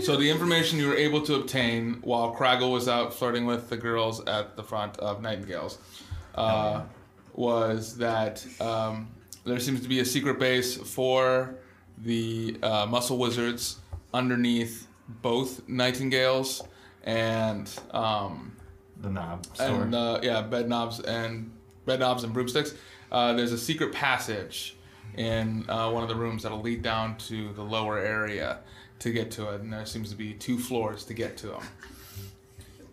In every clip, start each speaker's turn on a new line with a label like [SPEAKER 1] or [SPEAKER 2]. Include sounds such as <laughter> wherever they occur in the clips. [SPEAKER 1] So the information you were able to obtain while Craggle was out flirting with the girls at the front of Nightingales uh, was that um, there seems to be a secret base for the uh, muscle wizards underneath both Nightingales and um,
[SPEAKER 2] The knob. Store.
[SPEAKER 1] and uh, yeah bed knobs and bed knobs and broomsticks. Uh, there's a secret passage in uh, one of the rooms that'll lead down to the lower area to get to it, and there seems to be two floors to get to them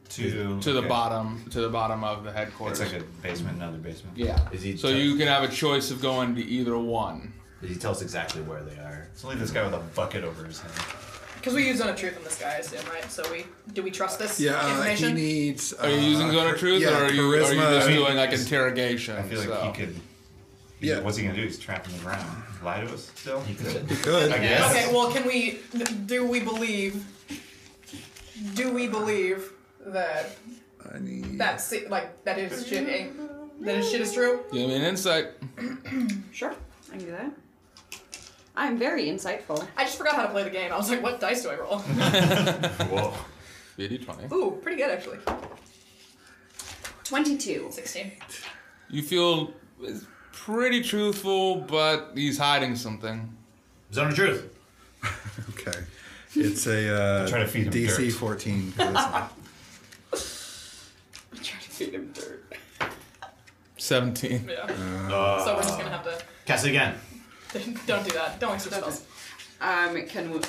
[SPEAKER 2] to
[SPEAKER 1] to the
[SPEAKER 2] okay.
[SPEAKER 1] bottom to the bottom of the headquarters.
[SPEAKER 2] It's like a basement, another basement.
[SPEAKER 1] yeah.
[SPEAKER 3] Is he
[SPEAKER 1] so
[SPEAKER 3] t-
[SPEAKER 1] you can have a choice of going to either one.
[SPEAKER 3] He tells exactly where they are.
[SPEAKER 2] So leave this guy with a bucket over his head.
[SPEAKER 4] Because we use Zone of Truth on this guy, I assume, right? So we do we trust this
[SPEAKER 5] Yeah, uh, he
[SPEAKER 4] information?
[SPEAKER 5] needs.
[SPEAKER 1] Are you using
[SPEAKER 5] uh,
[SPEAKER 1] Zone of
[SPEAKER 5] char-
[SPEAKER 1] Truth,
[SPEAKER 5] yeah,
[SPEAKER 1] or are you, are you
[SPEAKER 5] charisma.
[SPEAKER 1] just
[SPEAKER 2] mean,
[SPEAKER 1] doing like interrogation?
[SPEAKER 2] I feel like
[SPEAKER 1] so.
[SPEAKER 2] he could.
[SPEAKER 5] Yeah.
[SPEAKER 2] What's he gonna do? He's trapping the ground. Lie to us still? He <laughs> could.
[SPEAKER 5] Good.
[SPEAKER 2] I
[SPEAKER 4] Yeah,
[SPEAKER 2] guess.
[SPEAKER 4] Okay. Well, can we? Do we believe? Do we believe that
[SPEAKER 5] I need.
[SPEAKER 4] that se- like that his shit ain't that his shit is true?
[SPEAKER 1] Give me an insight.
[SPEAKER 4] Sure.
[SPEAKER 6] I can do that. I'm very insightful.
[SPEAKER 4] I just forgot how to play the game. I was like, what dice do I roll? <laughs>
[SPEAKER 2] <laughs> Whoa.
[SPEAKER 1] BD20.
[SPEAKER 4] Ooh, pretty good actually.
[SPEAKER 6] <laughs> 22.
[SPEAKER 4] Sixteen.
[SPEAKER 1] You feel it's pretty truthful, but he's hiding something.
[SPEAKER 3] Zone of truth.
[SPEAKER 5] Okay. It's a uh,
[SPEAKER 2] Try to feed him
[SPEAKER 5] DC
[SPEAKER 2] dirt.
[SPEAKER 5] 14. charisma.
[SPEAKER 4] I'm trying to feed him dirt.
[SPEAKER 1] 17.
[SPEAKER 4] Yeah.
[SPEAKER 3] Uh,
[SPEAKER 4] so we're just gonna have to. <laughs>
[SPEAKER 3] Cast it again.
[SPEAKER 4] Don't do that. Don't waste your spells.
[SPEAKER 6] Um, can we,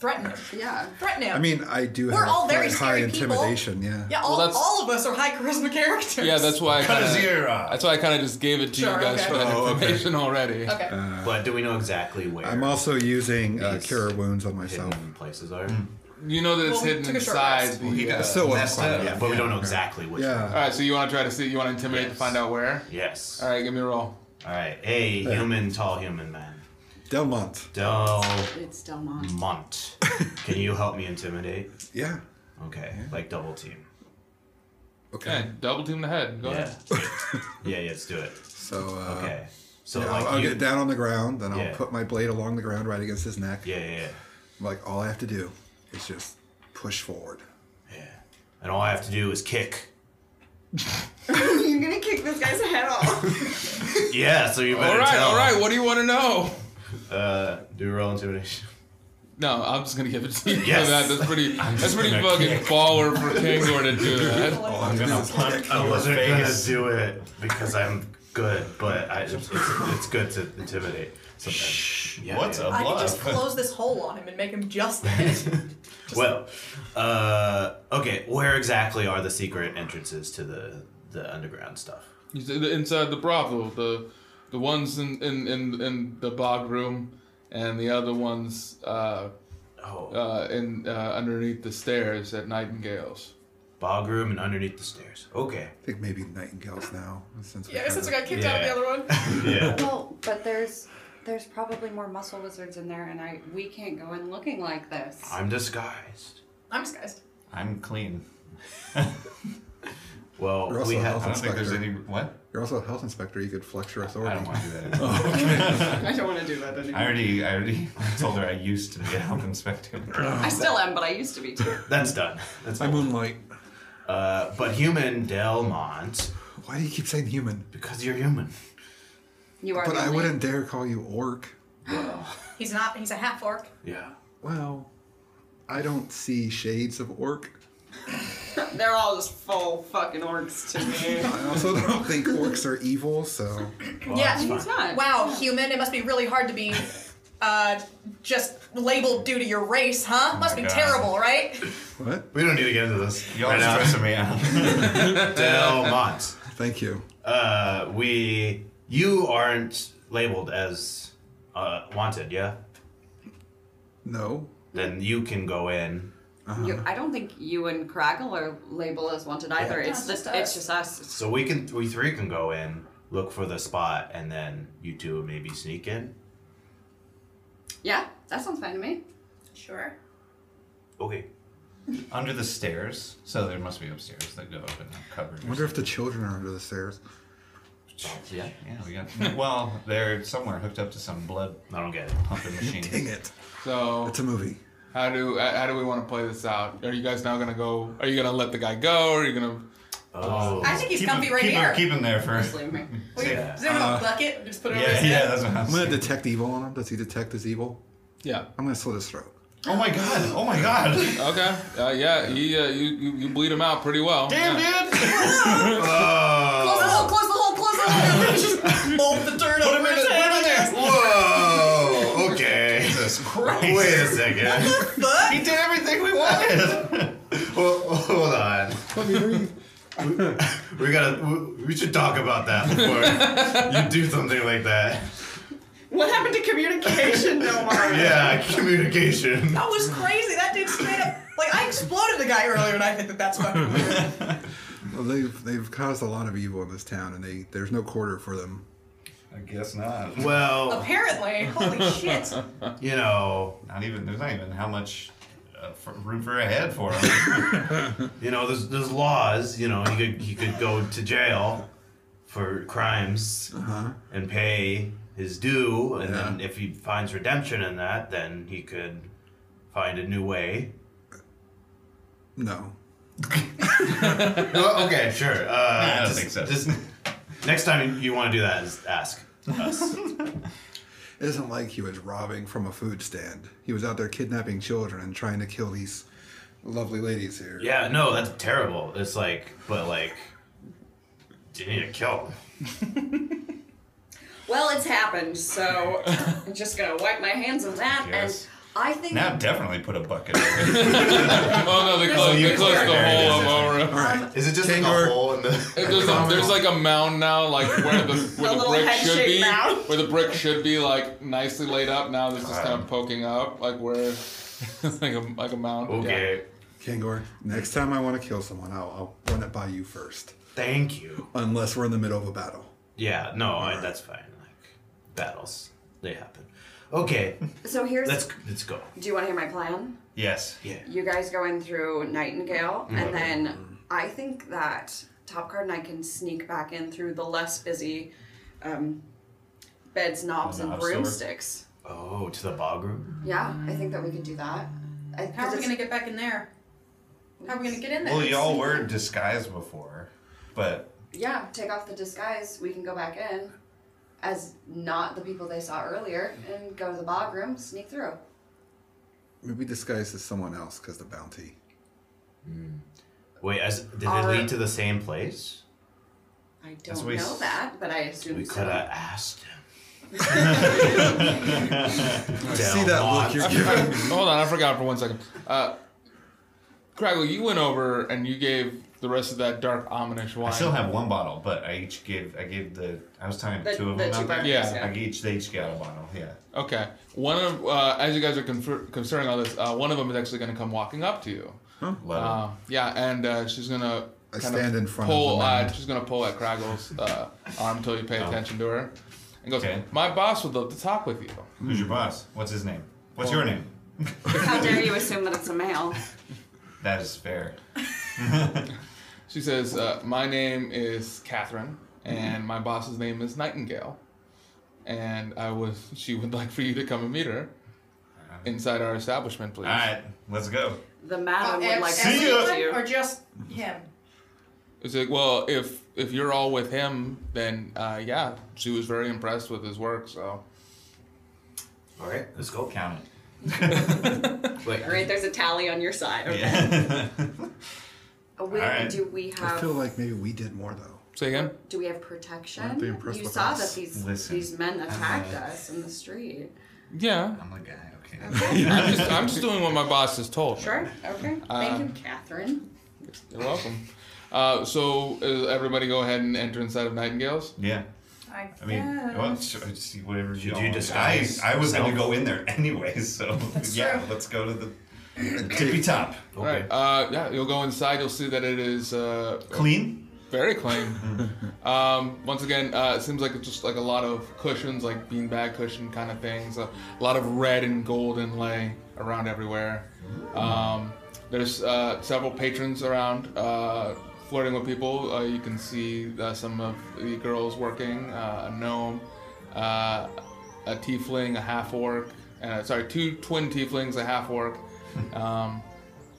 [SPEAKER 4] Threaten him.
[SPEAKER 6] yeah.
[SPEAKER 4] Threaten him.
[SPEAKER 5] I mean, I do
[SPEAKER 4] We're
[SPEAKER 5] have
[SPEAKER 4] all very
[SPEAKER 5] quite high
[SPEAKER 4] scary people.
[SPEAKER 5] intimidation. Yeah.
[SPEAKER 4] yeah, all,
[SPEAKER 1] Well, that's-
[SPEAKER 4] all of us are high charisma characters.
[SPEAKER 1] Yeah, that's why I
[SPEAKER 3] Cut
[SPEAKER 2] Uh,
[SPEAKER 3] his
[SPEAKER 1] kinda-
[SPEAKER 3] ear off.
[SPEAKER 1] That's why I kind of just gave it to you
[SPEAKER 4] Sure,
[SPEAKER 1] guys
[SPEAKER 4] okay. Uh,
[SPEAKER 1] for that
[SPEAKER 5] Oh, okay.
[SPEAKER 1] information already.
[SPEAKER 4] Okay.
[SPEAKER 5] Uh,
[SPEAKER 3] But do we know exactly where
[SPEAKER 5] I'm also using uh,
[SPEAKER 3] These
[SPEAKER 5] cure wounds on
[SPEAKER 3] hidden
[SPEAKER 5] myself.
[SPEAKER 3] places are?
[SPEAKER 2] Hmm.
[SPEAKER 1] You know that it's
[SPEAKER 4] Well, we
[SPEAKER 1] hidden
[SPEAKER 4] took a short
[SPEAKER 1] inside
[SPEAKER 4] rest.
[SPEAKER 1] the.
[SPEAKER 2] he
[SPEAKER 1] uh,
[SPEAKER 2] does.
[SPEAKER 5] Still
[SPEAKER 2] Messed
[SPEAKER 5] unplugged.
[SPEAKER 2] up.
[SPEAKER 3] Yeah, but we don't know exactly which.
[SPEAKER 1] all
[SPEAKER 5] Yeah.
[SPEAKER 1] right, so you want to try to see? You want to intimidate to
[SPEAKER 3] Yes.
[SPEAKER 1] find out where?
[SPEAKER 3] one. Yes.
[SPEAKER 1] All right, give me a roll.
[SPEAKER 3] All right. Hey, human, tall human man.
[SPEAKER 5] Delmont.
[SPEAKER 3] Delmont.
[SPEAKER 6] It's Delmont.
[SPEAKER 3] Can you help me intimidate?
[SPEAKER 5] Yeah.
[SPEAKER 3] Okay. Like double team.
[SPEAKER 5] Okay.
[SPEAKER 1] Okay, double team the head. Go
[SPEAKER 3] Yeah.
[SPEAKER 1] ahead.
[SPEAKER 3] <laughs> yeah. Yeah. Let's do it.
[SPEAKER 5] So. Uh,
[SPEAKER 3] Okay. So
[SPEAKER 5] yeah,
[SPEAKER 3] like
[SPEAKER 5] I'll, I'll
[SPEAKER 3] you.
[SPEAKER 5] get down on the ground, then I'll
[SPEAKER 3] Yeah.
[SPEAKER 5] put my blade along the ground right against his neck.
[SPEAKER 3] Yeah. Yeah. yeah.
[SPEAKER 5] Like all I have to do is just push forward.
[SPEAKER 3] Yeah. And all I have to do is kick.
[SPEAKER 6] <laughs> You're gonna kick this guy's head off.
[SPEAKER 3] Yeah, so you better
[SPEAKER 1] All right,
[SPEAKER 3] tell.
[SPEAKER 1] all right. What do you want to know?
[SPEAKER 3] Uh, do roll intimidation.
[SPEAKER 1] No, I'm just gonna give it to you.
[SPEAKER 3] Yes.
[SPEAKER 1] For that. That's pretty. that's pretty
[SPEAKER 2] gonna
[SPEAKER 1] fucking
[SPEAKER 2] kick.
[SPEAKER 1] baller for Kangor to do
[SPEAKER 7] <laughs>
[SPEAKER 1] that.
[SPEAKER 2] Oh, I'm gonna punch
[SPEAKER 3] I wasn't gonna
[SPEAKER 2] face.
[SPEAKER 3] do it because I'm good, but I, it's, it's good to intimidate. Sometimes. Yeah,
[SPEAKER 2] What's
[SPEAKER 3] yeah.
[SPEAKER 2] a
[SPEAKER 4] I could just
[SPEAKER 2] bluff?
[SPEAKER 4] close this hole on him and make him
[SPEAKER 1] <laughs>
[SPEAKER 4] just that.
[SPEAKER 3] Well, uh, okay. Where exactly are the secret entrances to the the underground stuff?
[SPEAKER 1] You see the- Inside the brothel, the the ones in in in, in the bog room, and the other ones uh,
[SPEAKER 3] Oh,
[SPEAKER 1] uh, in uh, underneath the stairs at Nightingales.
[SPEAKER 3] bog room and underneath the stairs. Okay.
[SPEAKER 5] I think maybe Nightingales now. Since we
[SPEAKER 4] yeah, since we got kicked out of
[SPEAKER 3] Yeah.
[SPEAKER 4] the other one.
[SPEAKER 3] Yeah.
[SPEAKER 6] well, but there's there's probably more muscle wizards in there, and I we can't go in looking like this.
[SPEAKER 3] <laughs> I'm disguised.
[SPEAKER 4] I'm disguised.
[SPEAKER 2] I'm clean.
[SPEAKER 3] Well,
[SPEAKER 5] You're also
[SPEAKER 3] we
[SPEAKER 5] health
[SPEAKER 2] I
[SPEAKER 3] have.
[SPEAKER 2] don't think there's
[SPEAKER 5] Inspector.
[SPEAKER 2] any. What?
[SPEAKER 5] You're also a health inspector. You could flex your authority.
[SPEAKER 2] I don't want to do <laughs> that.
[SPEAKER 6] <laughs>
[SPEAKER 2] Anymore.
[SPEAKER 6] I don't want to do that anymore.
[SPEAKER 2] I already, I already <laughs> told her I used to be a health <laughs> inspector.
[SPEAKER 6] I still am, but I used to be
[SPEAKER 3] <laughs>
[SPEAKER 6] too.
[SPEAKER 3] That's done. That's
[SPEAKER 5] I
[SPEAKER 3] done.
[SPEAKER 5] moonlight.
[SPEAKER 3] Uh, but human Delmont,
[SPEAKER 5] Why do you keep saying human?
[SPEAKER 3] because you're human.
[SPEAKER 6] You are.
[SPEAKER 5] But
[SPEAKER 6] the
[SPEAKER 5] I
[SPEAKER 6] only-
[SPEAKER 5] wouldn't dare call you orc.
[SPEAKER 4] He's not. He's a half orc.
[SPEAKER 3] Yeah.
[SPEAKER 5] Well, I don't see shades of orc.
[SPEAKER 6] <laughs> They're all just full fucking orcs to me.
[SPEAKER 5] I also <laughs> don't think orcs are evil, so
[SPEAKER 4] yeah.
[SPEAKER 6] He's not.
[SPEAKER 4] Wow, human. It must be really hard to be uh, just labeled due to your race, huh? must be
[SPEAKER 2] Oh God.
[SPEAKER 4] terrible, right?
[SPEAKER 5] what?
[SPEAKER 3] We don't need to get into this.
[SPEAKER 2] Y'all are stressing me out.
[SPEAKER 3] <laughs> Delmont.
[SPEAKER 5] Thank you.
[SPEAKER 3] Uh, we, you aren't labeled as uh, wanted, yeah?
[SPEAKER 5] No.
[SPEAKER 3] Then you can go in.
[SPEAKER 6] You, I don't think you and Craggle are labeled as wanted either.
[SPEAKER 4] Yeah,
[SPEAKER 6] it's
[SPEAKER 4] it's
[SPEAKER 6] just
[SPEAKER 4] just
[SPEAKER 6] it's
[SPEAKER 4] us.
[SPEAKER 6] just us.
[SPEAKER 3] So we can, we three can go in, look for the spot, and then you two maybe sneak in.
[SPEAKER 6] Yeah, that sounds fine to me.
[SPEAKER 4] Sure.
[SPEAKER 3] Okay.
[SPEAKER 2] Under the stairs, so there must be upstairs that go up and covered.
[SPEAKER 5] I wonder if the children are under the stairs.
[SPEAKER 3] Yeah.
[SPEAKER 2] yeah, we got. Well, they're somewhere hooked up to some blood <laughs>
[SPEAKER 3] I don't get it.
[SPEAKER 2] pumping machine.
[SPEAKER 5] Dang it.
[SPEAKER 1] So
[SPEAKER 5] It's a movie.
[SPEAKER 1] How do uh, how do we want to play this out? Are you guys now gonna go? Are you gonna let the guy go? Or are you gonna?
[SPEAKER 3] Oh.
[SPEAKER 4] I think he's
[SPEAKER 2] keep
[SPEAKER 4] comfy
[SPEAKER 2] him,
[SPEAKER 4] right
[SPEAKER 2] keep
[SPEAKER 4] here.
[SPEAKER 2] Him, keep him there for.
[SPEAKER 6] Obviously, right?
[SPEAKER 4] We,
[SPEAKER 3] Yeah.
[SPEAKER 4] Is there a bucket? Just put it over
[SPEAKER 2] Yeah,
[SPEAKER 4] his
[SPEAKER 2] yeah,
[SPEAKER 4] head.
[SPEAKER 2] that's what I'm
[SPEAKER 5] I'm gonna
[SPEAKER 2] saying.
[SPEAKER 5] detect evil on him. Does he detect his evil?
[SPEAKER 1] Yeah.
[SPEAKER 5] I'm gonna slit his throat.
[SPEAKER 2] Oh my god! Oh my <laughs> god!
[SPEAKER 1] Okay. Uh, yeah. He, uh, you you you bleed him out pretty well.
[SPEAKER 2] Damn,
[SPEAKER 1] yeah.
[SPEAKER 2] dude!
[SPEAKER 3] Oh.
[SPEAKER 4] Close the hole, close the hole, close
[SPEAKER 2] <laughs>
[SPEAKER 4] the hole. Just mold the dirt over his head.
[SPEAKER 3] Whoa. Okay.
[SPEAKER 2] Jesus Christ!
[SPEAKER 3] Wait a second.
[SPEAKER 4] Fuck.
[SPEAKER 2] He did everything we wanted.
[SPEAKER 3] Well, hold on.
[SPEAKER 5] Let me breathe.
[SPEAKER 3] We gotta. we- We should talk about that before you do something like that.
[SPEAKER 8] What happened to
[SPEAKER 2] <laughs>
[SPEAKER 8] communication, Nomar?
[SPEAKER 3] Yeah, communication.
[SPEAKER 4] That was crazy. That dude straight up. Like, I exploded the guy earlier, and I think that that's
[SPEAKER 2] <laughs>
[SPEAKER 4] fucking weird.
[SPEAKER 5] Well, they've they've caused a lot of evil in this town, and they there's no quarter for them.
[SPEAKER 2] I guess not.
[SPEAKER 3] Well,
[SPEAKER 4] Apparently. Holy shit.
[SPEAKER 3] you know,
[SPEAKER 2] Not even. There's not even how much uh, for, room for a head for him. <laughs>
[SPEAKER 3] you know, there's there's laws. You know, he could he could go to jail for crimes and pay his due, and then if he finds redemption in that, then he could find a new way.
[SPEAKER 5] No.
[SPEAKER 3] Oh, okay, sure. Uh,
[SPEAKER 2] I don't
[SPEAKER 3] just-
[SPEAKER 2] think so.
[SPEAKER 3] just- next time you want to do that, is ask us.
[SPEAKER 5] It isn't like he was robbing from a food stand. He was out there kidnapping children and trying to kill these lovely ladies here.
[SPEAKER 3] Yeah, no, that's terrible. It's like, but like, you need to kill him.
[SPEAKER 6] Well, it's happened, so
[SPEAKER 2] <laughs>
[SPEAKER 6] I'm just gonna wipe my hands of that.
[SPEAKER 2] Yes.
[SPEAKER 6] And I think
[SPEAKER 2] now definitely put a bucket. over it.
[SPEAKER 1] Oh no, they closed,
[SPEAKER 3] you
[SPEAKER 1] they closed
[SPEAKER 3] can-
[SPEAKER 1] the
[SPEAKER 3] there it
[SPEAKER 1] whole
[SPEAKER 3] is.
[SPEAKER 1] of
[SPEAKER 5] All
[SPEAKER 1] over.
[SPEAKER 5] right.
[SPEAKER 3] Is it just
[SPEAKER 5] like, a Kangar.
[SPEAKER 3] hole in the?
[SPEAKER 1] There's, a, there's like a mound now, like where the where the
[SPEAKER 8] little
[SPEAKER 1] brick
[SPEAKER 8] head-shaped
[SPEAKER 1] should be,
[SPEAKER 8] mound.
[SPEAKER 1] where the brick should be like nicely laid up. Now this is kind of
[SPEAKER 2] Um.
[SPEAKER 1] poking up, like where <laughs> like a like a mound. Yeah.
[SPEAKER 3] Okay,
[SPEAKER 5] Kangor, next time I want to kill someone, I'll, I'll run it by you first.
[SPEAKER 3] thank you.
[SPEAKER 5] Unless we're in the middle of a battle.
[SPEAKER 3] Yeah, no, I, that's fine. Like battles, they happen. Okay,
[SPEAKER 6] so. Here's
[SPEAKER 3] let's let's go.
[SPEAKER 6] do you want to hear my plan?
[SPEAKER 2] yes.
[SPEAKER 3] Yeah.
[SPEAKER 6] You guys go in through Nightingale, and then
[SPEAKER 2] Mm.
[SPEAKER 6] I think that Top Card and I can sneak back in through the less busy um, beds, knobs,
[SPEAKER 2] The
[SPEAKER 6] and
[SPEAKER 2] knob store.
[SPEAKER 6] broomsticks.
[SPEAKER 3] Oh, to the bog room.
[SPEAKER 6] Yeah, I think that we can do that. I, 'cause
[SPEAKER 4] How are we
[SPEAKER 6] it's-
[SPEAKER 4] gonna get back in there? How are we gonna get in there?
[SPEAKER 2] Well, y'all were disguised before, but
[SPEAKER 6] Yeah, take off the disguise. We can go back in as not the people they saw earlier and go to the bog room, sneak through.
[SPEAKER 5] Maybe disguised as someone else because the bounty.
[SPEAKER 3] Wait, as did
[SPEAKER 6] Our-
[SPEAKER 3] it lead to the same place?
[SPEAKER 6] I
[SPEAKER 2] That's
[SPEAKER 6] don't
[SPEAKER 2] what we
[SPEAKER 6] know
[SPEAKER 2] s-
[SPEAKER 6] that, but I assume
[SPEAKER 3] We
[SPEAKER 6] so.
[SPEAKER 3] could have asked him.
[SPEAKER 5] I see that look
[SPEAKER 2] <laughs>
[SPEAKER 5] you're
[SPEAKER 1] I-
[SPEAKER 5] giving.
[SPEAKER 1] <laughs> hold on, I forgot for one second. Uh, Craggle, you went over and you gave the rest of that dark, ominous wine.
[SPEAKER 2] I still have one bottle. But I each gave. I gave the. I was telling
[SPEAKER 6] The-
[SPEAKER 2] two of
[SPEAKER 6] the
[SPEAKER 2] them
[SPEAKER 6] two
[SPEAKER 2] out there.
[SPEAKER 6] buckets,
[SPEAKER 1] Yeah. yeah.
[SPEAKER 2] I each they each got a bottle. Yeah.
[SPEAKER 1] Okay. One of uh, as you guys are confer- considering all this, uh, one of them is actually going to come walking up to you.
[SPEAKER 2] Love it.
[SPEAKER 1] Uh, yeah, and uh, she's gonna
[SPEAKER 5] Uh-huh. I
[SPEAKER 1] kind
[SPEAKER 5] stand
[SPEAKER 1] of
[SPEAKER 5] in front of
[SPEAKER 1] pull.
[SPEAKER 5] the Oh. man.
[SPEAKER 1] uh, she's gonna pull at Craggle's uh, arm until you pay attention to her, and goes,
[SPEAKER 2] Okay.
[SPEAKER 1] "My boss would love to talk with you."
[SPEAKER 2] Who's your boss? What's his name? What's your name?
[SPEAKER 6] How dare you assume that it's a male?
[SPEAKER 2] That is fair.
[SPEAKER 1] She says, uh, "My name is Catherine, and my boss's name is Nightingale, and I was she would like for you to come and meet her inside our establishment, please."
[SPEAKER 2] All right, let's go.
[SPEAKER 6] The madam would
[SPEAKER 4] Ev-
[SPEAKER 6] like to
[SPEAKER 2] See
[SPEAKER 6] meet
[SPEAKER 2] ya.
[SPEAKER 6] you.
[SPEAKER 4] Everyone or just him?
[SPEAKER 1] It's like, well, if if you're all with him, then uh, yeah, she was very impressed with his work. So
[SPEAKER 3] All right, let's go.
[SPEAKER 2] Count it.
[SPEAKER 3] <laughs> Wait,
[SPEAKER 6] All right, there's a tally on your side. Okay. <laughs>
[SPEAKER 2] Yeah.
[SPEAKER 6] Uh, we-
[SPEAKER 2] All right.
[SPEAKER 6] Do we
[SPEAKER 5] I feel
[SPEAKER 6] have
[SPEAKER 5] like maybe we did more though.
[SPEAKER 1] say again.
[SPEAKER 6] do we have protection?
[SPEAKER 5] Might be impressed
[SPEAKER 6] you
[SPEAKER 5] with
[SPEAKER 6] saw
[SPEAKER 5] us.
[SPEAKER 6] that these
[SPEAKER 2] Listen, Uh,
[SPEAKER 6] these men attacked us in the street.
[SPEAKER 1] Yeah,
[SPEAKER 2] I'm a guy. Okay.
[SPEAKER 1] I'm just, I'm just doing what my boss has told. me.
[SPEAKER 6] Sure. Okay. Thank
[SPEAKER 1] Um,
[SPEAKER 6] you, Catherine.
[SPEAKER 1] You're welcome. Uh, so uh, everybody, go ahead and enter inside of Nightingale's.
[SPEAKER 2] <laughs> Yeah.
[SPEAKER 4] I,
[SPEAKER 2] I mean, oh.
[SPEAKER 4] guess.
[SPEAKER 2] well, sh- I just see whatever you
[SPEAKER 3] Did
[SPEAKER 2] all
[SPEAKER 3] you
[SPEAKER 2] want.
[SPEAKER 3] disguise
[SPEAKER 2] I, I was going
[SPEAKER 3] yourself?
[SPEAKER 2] to go in there <laughs> anyway, so yeah,
[SPEAKER 4] true.
[SPEAKER 2] let's go to the the tippy top.
[SPEAKER 1] All right. Uh, yeah, you'll go inside. You'll see that it is uh,
[SPEAKER 2] Clean.
[SPEAKER 1] very clean. <laughs> um, once again, uh, it seems like it's just like a lot of cushions, like beanbag cushion kind of things. A lot of red and gold inlay around everywhere. Um, there's uh, several patrons around uh, flirting with people. Uh, you can see uh, some of the girls working. Uh, a gnome, uh, a tiefling, a half orc. Uh, sorry, two twin tieflings, a half orc, Um,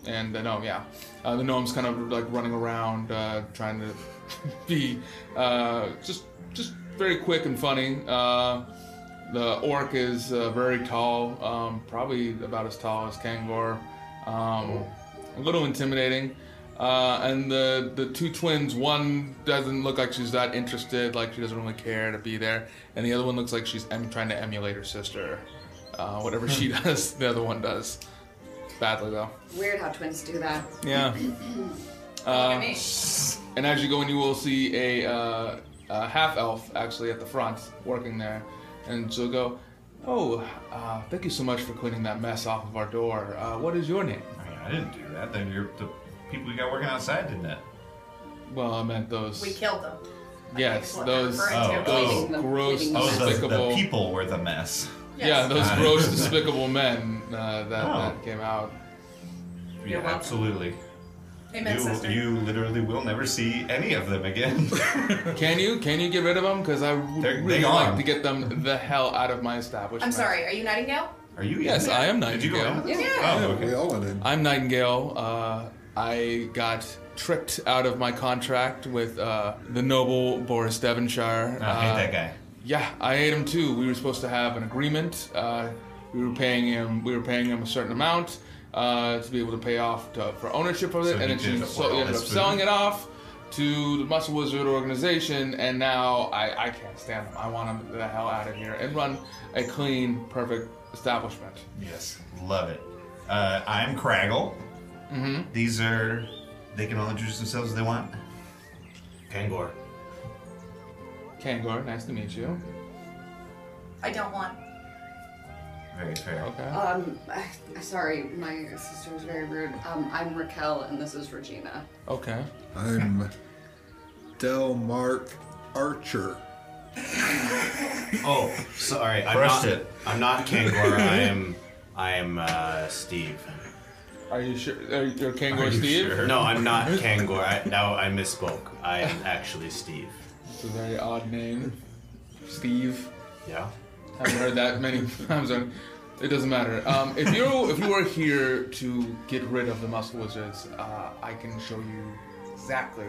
[SPEAKER 1] and the gnome, yeah, uh, the gnome's kind of like running around, uh, trying to <laughs> be uh, just just very quick and funny. Uh, the orc is uh, very tall, um, probably about as tall as Kangor. Um, a little intimidating. Uh, and the, the two twins, one doesn't look like she's that interested, like she doesn't really care to be there, and the other one looks like she's em- trying to emulate her sister. Uh, whatever she <laughs> does, the other one does. Badly, though.
[SPEAKER 6] Weird how twins do that.
[SPEAKER 1] Yeah. Um,
[SPEAKER 4] Look at me.
[SPEAKER 1] And as you go in, you will see a, uh, a half elf actually at the front working there, and she'll go, "Oh, uh, thank you so much for cleaning that mess off of our door. Uh, what is your name?"
[SPEAKER 2] I mean, I didn't do that. Then you're, the people you got working outside did that.
[SPEAKER 1] Well, I meant those.
[SPEAKER 4] We killed them.
[SPEAKER 1] yes,
[SPEAKER 4] That's what they're
[SPEAKER 1] those. uh,
[SPEAKER 4] referring to.
[SPEAKER 2] Oh.
[SPEAKER 1] Those gross,
[SPEAKER 6] Oh,
[SPEAKER 2] Oh,
[SPEAKER 6] so
[SPEAKER 2] so the,
[SPEAKER 1] despicable.
[SPEAKER 2] people were the mess.
[SPEAKER 4] Yes.
[SPEAKER 1] Yeah, those
[SPEAKER 2] Got it. <laughs>
[SPEAKER 1] gross, despicable men uh, that,
[SPEAKER 2] Oh.
[SPEAKER 1] that came out.
[SPEAKER 2] Yeah,
[SPEAKER 4] welcome.
[SPEAKER 2] absolutely.
[SPEAKER 4] Amen,
[SPEAKER 2] You,
[SPEAKER 4] sister.
[SPEAKER 2] you literally will never see any of them again. <laughs>
[SPEAKER 1] Can you can you get rid of them? Because I would
[SPEAKER 2] They're-
[SPEAKER 1] really
[SPEAKER 2] they're
[SPEAKER 1] like
[SPEAKER 2] gone.
[SPEAKER 1] to get them the hell out of my establishment.
[SPEAKER 4] I'm sorry, are you Nightingale?
[SPEAKER 2] Are you?
[SPEAKER 1] Yes,
[SPEAKER 2] in there?
[SPEAKER 1] I am
[SPEAKER 2] Did you go
[SPEAKER 1] Nightingale.
[SPEAKER 2] in?
[SPEAKER 4] Yeah.
[SPEAKER 2] Oh,
[SPEAKER 5] We
[SPEAKER 2] okay.
[SPEAKER 5] all went in.
[SPEAKER 1] I'm Nightingale. Uh, I got tricked out of my contract with uh, the noble Boris Devonshire.
[SPEAKER 2] I hate
[SPEAKER 1] Uh,
[SPEAKER 2] that guy.
[SPEAKER 1] Yeah, I ate him too. We were supposed to have an agreement. Uh, we were paying him. We were paying him a certain amount uh, to be able to pay off to, for ownership of it,
[SPEAKER 2] So
[SPEAKER 1] and
[SPEAKER 2] he
[SPEAKER 1] then she
[SPEAKER 2] did
[SPEAKER 1] so he
[SPEAKER 2] all
[SPEAKER 1] ended up
[SPEAKER 2] his
[SPEAKER 1] selling
[SPEAKER 2] food.
[SPEAKER 1] it off to the Muscle Wizard organization. And now I, I can't stand him. I want him the hell out of here and run a clean, perfect establishment.
[SPEAKER 2] Yes, love it. Uh, I'm Craggle. These are. They can all introduce themselves if they want.
[SPEAKER 3] Kangor.
[SPEAKER 1] Kangor, nice to meet you.
[SPEAKER 4] I don't want.
[SPEAKER 2] Very fair.
[SPEAKER 1] Okay.
[SPEAKER 6] Um, <sighs> I, sorry, my sister was very rude. Um, I'm Raquel, and this is Regina.
[SPEAKER 1] Okay.
[SPEAKER 5] I'm Delmark Archer.
[SPEAKER 3] Oh, sorry. I'm
[SPEAKER 2] Crushed
[SPEAKER 3] not,
[SPEAKER 2] it.
[SPEAKER 3] I'm not Kangor. I am. I am uh, Steve.
[SPEAKER 1] Are you sure? Are you, you're Kangor
[SPEAKER 2] Are you
[SPEAKER 1] Steve?
[SPEAKER 2] sure?
[SPEAKER 3] No, I'm not Kangor. I, no, I misspoke. I am actually Steve.
[SPEAKER 1] It's a very odd name. Steve.
[SPEAKER 3] Yeah.
[SPEAKER 1] I haven't heard that many <laughs> times. On, it doesn't matter. Um, if you are if you are here to get rid of the muscle wizards, uh, I can show you exactly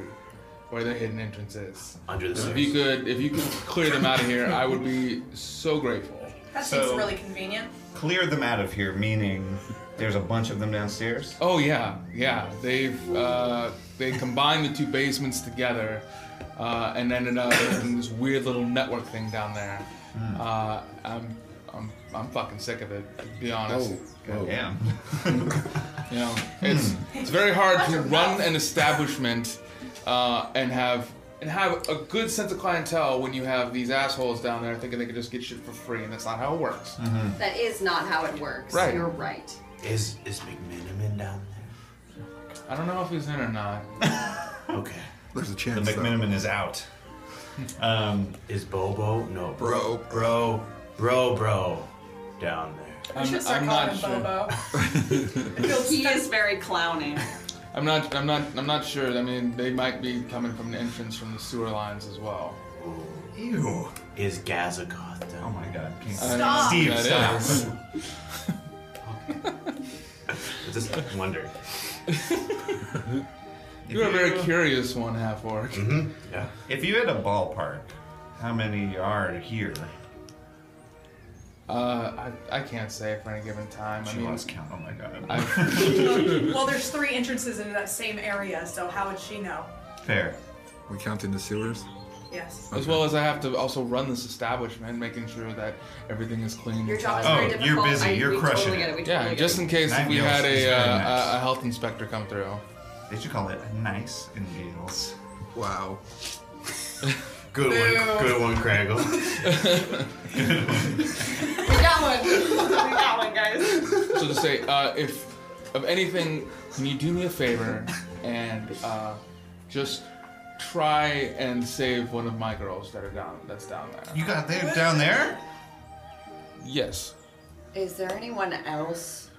[SPEAKER 1] where the hidden entrance is.
[SPEAKER 3] Under the
[SPEAKER 1] So if
[SPEAKER 3] stairs.
[SPEAKER 1] you could if you could clear them out of here, I would be so grateful.
[SPEAKER 4] That
[SPEAKER 2] So-
[SPEAKER 4] seems really convenient.
[SPEAKER 2] Clear them out of here, meaning there's a bunch of them downstairs.
[SPEAKER 1] Oh yeah, yeah. They've uh, they combined the two basements together, uh, and ended up making this weird little network thing down there. Uh, I'm I'm I'm fucking sick of it. To be honest.
[SPEAKER 5] Oh, oh.
[SPEAKER 2] Damn.
[SPEAKER 1] You know, it's it's very hard to run an establishment uh, and have and have a good sense of clientele when you have these assholes down there thinking they can just get shit for free, and that's not how it works.
[SPEAKER 6] That is not how it works.
[SPEAKER 1] Right.
[SPEAKER 6] You're right.
[SPEAKER 3] Is is McMiniman down
[SPEAKER 1] I don't know if he's in or not.
[SPEAKER 3] there? Okay.
[SPEAKER 5] There's a
[SPEAKER 2] The
[SPEAKER 5] chance. though.
[SPEAKER 2] McMiniman is out. Um,
[SPEAKER 3] Is Bobo? No.
[SPEAKER 5] Bro.
[SPEAKER 3] Bro. Bro. Bro. Down there.
[SPEAKER 4] We should start
[SPEAKER 1] I'm
[SPEAKER 4] calling
[SPEAKER 1] not
[SPEAKER 4] him
[SPEAKER 1] sure.
[SPEAKER 4] Bobo.
[SPEAKER 6] <laughs> He is very clowny.
[SPEAKER 1] I'm not. I'm not. I'm not sure. I mean, they might be coming from the entrance from the sewer lines as well.
[SPEAKER 2] Ew.
[SPEAKER 3] Is Gazagoth
[SPEAKER 2] Oh
[SPEAKER 3] down
[SPEAKER 2] my god.
[SPEAKER 4] Stop.
[SPEAKER 2] Steve,
[SPEAKER 1] That
[SPEAKER 2] stop.
[SPEAKER 1] is.
[SPEAKER 3] there? Just wonder.
[SPEAKER 1] You're a very curious one, half orc.
[SPEAKER 2] Mm-hmm.
[SPEAKER 3] Yeah.
[SPEAKER 2] If you had a ballpark, how many are here?
[SPEAKER 1] Uh, I, I can't say for any given time. I
[SPEAKER 2] She
[SPEAKER 1] mean,
[SPEAKER 2] lost count. Oh my god.
[SPEAKER 1] I,
[SPEAKER 4] well, there's three entrances into that same area, so how would she know?
[SPEAKER 2] Fair.
[SPEAKER 5] We counting the sewers?
[SPEAKER 4] Yes.
[SPEAKER 1] as well as I have to also run this establishment, making sure that everything is clean.
[SPEAKER 6] Your
[SPEAKER 1] and
[SPEAKER 6] job is
[SPEAKER 1] tidy.
[SPEAKER 6] very
[SPEAKER 2] Oh,
[SPEAKER 6] difficult.
[SPEAKER 2] you're busy.
[SPEAKER 6] I-
[SPEAKER 2] You're
[SPEAKER 6] we
[SPEAKER 2] crushing
[SPEAKER 6] totally
[SPEAKER 2] it.
[SPEAKER 6] Get it. We
[SPEAKER 1] Yeah,
[SPEAKER 6] totally get <laughs>
[SPEAKER 1] just
[SPEAKER 6] it.
[SPEAKER 1] in case
[SPEAKER 2] Night
[SPEAKER 1] we
[SPEAKER 2] Gales
[SPEAKER 1] had
[SPEAKER 2] is
[SPEAKER 1] a,
[SPEAKER 2] very
[SPEAKER 1] uh,
[SPEAKER 2] nice.
[SPEAKER 1] a a health inspector come through.
[SPEAKER 2] They should call it nice in Gales.
[SPEAKER 5] Wow.
[SPEAKER 3] Good one. Good one, Craggle.
[SPEAKER 4] We got
[SPEAKER 6] <laughs>
[SPEAKER 4] one. we got one, guys.
[SPEAKER 1] So just say, uh, if of anything, can you do me a favor and uh, just try and save one of my girls that are down that's down there?
[SPEAKER 2] You got there down there?
[SPEAKER 1] Yes.
[SPEAKER 6] Is there anyone else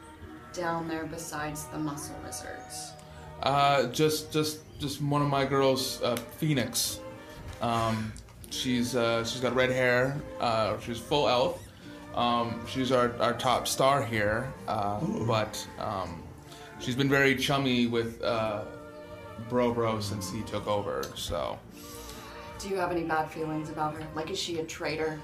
[SPEAKER 6] down there besides the muscle wizards?
[SPEAKER 1] Uh, just, just, just one of my girls, uh, Phoenix. Um, she's uh, she's got red hair. Uh, she's full elf, Um, she's our, our top star here, uh, but um, she's been very chummy with uh, Bro Bro since he took over. So
[SPEAKER 7] Do you have any bad feelings about her? Like, is she a traitor?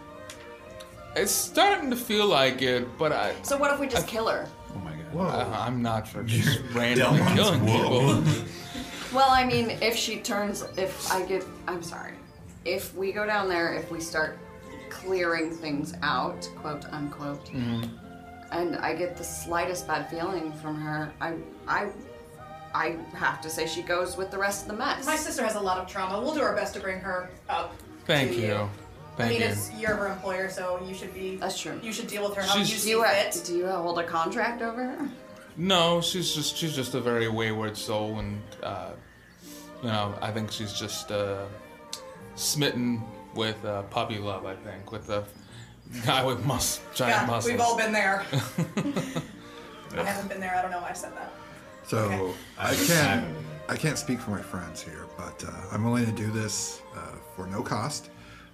[SPEAKER 1] it's starting to feel like it, but I,
[SPEAKER 7] So what if we just kill her?
[SPEAKER 2] Oh my god.
[SPEAKER 1] uh, I'm not for
[SPEAKER 2] <laughs>
[SPEAKER 1] just randomly
[SPEAKER 2] dumb.
[SPEAKER 1] killing
[SPEAKER 2] Whoa.
[SPEAKER 1] people.
[SPEAKER 7] Well, I mean, if she turns, if I get, I'm sorry. If we go down there, if we start clearing things out, quote unquote,
[SPEAKER 1] Mm-hmm.
[SPEAKER 7] and I get the slightest bad feeling from her, I, I, I have to say she goes with the rest of the mess.
[SPEAKER 4] My sister has a lot of trauma. We'll do our best to bring her up.
[SPEAKER 1] Thank
[SPEAKER 4] to
[SPEAKER 1] you.
[SPEAKER 4] I mean,
[SPEAKER 1] Thank you.
[SPEAKER 4] it's you're her employer, so you should be.
[SPEAKER 7] That's true.
[SPEAKER 4] You should deal with her how
[SPEAKER 1] She's-
[SPEAKER 4] you
[SPEAKER 7] do
[SPEAKER 4] see
[SPEAKER 7] you,
[SPEAKER 4] fit.
[SPEAKER 7] do you hold a contract over her?
[SPEAKER 1] No, she's just she's just a very wayward soul, and uh, you know I think she's just uh, smitten with uh, puppy love. I think with the guy with mus- giant
[SPEAKER 4] Yeah,
[SPEAKER 1] muscles.
[SPEAKER 4] we've all
[SPEAKER 1] <laughs>
[SPEAKER 4] been there. I haven't been there. I don't know why I said that.
[SPEAKER 5] So
[SPEAKER 4] Okay.
[SPEAKER 5] I can't I can't speak for my friends here, but uh, I'm willing to do this uh, for no cost.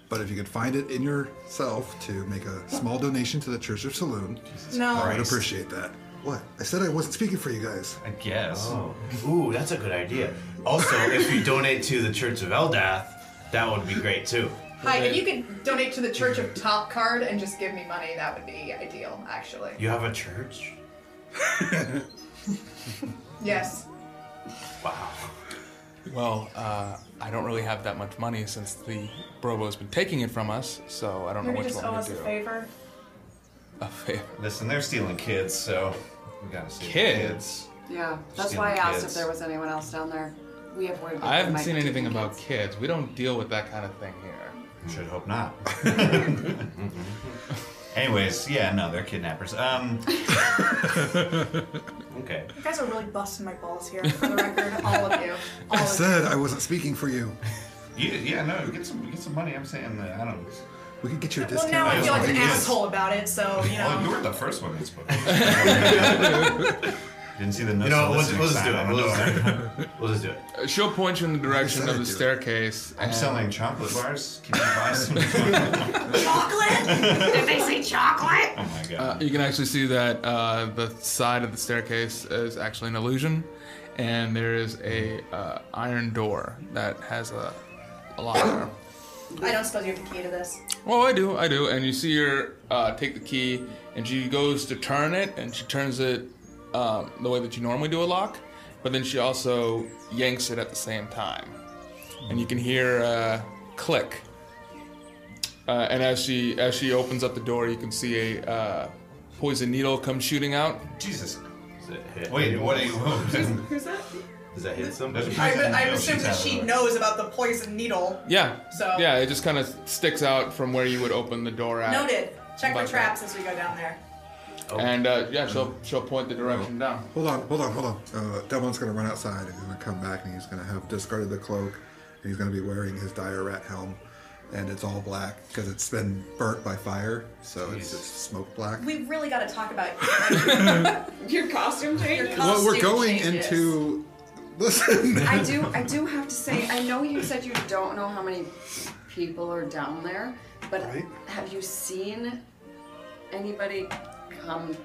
[SPEAKER 5] But if you could find it in yourself to make a small donation to the Church of Saloon,
[SPEAKER 4] No.
[SPEAKER 5] I would
[SPEAKER 2] Christ.
[SPEAKER 5] appreciate that. What? I said I wasn't speaking for you guys.
[SPEAKER 2] I guess.
[SPEAKER 3] Oh, ooh, that's a good idea. Also, if you donate to the Church of Eldath, that would be great too.
[SPEAKER 4] Hi, if you could donate to the Church of Top Card and just give me money, that would be ideal, actually.
[SPEAKER 3] You have a church?
[SPEAKER 4] Yes.
[SPEAKER 3] Wow.
[SPEAKER 1] Well, uh, I don't really have that much money since the Brobo's been taking it from us, so I don't know
[SPEAKER 4] Maybe
[SPEAKER 1] which
[SPEAKER 4] just owe
[SPEAKER 1] one
[SPEAKER 4] us
[SPEAKER 1] to
[SPEAKER 4] a
[SPEAKER 1] do.
[SPEAKER 4] favor.
[SPEAKER 1] A favor.
[SPEAKER 2] Listen, they're stealing kids, so we gotta steal
[SPEAKER 1] Kids?
[SPEAKER 7] Yeah, that's
[SPEAKER 2] Stealing
[SPEAKER 7] why I asked if
[SPEAKER 2] kids.
[SPEAKER 7] there was anyone else down there. We have worried.
[SPEAKER 1] I haven't seen anything about kids. We don't deal with that kind of thing here.
[SPEAKER 2] Should hope not. <laughs> Anyways, yeah, no, they're kidnappers. <laughs> Um,
[SPEAKER 3] Okay.
[SPEAKER 4] You guys are really busting my balls
[SPEAKER 1] <laughs>
[SPEAKER 4] here, for the record. all of you. All
[SPEAKER 5] I
[SPEAKER 4] of you.
[SPEAKER 5] said I wasn't speaking for you.
[SPEAKER 2] you, yeah, no, get some, get some money. I'm saying that I don't.
[SPEAKER 5] We could get you a
[SPEAKER 4] Well,
[SPEAKER 5] discount.
[SPEAKER 4] now I feel like an
[SPEAKER 2] Yes.
[SPEAKER 4] asshole about it, so, you
[SPEAKER 2] Oh, you
[SPEAKER 1] <laughs>
[SPEAKER 4] know.
[SPEAKER 2] were the first one that
[SPEAKER 4] <laughs>
[SPEAKER 2] spoke. Didn't see the no.
[SPEAKER 3] You know, we'll,
[SPEAKER 2] soliciting
[SPEAKER 3] we'll just do
[SPEAKER 2] sign
[SPEAKER 3] it.
[SPEAKER 2] on the
[SPEAKER 3] We'll just
[SPEAKER 2] door.
[SPEAKER 3] do it. We'll just do it.
[SPEAKER 1] Uh, She'll point you in the direction
[SPEAKER 5] said
[SPEAKER 1] of
[SPEAKER 5] I'd
[SPEAKER 1] the
[SPEAKER 5] do it.
[SPEAKER 1] staircase.
[SPEAKER 2] I'm
[SPEAKER 1] and-
[SPEAKER 2] selling chocolate bars. Can you buy some?
[SPEAKER 1] <laughs>
[SPEAKER 2] chocolate?
[SPEAKER 4] Chocolate!
[SPEAKER 7] Did they say chocolate?
[SPEAKER 2] Oh my god.
[SPEAKER 1] Uh, you can actually see that uh, the side of the staircase is actually an illusion, and there is a uh, iron door that has a, a lock there.
[SPEAKER 4] I don't suppose you have the key to this.
[SPEAKER 1] Well, Oh, I do, I do. And you see her uh, take the key, and she goes to turn it, and she turns it um, the way that you normally do a lock, but then she also yanks it at the same time, and you can hear a click. Uh, and as she as she opens up the door, you can see a uh, poison needle come shooting out.
[SPEAKER 2] Jesus.
[SPEAKER 3] Does that hit?
[SPEAKER 2] Wait, what are you?
[SPEAKER 9] Who's that?
[SPEAKER 3] Does that hit somebody?
[SPEAKER 4] I,
[SPEAKER 2] Yeah,
[SPEAKER 4] I
[SPEAKER 2] she's
[SPEAKER 4] assume that
[SPEAKER 2] out of
[SPEAKER 4] she
[SPEAKER 2] order.
[SPEAKER 4] knows about the poison needle.
[SPEAKER 1] Yeah.
[SPEAKER 4] So-
[SPEAKER 1] yeah, it just kind of sticks out from where you would open the door at.
[SPEAKER 4] Noted. Check for
[SPEAKER 1] Bye-bye.
[SPEAKER 4] traps as we go down there.
[SPEAKER 1] And uh, yeah, she'll she'll point the direction down.
[SPEAKER 5] Hold on, hold on, hold on. Uh, Devlin's gonna run outside and he's gonna come back and he's gonna have discarded the cloak and he's gonna be wearing his dire rat helm and it's all black because it's been burnt by fire, so it's just smoke black.
[SPEAKER 4] We've really got to talk about
[SPEAKER 7] Your costume change.
[SPEAKER 4] Your
[SPEAKER 5] well, we're
[SPEAKER 4] costume
[SPEAKER 5] going
[SPEAKER 4] changes.
[SPEAKER 5] into. <laughs> Listen,
[SPEAKER 7] I do. I do have to say. I know you said you don't know how many people are down there, but
[SPEAKER 5] Right.
[SPEAKER 7] have you seen anybody come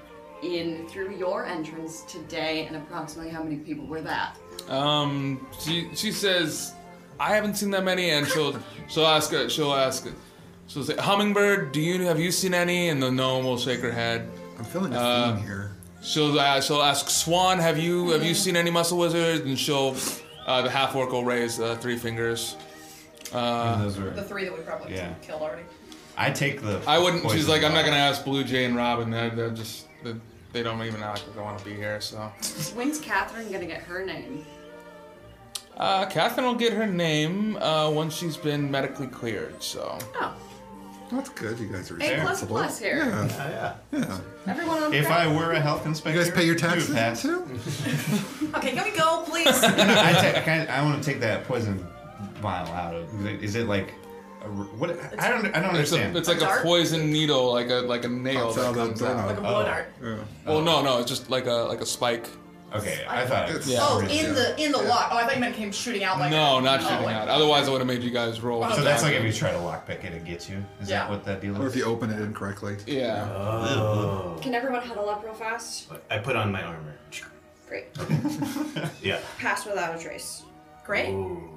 [SPEAKER 7] in through your entrance today? And approximately how many people were that?
[SPEAKER 1] Um, she she says, I haven't seen that many, and she'll she'll ask her, she'll ask she'll say, Hummingbird, do you have you seen any? And the gnome will shake her head.
[SPEAKER 5] I'm feeling a
[SPEAKER 1] Uh,
[SPEAKER 5] theme here.
[SPEAKER 1] She'll uh, she'll ask Swan, have you have you seen any muscle wizards? And she'll uh, the half orc will raise uh, three fingers. Uh,
[SPEAKER 2] Those were-
[SPEAKER 4] the three that we probably
[SPEAKER 2] Yeah.
[SPEAKER 4] killed already.
[SPEAKER 2] I take the.
[SPEAKER 1] I wouldn't. She's
[SPEAKER 2] poison
[SPEAKER 1] like, I'm not
[SPEAKER 2] bar.
[SPEAKER 1] gonna ask Blue Jay and Robin. They're, they're just they, they don't even act like they want to be here. So,
[SPEAKER 7] When's Catherine gonna get her name?
[SPEAKER 1] uh, Catherine will get her name uh, once she's been medically cleared. So.
[SPEAKER 7] Oh,
[SPEAKER 5] That's good. You guys are
[SPEAKER 7] A plus
[SPEAKER 5] responsible.
[SPEAKER 7] plus here.
[SPEAKER 5] Yeah.
[SPEAKER 3] Oh, yeah.
[SPEAKER 7] Hmm. Everyone on
[SPEAKER 2] If
[SPEAKER 7] Friday.
[SPEAKER 2] I were a health
[SPEAKER 5] You
[SPEAKER 2] inspector,
[SPEAKER 5] guys pay your
[SPEAKER 2] you'd have
[SPEAKER 5] taxes
[SPEAKER 2] passed.
[SPEAKER 5] <laughs> too?
[SPEAKER 4] Okay, can we go, please?
[SPEAKER 2] I, ta- can I, want to take that poison vial out of. Is it like, a, r- what? I don't. I don't
[SPEAKER 1] It's,
[SPEAKER 2] understand.
[SPEAKER 1] a, it's like a
[SPEAKER 4] dart?
[SPEAKER 1] poison needle, like a like a nail
[SPEAKER 5] Pops out
[SPEAKER 1] that
[SPEAKER 5] of the
[SPEAKER 1] comes
[SPEAKER 5] door.
[SPEAKER 1] out.
[SPEAKER 4] Like a blood art.
[SPEAKER 5] Yeah.
[SPEAKER 1] Well, no, no, it's just like a like a spike.
[SPEAKER 2] Okay, I thought it was
[SPEAKER 5] Yeah.
[SPEAKER 4] Oh,
[SPEAKER 2] original.
[SPEAKER 4] in the in the lock. Oh, I thought you meant came shooting out like.
[SPEAKER 1] No,
[SPEAKER 4] a-
[SPEAKER 1] not
[SPEAKER 4] oh,
[SPEAKER 1] shooting
[SPEAKER 4] wait.
[SPEAKER 1] out. Otherwise, I would have made you guys roll.
[SPEAKER 3] Oh,
[SPEAKER 2] So that's like if
[SPEAKER 1] a
[SPEAKER 2] you try to lockpick it, it gets you. Is
[SPEAKER 4] Yeah.
[SPEAKER 2] that what that deal
[SPEAKER 5] Or if
[SPEAKER 2] is?
[SPEAKER 5] you open it incorrectly.
[SPEAKER 1] yeah.
[SPEAKER 3] Oh.
[SPEAKER 7] Can everyone huddle up real fast?
[SPEAKER 3] I put on my armor.
[SPEAKER 7] Great.
[SPEAKER 3] Yeah.
[SPEAKER 7] Pass without a trace.
[SPEAKER 4] Great.
[SPEAKER 3] Ooh.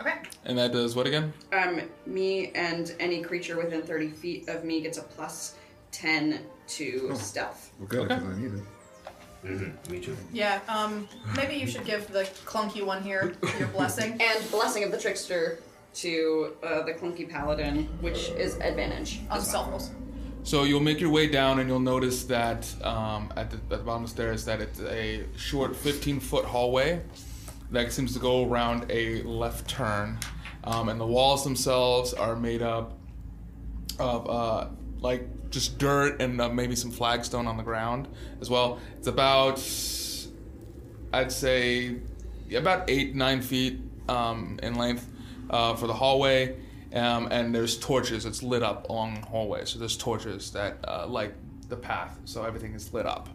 [SPEAKER 4] Okay.
[SPEAKER 1] And that does what again?
[SPEAKER 7] Um, me and any creature within 30 feet of me gets a plus 10 to stealth.
[SPEAKER 5] Well, good, because I need it.
[SPEAKER 3] Mhm, Me too.
[SPEAKER 4] Yeah. Um. Maybe you should give the clunky one here your
[SPEAKER 7] <laughs>
[SPEAKER 4] blessing.
[SPEAKER 7] And blessing of the trickster to uh, the clunky paladin, which is advantage.
[SPEAKER 6] Uh,
[SPEAKER 4] On stealth rolls.
[SPEAKER 1] So you'll make your way down, and you'll notice that um, at, the, at the bottom of the stairs that it's a short 15 foot hallway that seems to go around a left turn, um, and the walls themselves are made up of uh, like just dirt and uh, maybe some flagstone on the ground as well. It's about I'd say about eight nine feet um, in length uh, for the hallway, um, and there's torches. It's lit up along the hallway, so there's torches that uh, light the path, so everything is lit up.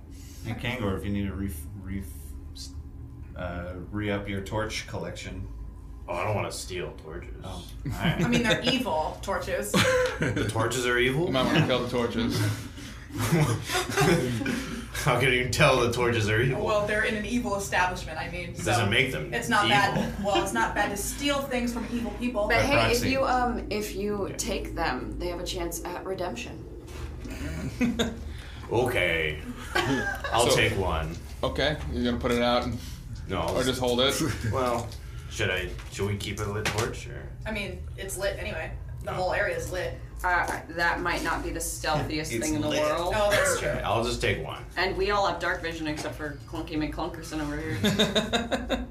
[SPEAKER 2] You can go if you need to re re uh, re up your torch collection.
[SPEAKER 3] Oh, I don't want to steal torches.
[SPEAKER 1] Um,
[SPEAKER 2] Alright.
[SPEAKER 4] I mean, they're evil torches.
[SPEAKER 3] The torches are evil?
[SPEAKER 1] You might want to kill the torches.
[SPEAKER 3] <laughs> How can you tell the torches are e- evil?
[SPEAKER 4] well, they're in an evil establishment. I mean, so
[SPEAKER 3] doesn't make them
[SPEAKER 4] It's not bad.
[SPEAKER 3] evil.
[SPEAKER 4] Well, it's not bad to steal things from evil people.
[SPEAKER 6] But hey, if
[SPEAKER 2] proxy.
[SPEAKER 6] you um if you take them, they have a chance at redemption.
[SPEAKER 1] <laughs>
[SPEAKER 3] Okay. I'll
[SPEAKER 1] So-
[SPEAKER 3] take one.
[SPEAKER 1] Okay, you're gonna put it out, and,
[SPEAKER 3] No. I'll
[SPEAKER 1] or just hold it.
[SPEAKER 3] well, should I? Should we keep it lit torch or?
[SPEAKER 4] I mean, it's lit anyway. The whole area is lit.
[SPEAKER 6] Uh, that might not be the stealthiest
[SPEAKER 2] It's
[SPEAKER 6] thing in the
[SPEAKER 2] lit.
[SPEAKER 6] world.
[SPEAKER 3] <laughs>
[SPEAKER 4] Oh, that's true.
[SPEAKER 3] Okay, I'll just take one.
[SPEAKER 6] And we all have dark vision except for Clunky McClunkerson over
[SPEAKER 2] <laughs>
[SPEAKER 6] here.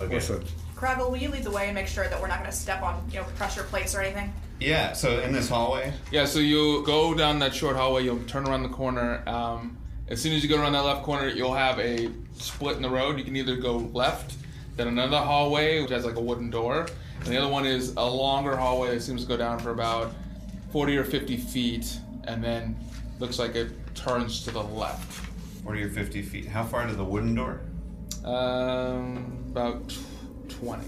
[SPEAKER 3] Okay.
[SPEAKER 5] Listen,
[SPEAKER 4] Craggle, will you lead the way and make sure that we're not going to step on, you know, pressure plates or anything?
[SPEAKER 2] Yeah. So in this hallway,
[SPEAKER 1] Yeah, so you go down that short hallway, you'll turn around the corner. Um, as soon as you go around that left corner, you'll have a split in the road. You can either go left, then another hallway, which has like a wooden door, and the other one is a longer hallway that seems to go down for about 40 or 50 feet, and then looks like it turns to the left.
[SPEAKER 2] forty or fifty feet. How far to the wooden door?
[SPEAKER 1] Um, about 20.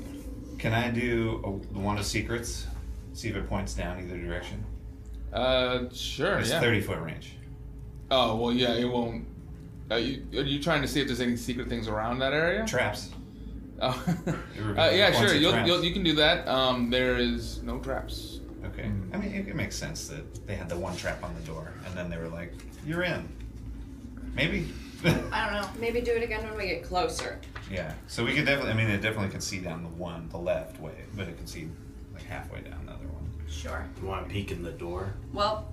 [SPEAKER 2] Can I do a, the wand of secrets? See if it points down either direction.
[SPEAKER 1] Uh, sure,
[SPEAKER 2] It's
[SPEAKER 1] yeah.
[SPEAKER 2] thirty foot range.
[SPEAKER 1] Oh, well, yeah, it won't. Are you, are you trying to see if there's any secret things around that area?
[SPEAKER 2] Traps.
[SPEAKER 1] Oh. <laughs>
[SPEAKER 2] It would be
[SPEAKER 1] uh, yeah,
[SPEAKER 2] once
[SPEAKER 1] sure.
[SPEAKER 2] it
[SPEAKER 1] You'll,
[SPEAKER 2] traps.
[SPEAKER 1] you'll, you can do that. Um, there is no traps.
[SPEAKER 2] Okay.
[SPEAKER 3] Mm-hmm.
[SPEAKER 2] I mean, it, it makes sense that they had the one trap on the door, and then they were like, "You're in." Maybe. <laughs>
[SPEAKER 4] I don't know.
[SPEAKER 7] Maybe do it again when we get closer.
[SPEAKER 2] yeah. So we could definitely. I mean, it definitely can see down the one, the left way, but it can see like halfway down the other one.
[SPEAKER 4] Sure.
[SPEAKER 3] You want to peek in the door?
[SPEAKER 6] well,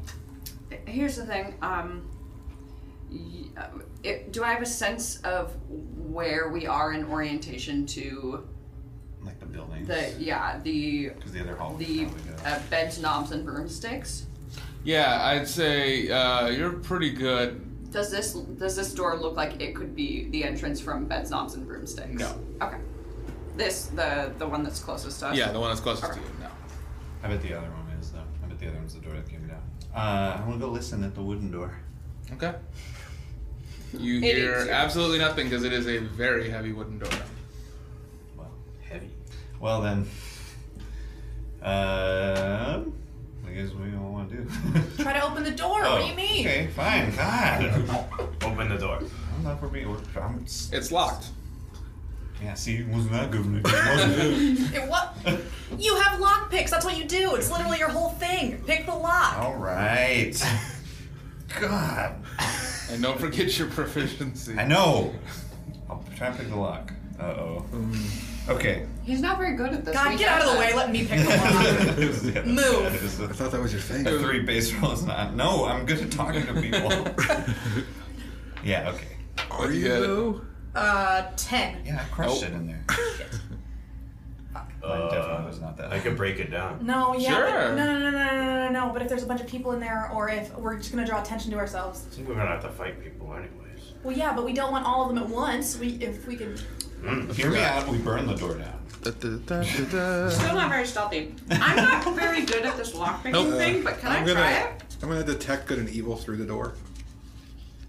[SPEAKER 6] here's the thing. Um, y- uh, it, do I have a sense of where we are in orientation to
[SPEAKER 2] Like the buildings.
[SPEAKER 6] the yeah the
[SPEAKER 2] Because the other hallway.
[SPEAKER 6] the
[SPEAKER 2] we go.
[SPEAKER 6] uh, beds, knobs, and broomsticks?
[SPEAKER 1] Yeah, I'd say uh, you're pretty good.
[SPEAKER 6] Does this does this door look like it could be the entrance from beds, knobs, and broomsticks?
[SPEAKER 1] No.
[SPEAKER 6] Okay. This the the one that's closest to us.
[SPEAKER 1] Yeah, the one that's closest to
[SPEAKER 6] Alright.
[SPEAKER 1] you. No.
[SPEAKER 2] I bet the other one is though. I bet the other one's the door that came down. Uh, I'm gonna go listen at the wooden door.
[SPEAKER 1] Okay. You
[SPEAKER 6] It
[SPEAKER 1] hear
[SPEAKER 6] is, yeah.
[SPEAKER 1] absolutely nothing because it is a very heavy wooden door.
[SPEAKER 2] Well,
[SPEAKER 3] Heavy.
[SPEAKER 2] well then. Um, I guess we don't want to do.
[SPEAKER 4] Try to open the door. what do you mean?
[SPEAKER 2] Oh, Okay, fine. God,
[SPEAKER 3] Open the door.
[SPEAKER 2] I'm not for being. I'm,
[SPEAKER 1] It's locked.
[SPEAKER 2] yeah, see, it wasn't that good. when it came, was it?
[SPEAKER 4] It, what? You have lock picks. That's what you do. It's literally your whole thing. Pick the lock.
[SPEAKER 2] All right. God,
[SPEAKER 1] And don't forget your <laughs> proficiency.
[SPEAKER 2] I know. I'll try and pick the lock. Uh oh. Okay.
[SPEAKER 6] He's not very good at this.
[SPEAKER 4] God,
[SPEAKER 6] We
[SPEAKER 4] get
[SPEAKER 6] know
[SPEAKER 4] out of the
[SPEAKER 6] that.
[SPEAKER 4] way. Let me pick the
[SPEAKER 2] <laughs>
[SPEAKER 4] lock. Move.
[SPEAKER 5] I thought that was your thing.
[SPEAKER 2] A three base roll is not. No, I'm good at talking to <laughs> people. yeah, okay.
[SPEAKER 5] Are
[SPEAKER 1] you
[SPEAKER 5] you?
[SPEAKER 1] good?
[SPEAKER 5] though?
[SPEAKER 4] Uh, ten.
[SPEAKER 2] Yeah, I crushed
[SPEAKER 1] Oh.
[SPEAKER 2] it in there. Mine definitely was not that.
[SPEAKER 3] Uh, I could break it down.
[SPEAKER 4] No, yeah. but-
[SPEAKER 1] Sure.
[SPEAKER 4] No, no, no, no, no, no, no. But if there's a bunch of people in there, or if we're just gonna draw attention to ourselves.
[SPEAKER 3] I think we're gonna have to fight people anyways.
[SPEAKER 4] Well, yeah, but we don't want all of them at once. We, if we could.
[SPEAKER 2] Hear me out. We burned the door down.
[SPEAKER 7] Still not very stealthy. I'm <laughs> not very good at this lockpicking thing, but can i
[SPEAKER 5] I'm gonna,
[SPEAKER 7] try it?
[SPEAKER 5] I'm gonna detect good and evil through the door.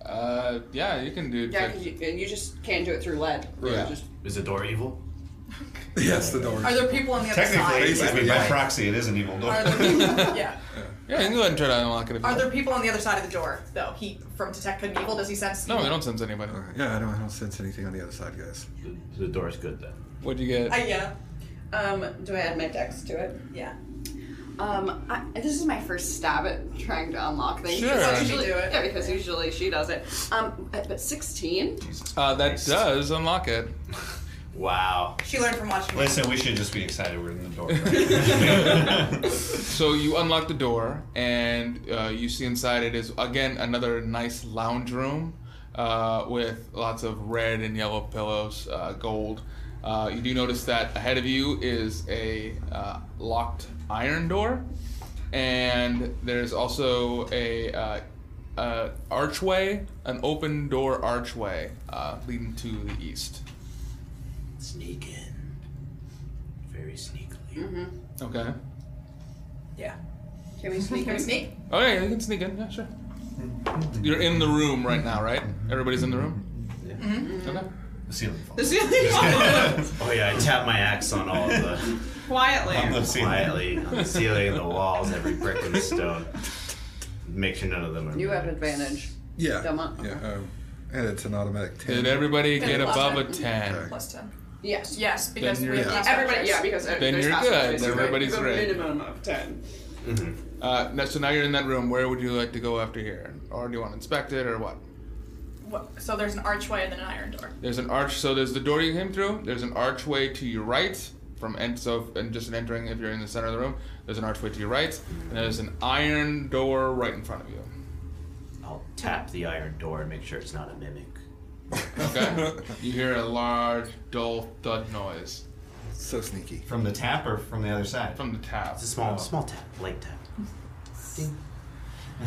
[SPEAKER 1] Uh, yeah, you can do.
[SPEAKER 7] Yeah,
[SPEAKER 1] fif-
[SPEAKER 7] 'cause you, you just can't do it through lead. You
[SPEAKER 1] Right.
[SPEAKER 7] just-
[SPEAKER 3] Is the door evil?
[SPEAKER 5] <laughs> Yes, the door.
[SPEAKER 4] Are there people on the other side?
[SPEAKER 2] Technically, I mean, by
[SPEAKER 5] Right.
[SPEAKER 2] proxy, it is an evil door. <laughs>
[SPEAKER 4] Are there people, yeah.
[SPEAKER 1] yeah, you can go ahead and try to unlock it. If you
[SPEAKER 4] Are
[SPEAKER 1] want.
[SPEAKER 4] there people on the other side of the door though? He from Detect Good and Evil. Does he sense?
[SPEAKER 1] No,
[SPEAKER 4] evil?
[SPEAKER 1] we don't sense anybody.
[SPEAKER 5] All right. Yeah, I don't, I don't sense anything on the other side, guys.
[SPEAKER 3] The, the door's good then.
[SPEAKER 1] What'd you get?
[SPEAKER 4] Uh, yeah,
[SPEAKER 7] um, do I add my dex to it?
[SPEAKER 4] yeah.
[SPEAKER 6] Um, I, this is my first stab at trying to unlock things.
[SPEAKER 1] Sure.
[SPEAKER 6] because
[SPEAKER 1] Why don't
[SPEAKER 4] you
[SPEAKER 6] usually,
[SPEAKER 4] do it?
[SPEAKER 6] Yeah, because usually she does it. Um, but but 16?
[SPEAKER 1] Uh, that does unlock it.
[SPEAKER 3] Wow.
[SPEAKER 4] She learned from watching. me.
[SPEAKER 2] Listen, we should just be excited we're in the
[SPEAKER 4] <laughs>
[SPEAKER 2] door.
[SPEAKER 1] So you unlock the door, and uh, you see inside it is again another nice lounge room uh, with lots of red and yellow pillows, uh, gold. Uh, you do notice that ahead of you is a uh, locked iron door, and there's also a uh, uh, archway, an open door archway uh, leading to the east.
[SPEAKER 3] Sneak in. Very sneakily.
[SPEAKER 1] Okay.
[SPEAKER 4] Yeah.
[SPEAKER 7] Can we <laughs> sneak?
[SPEAKER 4] Can we sneak?
[SPEAKER 1] Oh yeah, you can sneak in. Yeah, sure. You're in the room right now, right? Everybody's in the room.
[SPEAKER 3] Yeah.
[SPEAKER 1] Okay.
[SPEAKER 2] the ceiling falls.
[SPEAKER 3] Oh yeah, I tap my axe on all of <laughs> the
[SPEAKER 2] On
[SPEAKER 8] Quietly.
[SPEAKER 2] the ceiling.
[SPEAKER 3] quietly on the ceiling and the walls, every brick and stone. Make sure none of them are.
[SPEAKER 7] You have advantage.
[SPEAKER 5] Yeah.
[SPEAKER 7] Don't want-
[SPEAKER 5] Yeah. Um, and it's an automatic ten.
[SPEAKER 1] Did everybody
[SPEAKER 4] Then
[SPEAKER 1] get
[SPEAKER 4] plus
[SPEAKER 1] above a
[SPEAKER 4] ten.
[SPEAKER 1] ten?
[SPEAKER 5] Okay.
[SPEAKER 4] Plus ten.
[SPEAKER 7] Yes.
[SPEAKER 4] Yes, because
[SPEAKER 1] Then
[SPEAKER 4] we
[SPEAKER 1] you're-
[SPEAKER 4] have less
[SPEAKER 7] Everybody,
[SPEAKER 4] factors.
[SPEAKER 7] yeah, because uh,
[SPEAKER 1] Then
[SPEAKER 7] there's
[SPEAKER 1] you're
[SPEAKER 7] possible
[SPEAKER 1] good.
[SPEAKER 7] choice, you're right.
[SPEAKER 1] Everybody's
[SPEAKER 7] You have a
[SPEAKER 1] great.
[SPEAKER 7] Minimum of ten.
[SPEAKER 1] Uh, no- so now you're in that room. Where would you like to go after here, or do you want to inspect it, or what?
[SPEAKER 4] What- So there's an archway and then an iron door.
[SPEAKER 1] There's an arch. So there's the door you came through. There's an archway to your right from end. So and just an entering if you're in the center of the room. There's an archway to your right, and there's an iron door right in front of you.
[SPEAKER 3] I'll tap the iron door and make sure it's not a mimic.
[SPEAKER 1] Okay. you hear a large, dull thud noise
[SPEAKER 5] So sneaky.
[SPEAKER 2] From the tap or from the other side?
[SPEAKER 1] from the tap.
[SPEAKER 3] It's a small, small tap, light <laughs> tap. Ding. <laughs>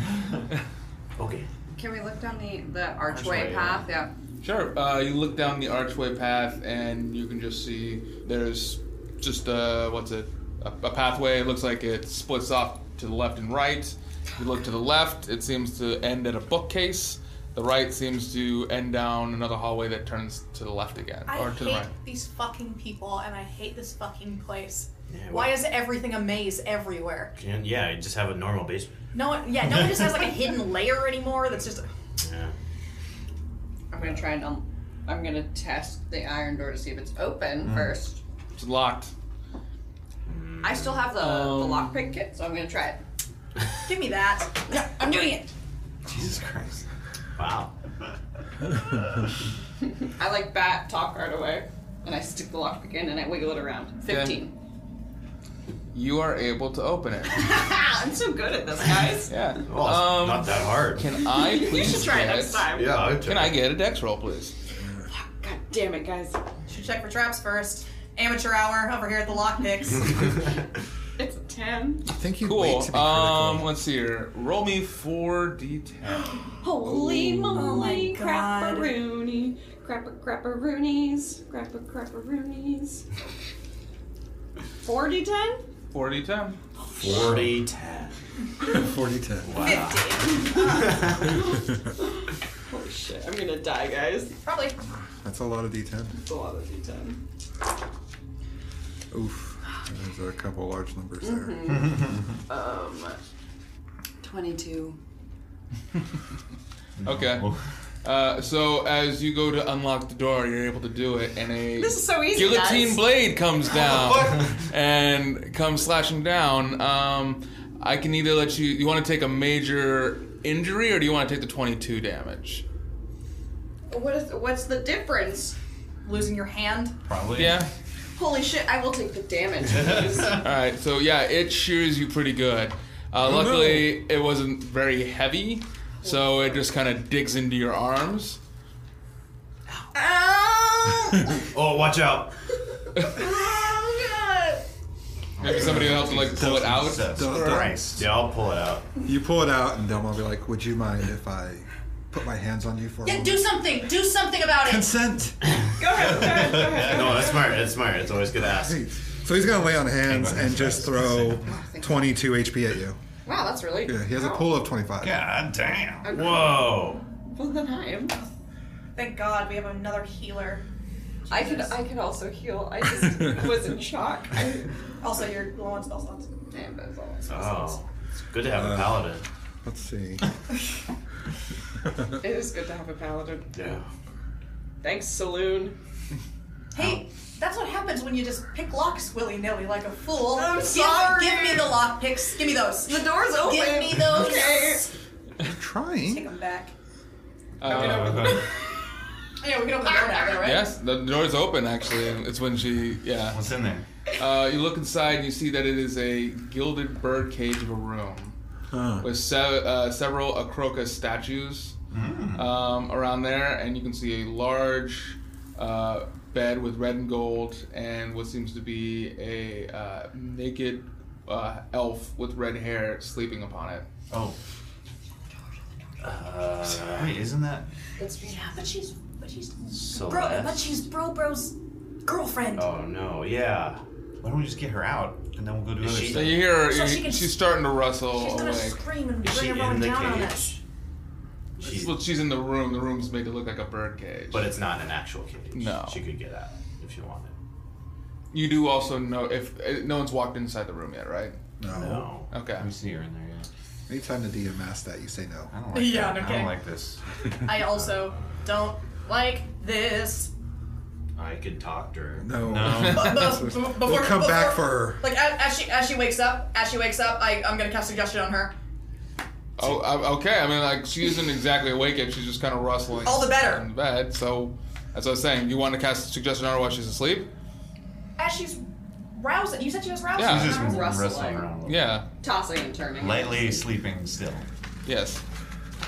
[SPEAKER 3] okay.
[SPEAKER 6] Can we look down the, the archway
[SPEAKER 3] Archway, yeah.
[SPEAKER 6] path? Yeah.
[SPEAKER 1] Sure. Uh, you look down the archway path, and you can just see there's just uh, what's it? A, a pathway. It looks like it splits off to the left and right. You look to the left, it seems to end at a bookcase. The right seems to end down another hallway that turns to the left again,
[SPEAKER 4] I
[SPEAKER 1] or to the
[SPEAKER 4] hate
[SPEAKER 1] right.
[SPEAKER 4] these fucking people and I hate this fucking place.
[SPEAKER 3] Yeah,
[SPEAKER 4] Why
[SPEAKER 3] well-
[SPEAKER 4] is everything a maze everywhere?
[SPEAKER 3] Can- yeah, I just have a normal basement.
[SPEAKER 4] No one, yeah, no one just
[SPEAKER 1] <laughs>
[SPEAKER 4] has like a hidden layer anymore. That's just
[SPEAKER 3] Yeah.
[SPEAKER 7] I'm gonna try and um, I'm gonna test the iron door to see if it's open
[SPEAKER 1] Mm.
[SPEAKER 7] first.
[SPEAKER 1] It's locked.
[SPEAKER 7] I still have the,
[SPEAKER 1] Um,
[SPEAKER 7] the lockpick kit, so I'm gonna try it.
[SPEAKER 4] give me that.
[SPEAKER 7] No, I'm doing it.
[SPEAKER 2] Jesus Christ.
[SPEAKER 3] Wow.
[SPEAKER 7] I like bat talk right away, and I stick the lockpick in and I wiggle it around. Fifteen.
[SPEAKER 1] You are able to open
[SPEAKER 3] <laughs>
[SPEAKER 1] it.
[SPEAKER 7] Ah, I'm so good at this,
[SPEAKER 1] <laughs>
[SPEAKER 7] guys.
[SPEAKER 1] Yeah.
[SPEAKER 3] Well, it's not
[SPEAKER 1] Um,
[SPEAKER 3] that hard.
[SPEAKER 1] can I please
[SPEAKER 7] <laughs> you should try it
[SPEAKER 1] get-
[SPEAKER 7] next time.
[SPEAKER 3] yeah, I
[SPEAKER 1] Can I get a dex roll, please?
[SPEAKER 7] God damn it, guys.
[SPEAKER 4] Should check for traps first. Amateur hour over here at the lockpicks.
[SPEAKER 1] <laughs>
[SPEAKER 7] It's a ten.
[SPEAKER 5] I think you wait to
[SPEAKER 1] Cool.
[SPEAKER 5] be
[SPEAKER 1] Um,
[SPEAKER 5] critical.
[SPEAKER 1] let's see here. Roll me four d10.
[SPEAKER 7] <gasps> Holy moly,
[SPEAKER 4] my God.
[SPEAKER 7] crapperoonie, crapper crapperoonies, crapper crapperoonies. Forty ten.
[SPEAKER 1] 40 10.
[SPEAKER 3] 40 10.
[SPEAKER 5] Forty
[SPEAKER 7] <laughs>
[SPEAKER 5] ten.
[SPEAKER 7] Holy shit, I'm gonna die, guys.
[SPEAKER 4] Probably.
[SPEAKER 5] <laughs> That's a lot of D10.
[SPEAKER 7] It's a lot of d10.
[SPEAKER 5] Oof. There's a couple large numbers there.
[SPEAKER 7] Mm-hmm. Um, 22.
[SPEAKER 1] Okay. Uh, so as you go to unlock the door, you're able to do it, and a
[SPEAKER 7] This is so easy,
[SPEAKER 1] guillotine
[SPEAKER 7] guys.
[SPEAKER 1] blade comes down and comes slashing down. Um, I can either let you. You want to take a major injury, or do you want to take the 22 damage?
[SPEAKER 7] What is, what's the difference?
[SPEAKER 4] Losing your hand.
[SPEAKER 2] Probably.
[SPEAKER 1] Yeah.
[SPEAKER 7] Holy shit, I will take the damage. please.
[SPEAKER 1] All right. So yeah, it shears you pretty good. Uh, luckily, it wasn't very heavy, so it just kind of digs into your arms.
[SPEAKER 3] Oh, watch out.
[SPEAKER 1] Maybe somebody will help to like pull it out.
[SPEAKER 2] Jesus
[SPEAKER 5] Don't-
[SPEAKER 2] Christ.
[SPEAKER 3] Yeah, I'll pull it out.
[SPEAKER 5] You pull it out, and Delma will be like, "Would you mind if I put my hands on you for a
[SPEAKER 4] Yeah,
[SPEAKER 5] moment?"
[SPEAKER 4] do something. Do something about it.
[SPEAKER 5] Consent.
[SPEAKER 3] No, that's smart. That's smart. It's always good to ask.
[SPEAKER 5] <laughs> So he's gonna lay on hands and just throw 22 HP at you.
[SPEAKER 7] wow, that's really.
[SPEAKER 5] Yeah, he has a pool of 25.
[SPEAKER 2] God damn.
[SPEAKER 3] Whoa.
[SPEAKER 7] Well, then I am.
[SPEAKER 4] Thank God we have another healer.
[SPEAKER 7] I could, I could also heal. I just was in shock. I,
[SPEAKER 4] Also, you're low on spell slots.
[SPEAKER 7] yeah, but it's all-
[SPEAKER 3] Oh, it's good to have
[SPEAKER 2] Uh,
[SPEAKER 3] a paladin.
[SPEAKER 5] Let's see.
[SPEAKER 8] It is good to have a paladin.
[SPEAKER 3] Yeah.
[SPEAKER 8] Thanks, Saloon.
[SPEAKER 4] Hey, that's what happens when you just pick locks willy nilly like a fool.
[SPEAKER 8] I'm
[SPEAKER 4] Give-
[SPEAKER 8] sorry.
[SPEAKER 4] Give, me the lock picks. Give me those.
[SPEAKER 8] The door's open.
[SPEAKER 4] Give me those.
[SPEAKER 8] Okay.
[SPEAKER 5] I'm
[SPEAKER 4] Take
[SPEAKER 5] trying.
[SPEAKER 4] them back.
[SPEAKER 1] Uh,
[SPEAKER 4] Yeah, we can open the door back, right?
[SPEAKER 1] yes, the door is open actually, and it's when she. Yeah.
[SPEAKER 2] <laughs> What's in there?
[SPEAKER 1] Uh, you look inside and you see that it is a gilded bird cage of a room
[SPEAKER 5] Huh.
[SPEAKER 1] with se- uh, several Acroca statues um, around there, and you can see a large uh, bed with red and gold, and what seems to be a uh, naked uh, elf with red hair sleeping upon it.
[SPEAKER 2] Oh.
[SPEAKER 3] Uh,
[SPEAKER 2] Wait, isn't that
[SPEAKER 4] Yeah, but she's but she's bro, but
[SPEAKER 3] Celeste.
[SPEAKER 4] she's bro bro's girlfriend.
[SPEAKER 3] Oh no, yeah.
[SPEAKER 2] Why don't we just get her out and then we'll go do
[SPEAKER 3] Is
[SPEAKER 2] other
[SPEAKER 3] she-
[SPEAKER 1] So
[SPEAKER 2] stuff?
[SPEAKER 1] you hear her,
[SPEAKER 4] So
[SPEAKER 1] you-
[SPEAKER 4] she can-
[SPEAKER 1] she's starting to rustle
[SPEAKER 4] she's gonna
[SPEAKER 1] awake.
[SPEAKER 4] scream and
[SPEAKER 3] Is she
[SPEAKER 4] bring everyone
[SPEAKER 3] in the
[SPEAKER 4] down on us.
[SPEAKER 3] cage? She,
[SPEAKER 1] Well, she's in the room. The room's made to look like a bird cage.
[SPEAKER 3] but it's not an actual cage.
[SPEAKER 1] No.
[SPEAKER 3] She could get out if she wanted.
[SPEAKER 1] you do also know if eh, no one's walked inside the room yet, right?
[SPEAKER 5] No.
[SPEAKER 3] No.
[SPEAKER 1] Okay.
[SPEAKER 2] Let me see her in there, yeah.
[SPEAKER 5] Anytime the DM asks that, you say no.
[SPEAKER 2] I don't like
[SPEAKER 4] Yeah,
[SPEAKER 2] that. I
[SPEAKER 4] okay.
[SPEAKER 2] don't like this.
[SPEAKER 4] I also don't like this.
[SPEAKER 3] I could talk to her.
[SPEAKER 5] No. <laughs>
[SPEAKER 2] No.
[SPEAKER 4] But- but- before,
[SPEAKER 5] We'll come
[SPEAKER 4] before-
[SPEAKER 5] back for her.
[SPEAKER 4] Like as, as she as she wakes up, as she wakes up, I I'm gonna cast suggestion on her.
[SPEAKER 1] Oh, I- okay. I mean, like she isn't exactly awake yet. She's just kind of rustling.
[SPEAKER 4] All the better.
[SPEAKER 1] In the bed. So that's what I was saying. You want to cast a suggestion on her while she's asleep?
[SPEAKER 4] As she's rousing, you said she was rousing.
[SPEAKER 1] Yeah.
[SPEAKER 2] She's just
[SPEAKER 4] Rousing.
[SPEAKER 2] wrestling,
[SPEAKER 7] Rustling.
[SPEAKER 2] around a little.
[SPEAKER 1] Yeah.
[SPEAKER 7] tossing and turning.
[SPEAKER 2] Lightly sleeping still.
[SPEAKER 1] Yes.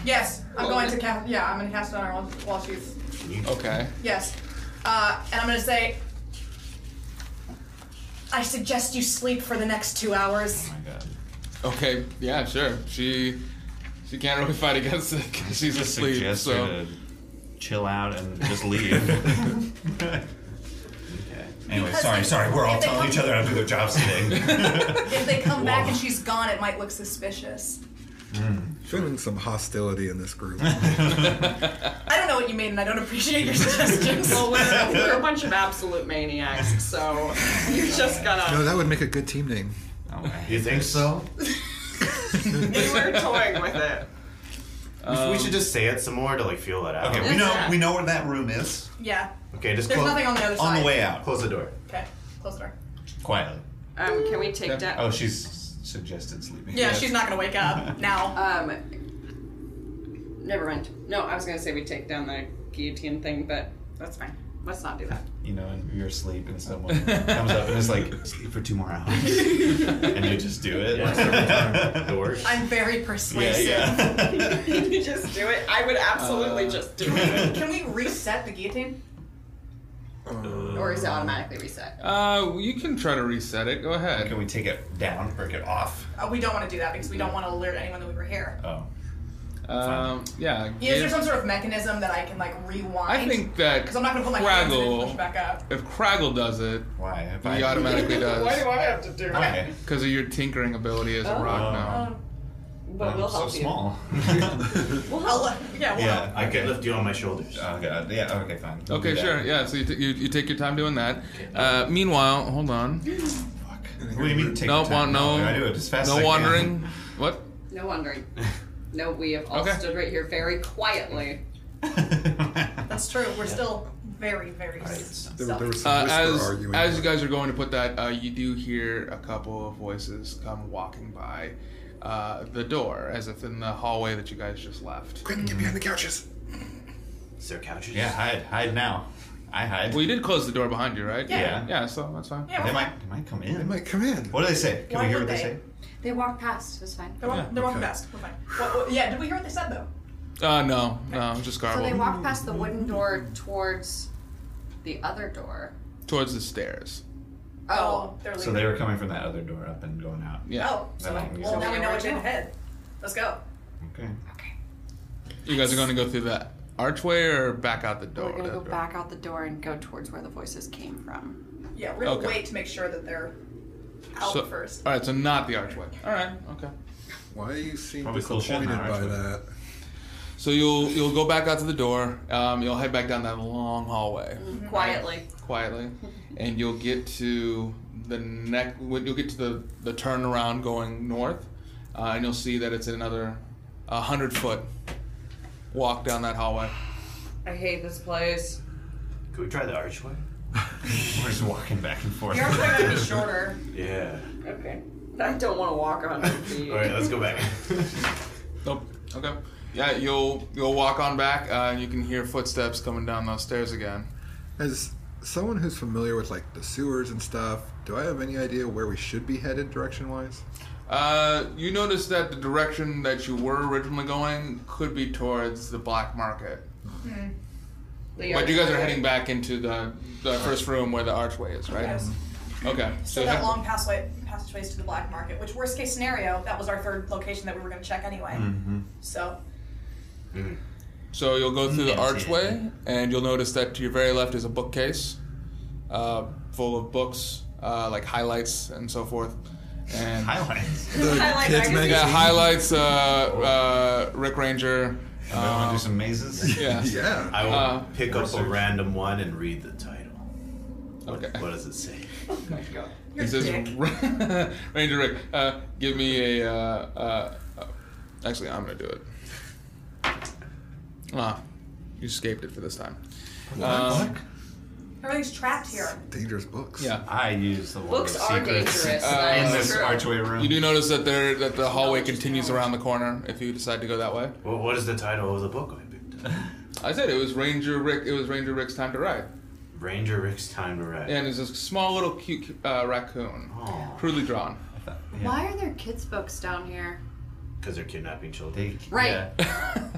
[SPEAKER 4] Yes, I'm going to cast. Yeah, I'm gonna cast it on her while, while she's.
[SPEAKER 3] Can you
[SPEAKER 1] Okay.
[SPEAKER 4] Yes, uh, and I'm gonna say. I suggest you sleep for the next two hours.
[SPEAKER 2] Oh my god.
[SPEAKER 1] Okay. Yeah. Sure. She she can't really fight against it 'cause she's
[SPEAKER 2] Just
[SPEAKER 1] asleep.
[SPEAKER 2] suggest
[SPEAKER 1] So
[SPEAKER 2] her to chill out and just leave.
[SPEAKER 3] Okay.
[SPEAKER 2] anyway,
[SPEAKER 4] Because
[SPEAKER 2] sorry,
[SPEAKER 4] if-
[SPEAKER 2] sorry. We're all
[SPEAKER 4] if they
[SPEAKER 2] telling
[SPEAKER 4] come-
[SPEAKER 2] each other how to do their jobs today.
[SPEAKER 4] If they come back and she's gone, it might look suspicious.
[SPEAKER 5] Feeling some hostility in this group.
[SPEAKER 4] I don't know what you mean, and I don't appreciate your <laughs> suggestions.
[SPEAKER 8] Well, we're, we're a bunch of absolute maniacs, so you just
[SPEAKER 5] no,
[SPEAKER 8] gotta.
[SPEAKER 5] that would make a good team name.
[SPEAKER 2] Oh, I hate
[SPEAKER 3] You think
[SPEAKER 2] this.
[SPEAKER 3] so?
[SPEAKER 8] We were toying with it.
[SPEAKER 1] Uh,
[SPEAKER 3] we should just say it some more to like feel it out.
[SPEAKER 2] Okay, we know we know where that room is.
[SPEAKER 4] yeah.
[SPEAKER 3] Okay, just
[SPEAKER 4] There's
[SPEAKER 3] close
[SPEAKER 4] nothing on the other
[SPEAKER 2] On
[SPEAKER 4] side.
[SPEAKER 2] the way out,
[SPEAKER 3] close the door.
[SPEAKER 4] Okay, close the door.
[SPEAKER 2] quietly.
[SPEAKER 7] Um, can we take
[SPEAKER 1] Okay.
[SPEAKER 7] down?
[SPEAKER 2] Oh, she's suggested sleeping.
[SPEAKER 4] Yeah, she's not gonna wake up now.
[SPEAKER 2] Oh.
[SPEAKER 7] Um, never mind. No, I was gonna say we take down the guillotine thing, but that's fine. Let's not do that. <laughs>
[SPEAKER 2] You know, and you're asleep, and someone comes up and is like, "Sleep for two more hours," and you just do it.
[SPEAKER 3] Yes, every
[SPEAKER 2] <laughs>
[SPEAKER 3] time. It works.
[SPEAKER 4] I'm very
[SPEAKER 2] yeah,
[SPEAKER 4] persuasive.
[SPEAKER 2] yeah.
[SPEAKER 8] you just do it. I would absolutely just do it.
[SPEAKER 4] Can we reset the guillotine?
[SPEAKER 2] Uh,
[SPEAKER 7] Or is it automatically reset?
[SPEAKER 1] uh, you can try to reset it. Go ahead.
[SPEAKER 2] <laughs> Can we take it down, break it off?
[SPEAKER 4] Uh, we don't want to do that because we don't want to alert anyone that we were here.
[SPEAKER 2] Oh,
[SPEAKER 1] Um, yeah.
[SPEAKER 4] Is there
[SPEAKER 1] give-
[SPEAKER 4] some sort of mechanism that I can like rewind?
[SPEAKER 1] I think that
[SPEAKER 4] because I'm not gonna put my hands in and push
[SPEAKER 1] Craggle,
[SPEAKER 4] back up.
[SPEAKER 1] if Craggle does it,
[SPEAKER 2] why? If
[SPEAKER 1] he
[SPEAKER 4] <laughs>
[SPEAKER 1] automatically
[SPEAKER 8] Why do
[SPEAKER 1] does
[SPEAKER 8] I have to do it?
[SPEAKER 2] Why?
[SPEAKER 1] because of your tinkering ability as a
[SPEAKER 4] Oh.
[SPEAKER 1] rock now.
[SPEAKER 7] But
[SPEAKER 2] I'm
[SPEAKER 7] we'll
[SPEAKER 2] so
[SPEAKER 7] help you.
[SPEAKER 2] small. <laughs>
[SPEAKER 4] Well, I'll, yeah, well,
[SPEAKER 2] yeah,
[SPEAKER 3] I
[SPEAKER 2] okay.
[SPEAKER 3] could lift you on my shoulders.
[SPEAKER 2] Oh <laughs> god, yeah. Okay, fine. We'll
[SPEAKER 1] Okay,
[SPEAKER 2] do that.
[SPEAKER 1] sure. Yeah, so you, t- you, you take your time doing that. Uh, meanwhile, hold on.
[SPEAKER 2] Fuck. What do you mean? Take
[SPEAKER 1] No,
[SPEAKER 2] your
[SPEAKER 1] wa-
[SPEAKER 2] time?
[SPEAKER 1] no,
[SPEAKER 2] I do it as fast
[SPEAKER 1] no
[SPEAKER 2] as I can.
[SPEAKER 1] wandering. What?
[SPEAKER 7] No <laughs> wondering. No, we have all
[SPEAKER 1] Okay.
[SPEAKER 7] stood right here very quietly.
[SPEAKER 4] that's true. We're still very, very. s-
[SPEAKER 5] There, there was some
[SPEAKER 1] Uh,
[SPEAKER 5] whisper
[SPEAKER 1] as
[SPEAKER 5] arguing.
[SPEAKER 1] as you guys are going to put that, uh, you do hear a couple of voices come walking by uh, the door, as if in the hallway that you guys just left.
[SPEAKER 5] Quick, get behind the couches.
[SPEAKER 3] Is there couches?
[SPEAKER 2] <laughs> Yeah, hide, hide now. I hide.
[SPEAKER 1] Well, you did close the door behind you, right?
[SPEAKER 2] Yeah.
[SPEAKER 1] Yeah, so that's fine.
[SPEAKER 4] Yeah,
[SPEAKER 2] They
[SPEAKER 4] we're fine.
[SPEAKER 2] might, they might come in.
[SPEAKER 5] They might come in.
[SPEAKER 2] What do they say? Can
[SPEAKER 4] Why
[SPEAKER 2] we hear
[SPEAKER 4] would
[SPEAKER 2] what they,
[SPEAKER 4] they?
[SPEAKER 2] say?
[SPEAKER 6] They walked past. It's fine.
[SPEAKER 4] They're, walk- they're walking
[SPEAKER 5] okay.
[SPEAKER 4] fast. We're fine. What, what- yeah, did we hear what they said though?
[SPEAKER 1] Uh, no, no,
[SPEAKER 6] So
[SPEAKER 1] just garbled.
[SPEAKER 2] Oh.
[SPEAKER 6] they walked past the wooden door towards the other door.
[SPEAKER 1] Towards the stairs.
[SPEAKER 6] Oh,
[SPEAKER 4] they're leaving.
[SPEAKER 2] So they were coming from that other door up and going out.
[SPEAKER 1] Yeah.
[SPEAKER 4] Oh, so
[SPEAKER 2] They're leaving.
[SPEAKER 4] well, now we know what's in
[SPEAKER 6] Yeah.
[SPEAKER 4] ahead. Let's go.
[SPEAKER 2] Okay. <laughs>
[SPEAKER 7] Oh,
[SPEAKER 1] You guys are going to go through that archway or back out the
[SPEAKER 7] oh,
[SPEAKER 1] door?
[SPEAKER 6] we're gonna go
[SPEAKER 1] The door.
[SPEAKER 6] back out the door and go towards where the voices came from.
[SPEAKER 4] Yeah, we're gonna
[SPEAKER 1] Okay.
[SPEAKER 4] wait to make sure that they're out
[SPEAKER 1] So-
[SPEAKER 4] first.
[SPEAKER 1] All right, so not the archway. All right, okay.
[SPEAKER 5] Why do you seem
[SPEAKER 2] Probably cool shit in
[SPEAKER 5] disappointed
[SPEAKER 2] our
[SPEAKER 5] by
[SPEAKER 2] archway.
[SPEAKER 5] that?
[SPEAKER 1] So you'll you'll go back out to the door. Um, you'll head back down that long hallway
[SPEAKER 7] quietly.
[SPEAKER 1] quietly, and you'll get to the neck. when You'll get to the the turnaround going north, uh, and you'll see that it's another a hundred foot walk down that hallway.
[SPEAKER 7] I hate this place.
[SPEAKER 3] Could we try the archway?
[SPEAKER 2] We're just walking back and forth.
[SPEAKER 4] The
[SPEAKER 2] <laughs>
[SPEAKER 4] archway might be shorter.
[SPEAKER 3] Yeah.
[SPEAKER 7] Okay. I don't want to walk on feet.
[SPEAKER 3] All right, let's go back.
[SPEAKER 1] Nope. Okay. Yeah, you'll you'll walk on back, uh, and you can hear footsteps coming down those stairs again.
[SPEAKER 5] As someone who's familiar with like the sewers and stuff, do I have any idea where we should be headed direction wise?
[SPEAKER 1] Uh, you notice that the direction that you were originally going could be towards the black market,
[SPEAKER 7] The
[SPEAKER 1] but you guys are
[SPEAKER 7] archway.
[SPEAKER 1] heading back into the the first room where the archway is, right?
[SPEAKER 4] Yes.
[SPEAKER 1] Okay.
[SPEAKER 4] So that long passway, passageways to the black market, which worst case scenario, that was our third location that we were going to check anyway.
[SPEAKER 2] Mm-hmm.
[SPEAKER 4] So <laughs>
[SPEAKER 1] So you'll go through the archway, and you'll notice that to your very left is a bookcase uh, full of books, uh, like highlights and so forth. And
[SPEAKER 2] <laughs> Highlights.
[SPEAKER 5] The
[SPEAKER 4] Highlight
[SPEAKER 5] kids
[SPEAKER 4] magazine.
[SPEAKER 1] yeah, highlights uh, uh, Rick Ranger.
[SPEAKER 2] I want to
[SPEAKER 1] Uh,
[SPEAKER 2] do
[SPEAKER 1] <laughs>
[SPEAKER 2] some mazes.
[SPEAKER 1] yeah.
[SPEAKER 5] Yeah.
[SPEAKER 3] I will
[SPEAKER 1] Uh,
[SPEAKER 3] pick up a
[SPEAKER 2] research.
[SPEAKER 3] random one and read the title.
[SPEAKER 1] Okay.
[SPEAKER 3] What does it say?
[SPEAKER 1] It says <laughs> Ranger Rick. Uh, give me a. Uh, uh, uh, actually, I'm gonna do it. Ah, you escaped it for this time. Um,
[SPEAKER 4] everything's trapped here.
[SPEAKER 5] Dangerous books.
[SPEAKER 1] yeah.
[SPEAKER 2] I use the Lord
[SPEAKER 7] Books
[SPEAKER 2] of
[SPEAKER 7] are
[SPEAKER 2] Secrets
[SPEAKER 7] dangerous.
[SPEAKER 2] in
[SPEAKER 7] that is
[SPEAKER 2] this
[SPEAKER 7] true.
[SPEAKER 2] archway room.
[SPEAKER 1] You do notice that there that the hallway continues around the corner if you decide to go that way.
[SPEAKER 3] Well, what is the title of the book I
[SPEAKER 2] <laughs>
[SPEAKER 3] picked up?
[SPEAKER 1] I said it was Ranger Rick. It was Ranger Rick's time to ride,
[SPEAKER 3] Ranger Rick's Time to Ride.
[SPEAKER 1] and it's a small little cute uh, raccoon,
[SPEAKER 3] Oh,
[SPEAKER 1] crudely
[SPEAKER 2] <laughs>
[SPEAKER 1] drawn.
[SPEAKER 6] Why are there kids' books down here?
[SPEAKER 3] because they're kidnapping children.
[SPEAKER 2] They-
[SPEAKER 6] Right.
[SPEAKER 2] yeah.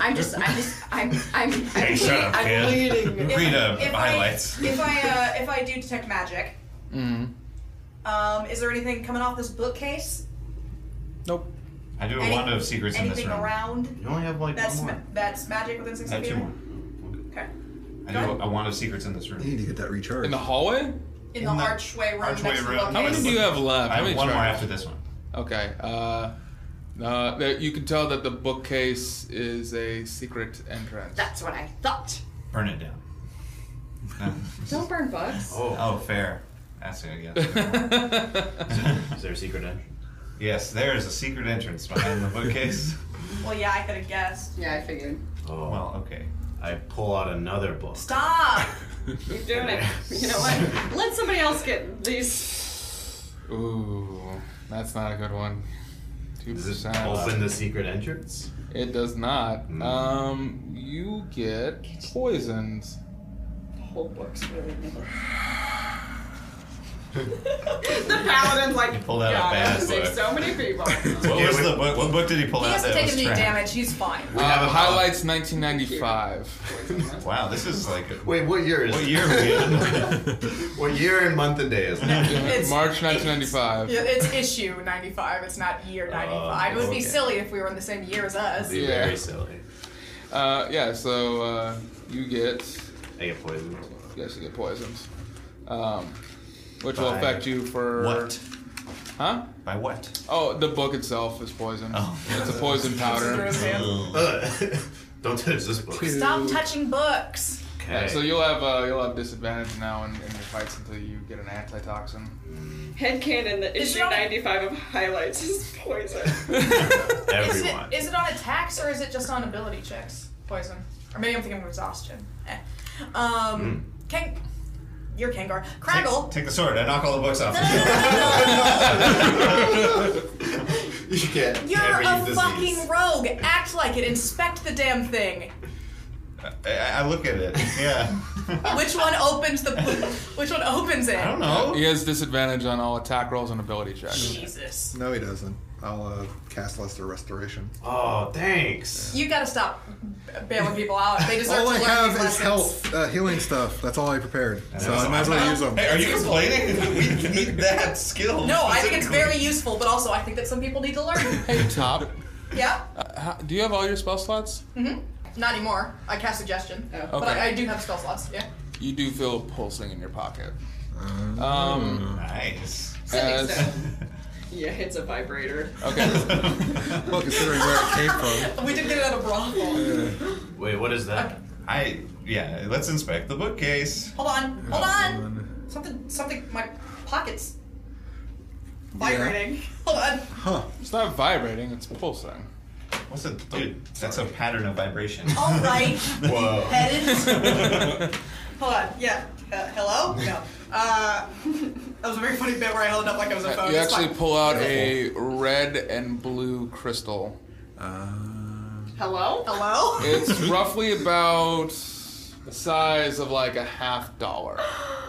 [SPEAKER 6] I'm just, I'm just, I'm, I'm, I'm,
[SPEAKER 3] Hey,
[SPEAKER 6] pleading,
[SPEAKER 3] shut up,
[SPEAKER 6] I'm
[SPEAKER 3] kid.
[SPEAKER 6] pleading.
[SPEAKER 4] <laughs>
[SPEAKER 2] Read uh,
[SPEAKER 4] If I-
[SPEAKER 2] highlights.
[SPEAKER 4] <laughs> if I uh, if I do detect magic,
[SPEAKER 1] Mm.
[SPEAKER 4] um, is there anything coming off this bookcase?
[SPEAKER 1] Nope.
[SPEAKER 2] I do a
[SPEAKER 4] Any-
[SPEAKER 2] wand of secrets in this
[SPEAKER 4] Anything
[SPEAKER 2] room.
[SPEAKER 4] around?
[SPEAKER 3] You only have like
[SPEAKER 4] That's
[SPEAKER 3] one
[SPEAKER 4] ma-
[SPEAKER 3] more.
[SPEAKER 4] that's magic within
[SPEAKER 2] I
[SPEAKER 4] sixty
[SPEAKER 2] have
[SPEAKER 4] feet.
[SPEAKER 2] two
[SPEAKER 4] of
[SPEAKER 2] more.
[SPEAKER 4] me? Okay.
[SPEAKER 2] I do a, a wand of secrets in this
[SPEAKER 5] You need
[SPEAKER 2] room.
[SPEAKER 5] to get that recharged.
[SPEAKER 1] In the hallway.
[SPEAKER 4] In,
[SPEAKER 2] In
[SPEAKER 4] the,
[SPEAKER 2] the
[SPEAKER 4] archway room
[SPEAKER 2] archway
[SPEAKER 4] next to
[SPEAKER 2] room.
[SPEAKER 4] the
[SPEAKER 1] How many
[SPEAKER 4] bookcase.
[SPEAKER 1] do you have left?
[SPEAKER 2] I
[SPEAKER 1] How many
[SPEAKER 2] have one more
[SPEAKER 1] charges?
[SPEAKER 2] after this one.
[SPEAKER 1] Okay. Uh, uh, there- you can tell that the bookcase is a secret entrance.
[SPEAKER 6] That's what I thought.
[SPEAKER 2] Burn it down.
[SPEAKER 3] <laughs>
[SPEAKER 2] No.
[SPEAKER 7] Don't burn books.
[SPEAKER 3] Oh,
[SPEAKER 2] <laughs> oh, fair. That's it, I
[SPEAKER 3] <laughs>
[SPEAKER 2] guess.
[SPEAKER 3] is there a secret entrance?
[SPEAKER 2] yes, there is a secret entrance behind the bookcase.
[SPEAKER 4] Well, yeah, I could have guessed.
[SPEAKER 7] Yeah, I figured.
[SPEAKER 3] <laughs> Oh, well,
[SPEAKER 2] well, okay.
[SPEAKER 3] I pull out another book.
[SPEAKER 2] <laughs>
[SPEAKER 4] Stop.
[SPEAKER 7] Keep doing it. You know what? Let somebody else get these.
[SPEAKER 1] <laughs> Ooh, that's not a good one. Two
[SPEAKER 3] Does it
[SPEAKER 1] percent.
[SPEAKER 3] open the secret entrance?
[SPEAKER 1] It does not.
[SPEAKER 2] Hmm.
[SPEAKER 3] Mm.
[SPEAKER 1] Um, you get poisoned.
[SPEAKER 7] Whole books really. <laughs>
[SPEAKER 8] The paladin's like,
[SPEAKER 2] You pulled out a
[SPEAKER 8] God,
[SPEAKER 4] <laughs>
[SPEAKER 8] I have
[SPEAKER 2] bad
[SPEAKER 8] to save
[SPEAKER 2] book."
[SPEAKER 8] so many people.
[SPEAKER 2] What was the book? What book did he pull
[SPEAKER 4] He
[SPEAKER 2] out
[SPEAKER 4] hasn't
[SPEAKER 2] that
[SPEAKER 4] taken
[SPEAKER 2] was
[SPEAKER 4] any
[SPEAKER 2] trash?
[SPEAKER 4] damage. He's fine.
[SPEAKER 2] have
[SPEAKER 1] Uh,
[SPEAKER 2] a-
[SPEAKER 1] highlights
[SPEAKER 2] <laughs>
[SPEAKER 1] 1995.
[SPEAKER 2] Wow, this is like a,
[SPEAKER 3] Wait, what year is
[SPEAKER 2] what year are we
[SPEAKER 3] <laughs>
[SPEAKER 2] in?
[SPEAKER 3] What year and month and day
[SPEAKER 2] <laughs>
[SPEAKER 3] is it?
[SPEAKER 4] It's-
[SPEAKER 1] March 1995.
[SPEAKER 4] Yeah, it's issue 95. It's not year 95. it would
[SPEAKER 3] okay.
[SPEAKER 4] be silly if we were in the same year as us.
[SPEAKER 3] Be
[SPEAKER 1] Yeah.
[SPEAKER 3] very silly.
[SPEAKER 1] Uh, yeah. So uh, you get
[SPEAKER 3] I get poisoned.
[SPEAKER 1] yes, you get poisoned, um, which will
[SPEAKER 2] By
[SPEAKER 1] affect you for
[SPEAKER 2] what?
[SPEAKER 1] Huh?
[SPEAKER 2] By what?
[SPEAKER 1] Oh, the book itself is poison.
[SPEAKER 2] Oh.
[SPEAKER 1] It's a <laughs> poison powder.
[SPEAKER 3] Ugh. <laughs> Don't touch this book. Okay.
[SPEAKER 4] Stop touching books.
[SPEAKER 1] Yeah,
[SPEAKER 2] <laughs>
[SPEAKER 1] so you'll have uh, you'll have disadvantage now in, in your fights until you get an antitoxin. <laughs>
[SPEAKER 7] Headcanon that
[SPEAKER 4] Is
[SPEAKER 7] issue
[SPEAKER 4] it on-
[SPEAKER 7] 95 of Highlights is poison.
[SPEAKER 4] Is it,
[SPEAKER 3] everyone.
[SPEAKER 4] is it on attacks or is it just on ability checks? Poison. Or maybe I'm thinking of exhaustion. Eh. Um, Kang. You're Kangar. Craggle.
[SPEAKER 2] Take the sword. I knock all the books off.
[SPEAKER 3] You can't.
[SPEAKER 4] You're
[SPEAKER 3] ever
[SPEAKER 4] a
[SPEAKER 3] use disease.
[SPEAKER 4] fucking rogue. Act like it. Inspect the damn thing.
[SPEAKER 2] I, I look at it. Yeah.
[SPEAKER 4] Which one opens the? <laughs> Which one opens it?
[SPEAKER 2] I don't know.
[SPEAKER 1] He has disadvantage on all attack rolls and ability checks.
[SPEAKER 4] Jesus.
[SPEAKER 5] no, he doesn't. I'll uh, cast Lesser Restoration.
[SPEAKER 3] Oh, thanks.
[SPEAKER 4] You gotta stop b- bailing people out. They deserve
[SPEAKER 5] All
[SPEAKER 4] to
[SPEAKER 5] I
[SPEAKER 4] learn
[SPEAKER 5] have
[SPEAKER 4] these
[SPEAKER 5] is
[SPEAKER 4] lessons.
[SPEAKER 5] health, uh, healing stuff. That's all I prepared. So
[SPEAKER 2] that's
[SPEAKER 5] I might as well use them.
[SPEAKER 2] Hey, are you complaining? <laughs> we need that skill.
[SPEAKER 4] No, I think it's
[SPEAKER 2] specifically.
[SPEAKER 4] very useful, but also I think that some people need
[SPEAKER 1] <laughs>
[SPEAKER 4] to learn.
[SPEAKER 1] Hey, Top,
[SPEAKER 4] yeah,
[SPEAKER 1] how, do you have all your spell slots?
[SPEAKER 4] not anymore. I cast suggestion, but
[SPEAKER 1] Okay.
[SPEAKER 4] I, I do have spell slots. Yeah.
[SPEAKER 1] You do feel a pulsing in your pocket.
[SPEAKER 2] <laughs>
[SPEAKER 5] Um,
[SPEAKER 1] Um,
[SPEAKER 2] nice.
[SPEAKER 1] as,
[SPEAKER 7] Yeah, it's a vibrator.
[SPEAKER 1] Okay.
[SPEAKER 5] Well, considering where it came from.
[SPEAKER 4] We did get it at a brothel.
[SPEAKER 3] Wait, what is that?
[SPEAKER 2] I yeah. Let's inspect the bookcase.
[SPEAKER 4] Hold on, hold on.
[SPEAKER 5] One.
[SPEAKER 4] Something, something. My pockets vibrating. Hold on.
[SPEAKER 5] Huh.
[SPEAKER 1] it's not vibrating, it's pulsing.
[SPEAKER 2] What's a dude? That's a pattern of vibration.
[SPEAKER 4] All right.
[SPEAKER 2] Whoa.
[SPEAKER 4] Headed.
[SPEAKER 1] <laughs> Uh,
[SPEAKER 4] Hold on. Yeah. Uh, hello? No. Uh, <laughs> that was a very funny bit where I held it up like I was a phone.
[SPEAKER 1] you
[SPEAKER 4] It's
[SPEAKER 1] actually
[SPEAKER 4] fine.
[SPEAKER 1] pull out a red and blue crystal.
[SPEAKER 5] Uh,
[SPEAKER 7] Hello?
[SPEAKER 4] Hello?
[SPEAKER 1] It's roughly about the size of like a half dollar.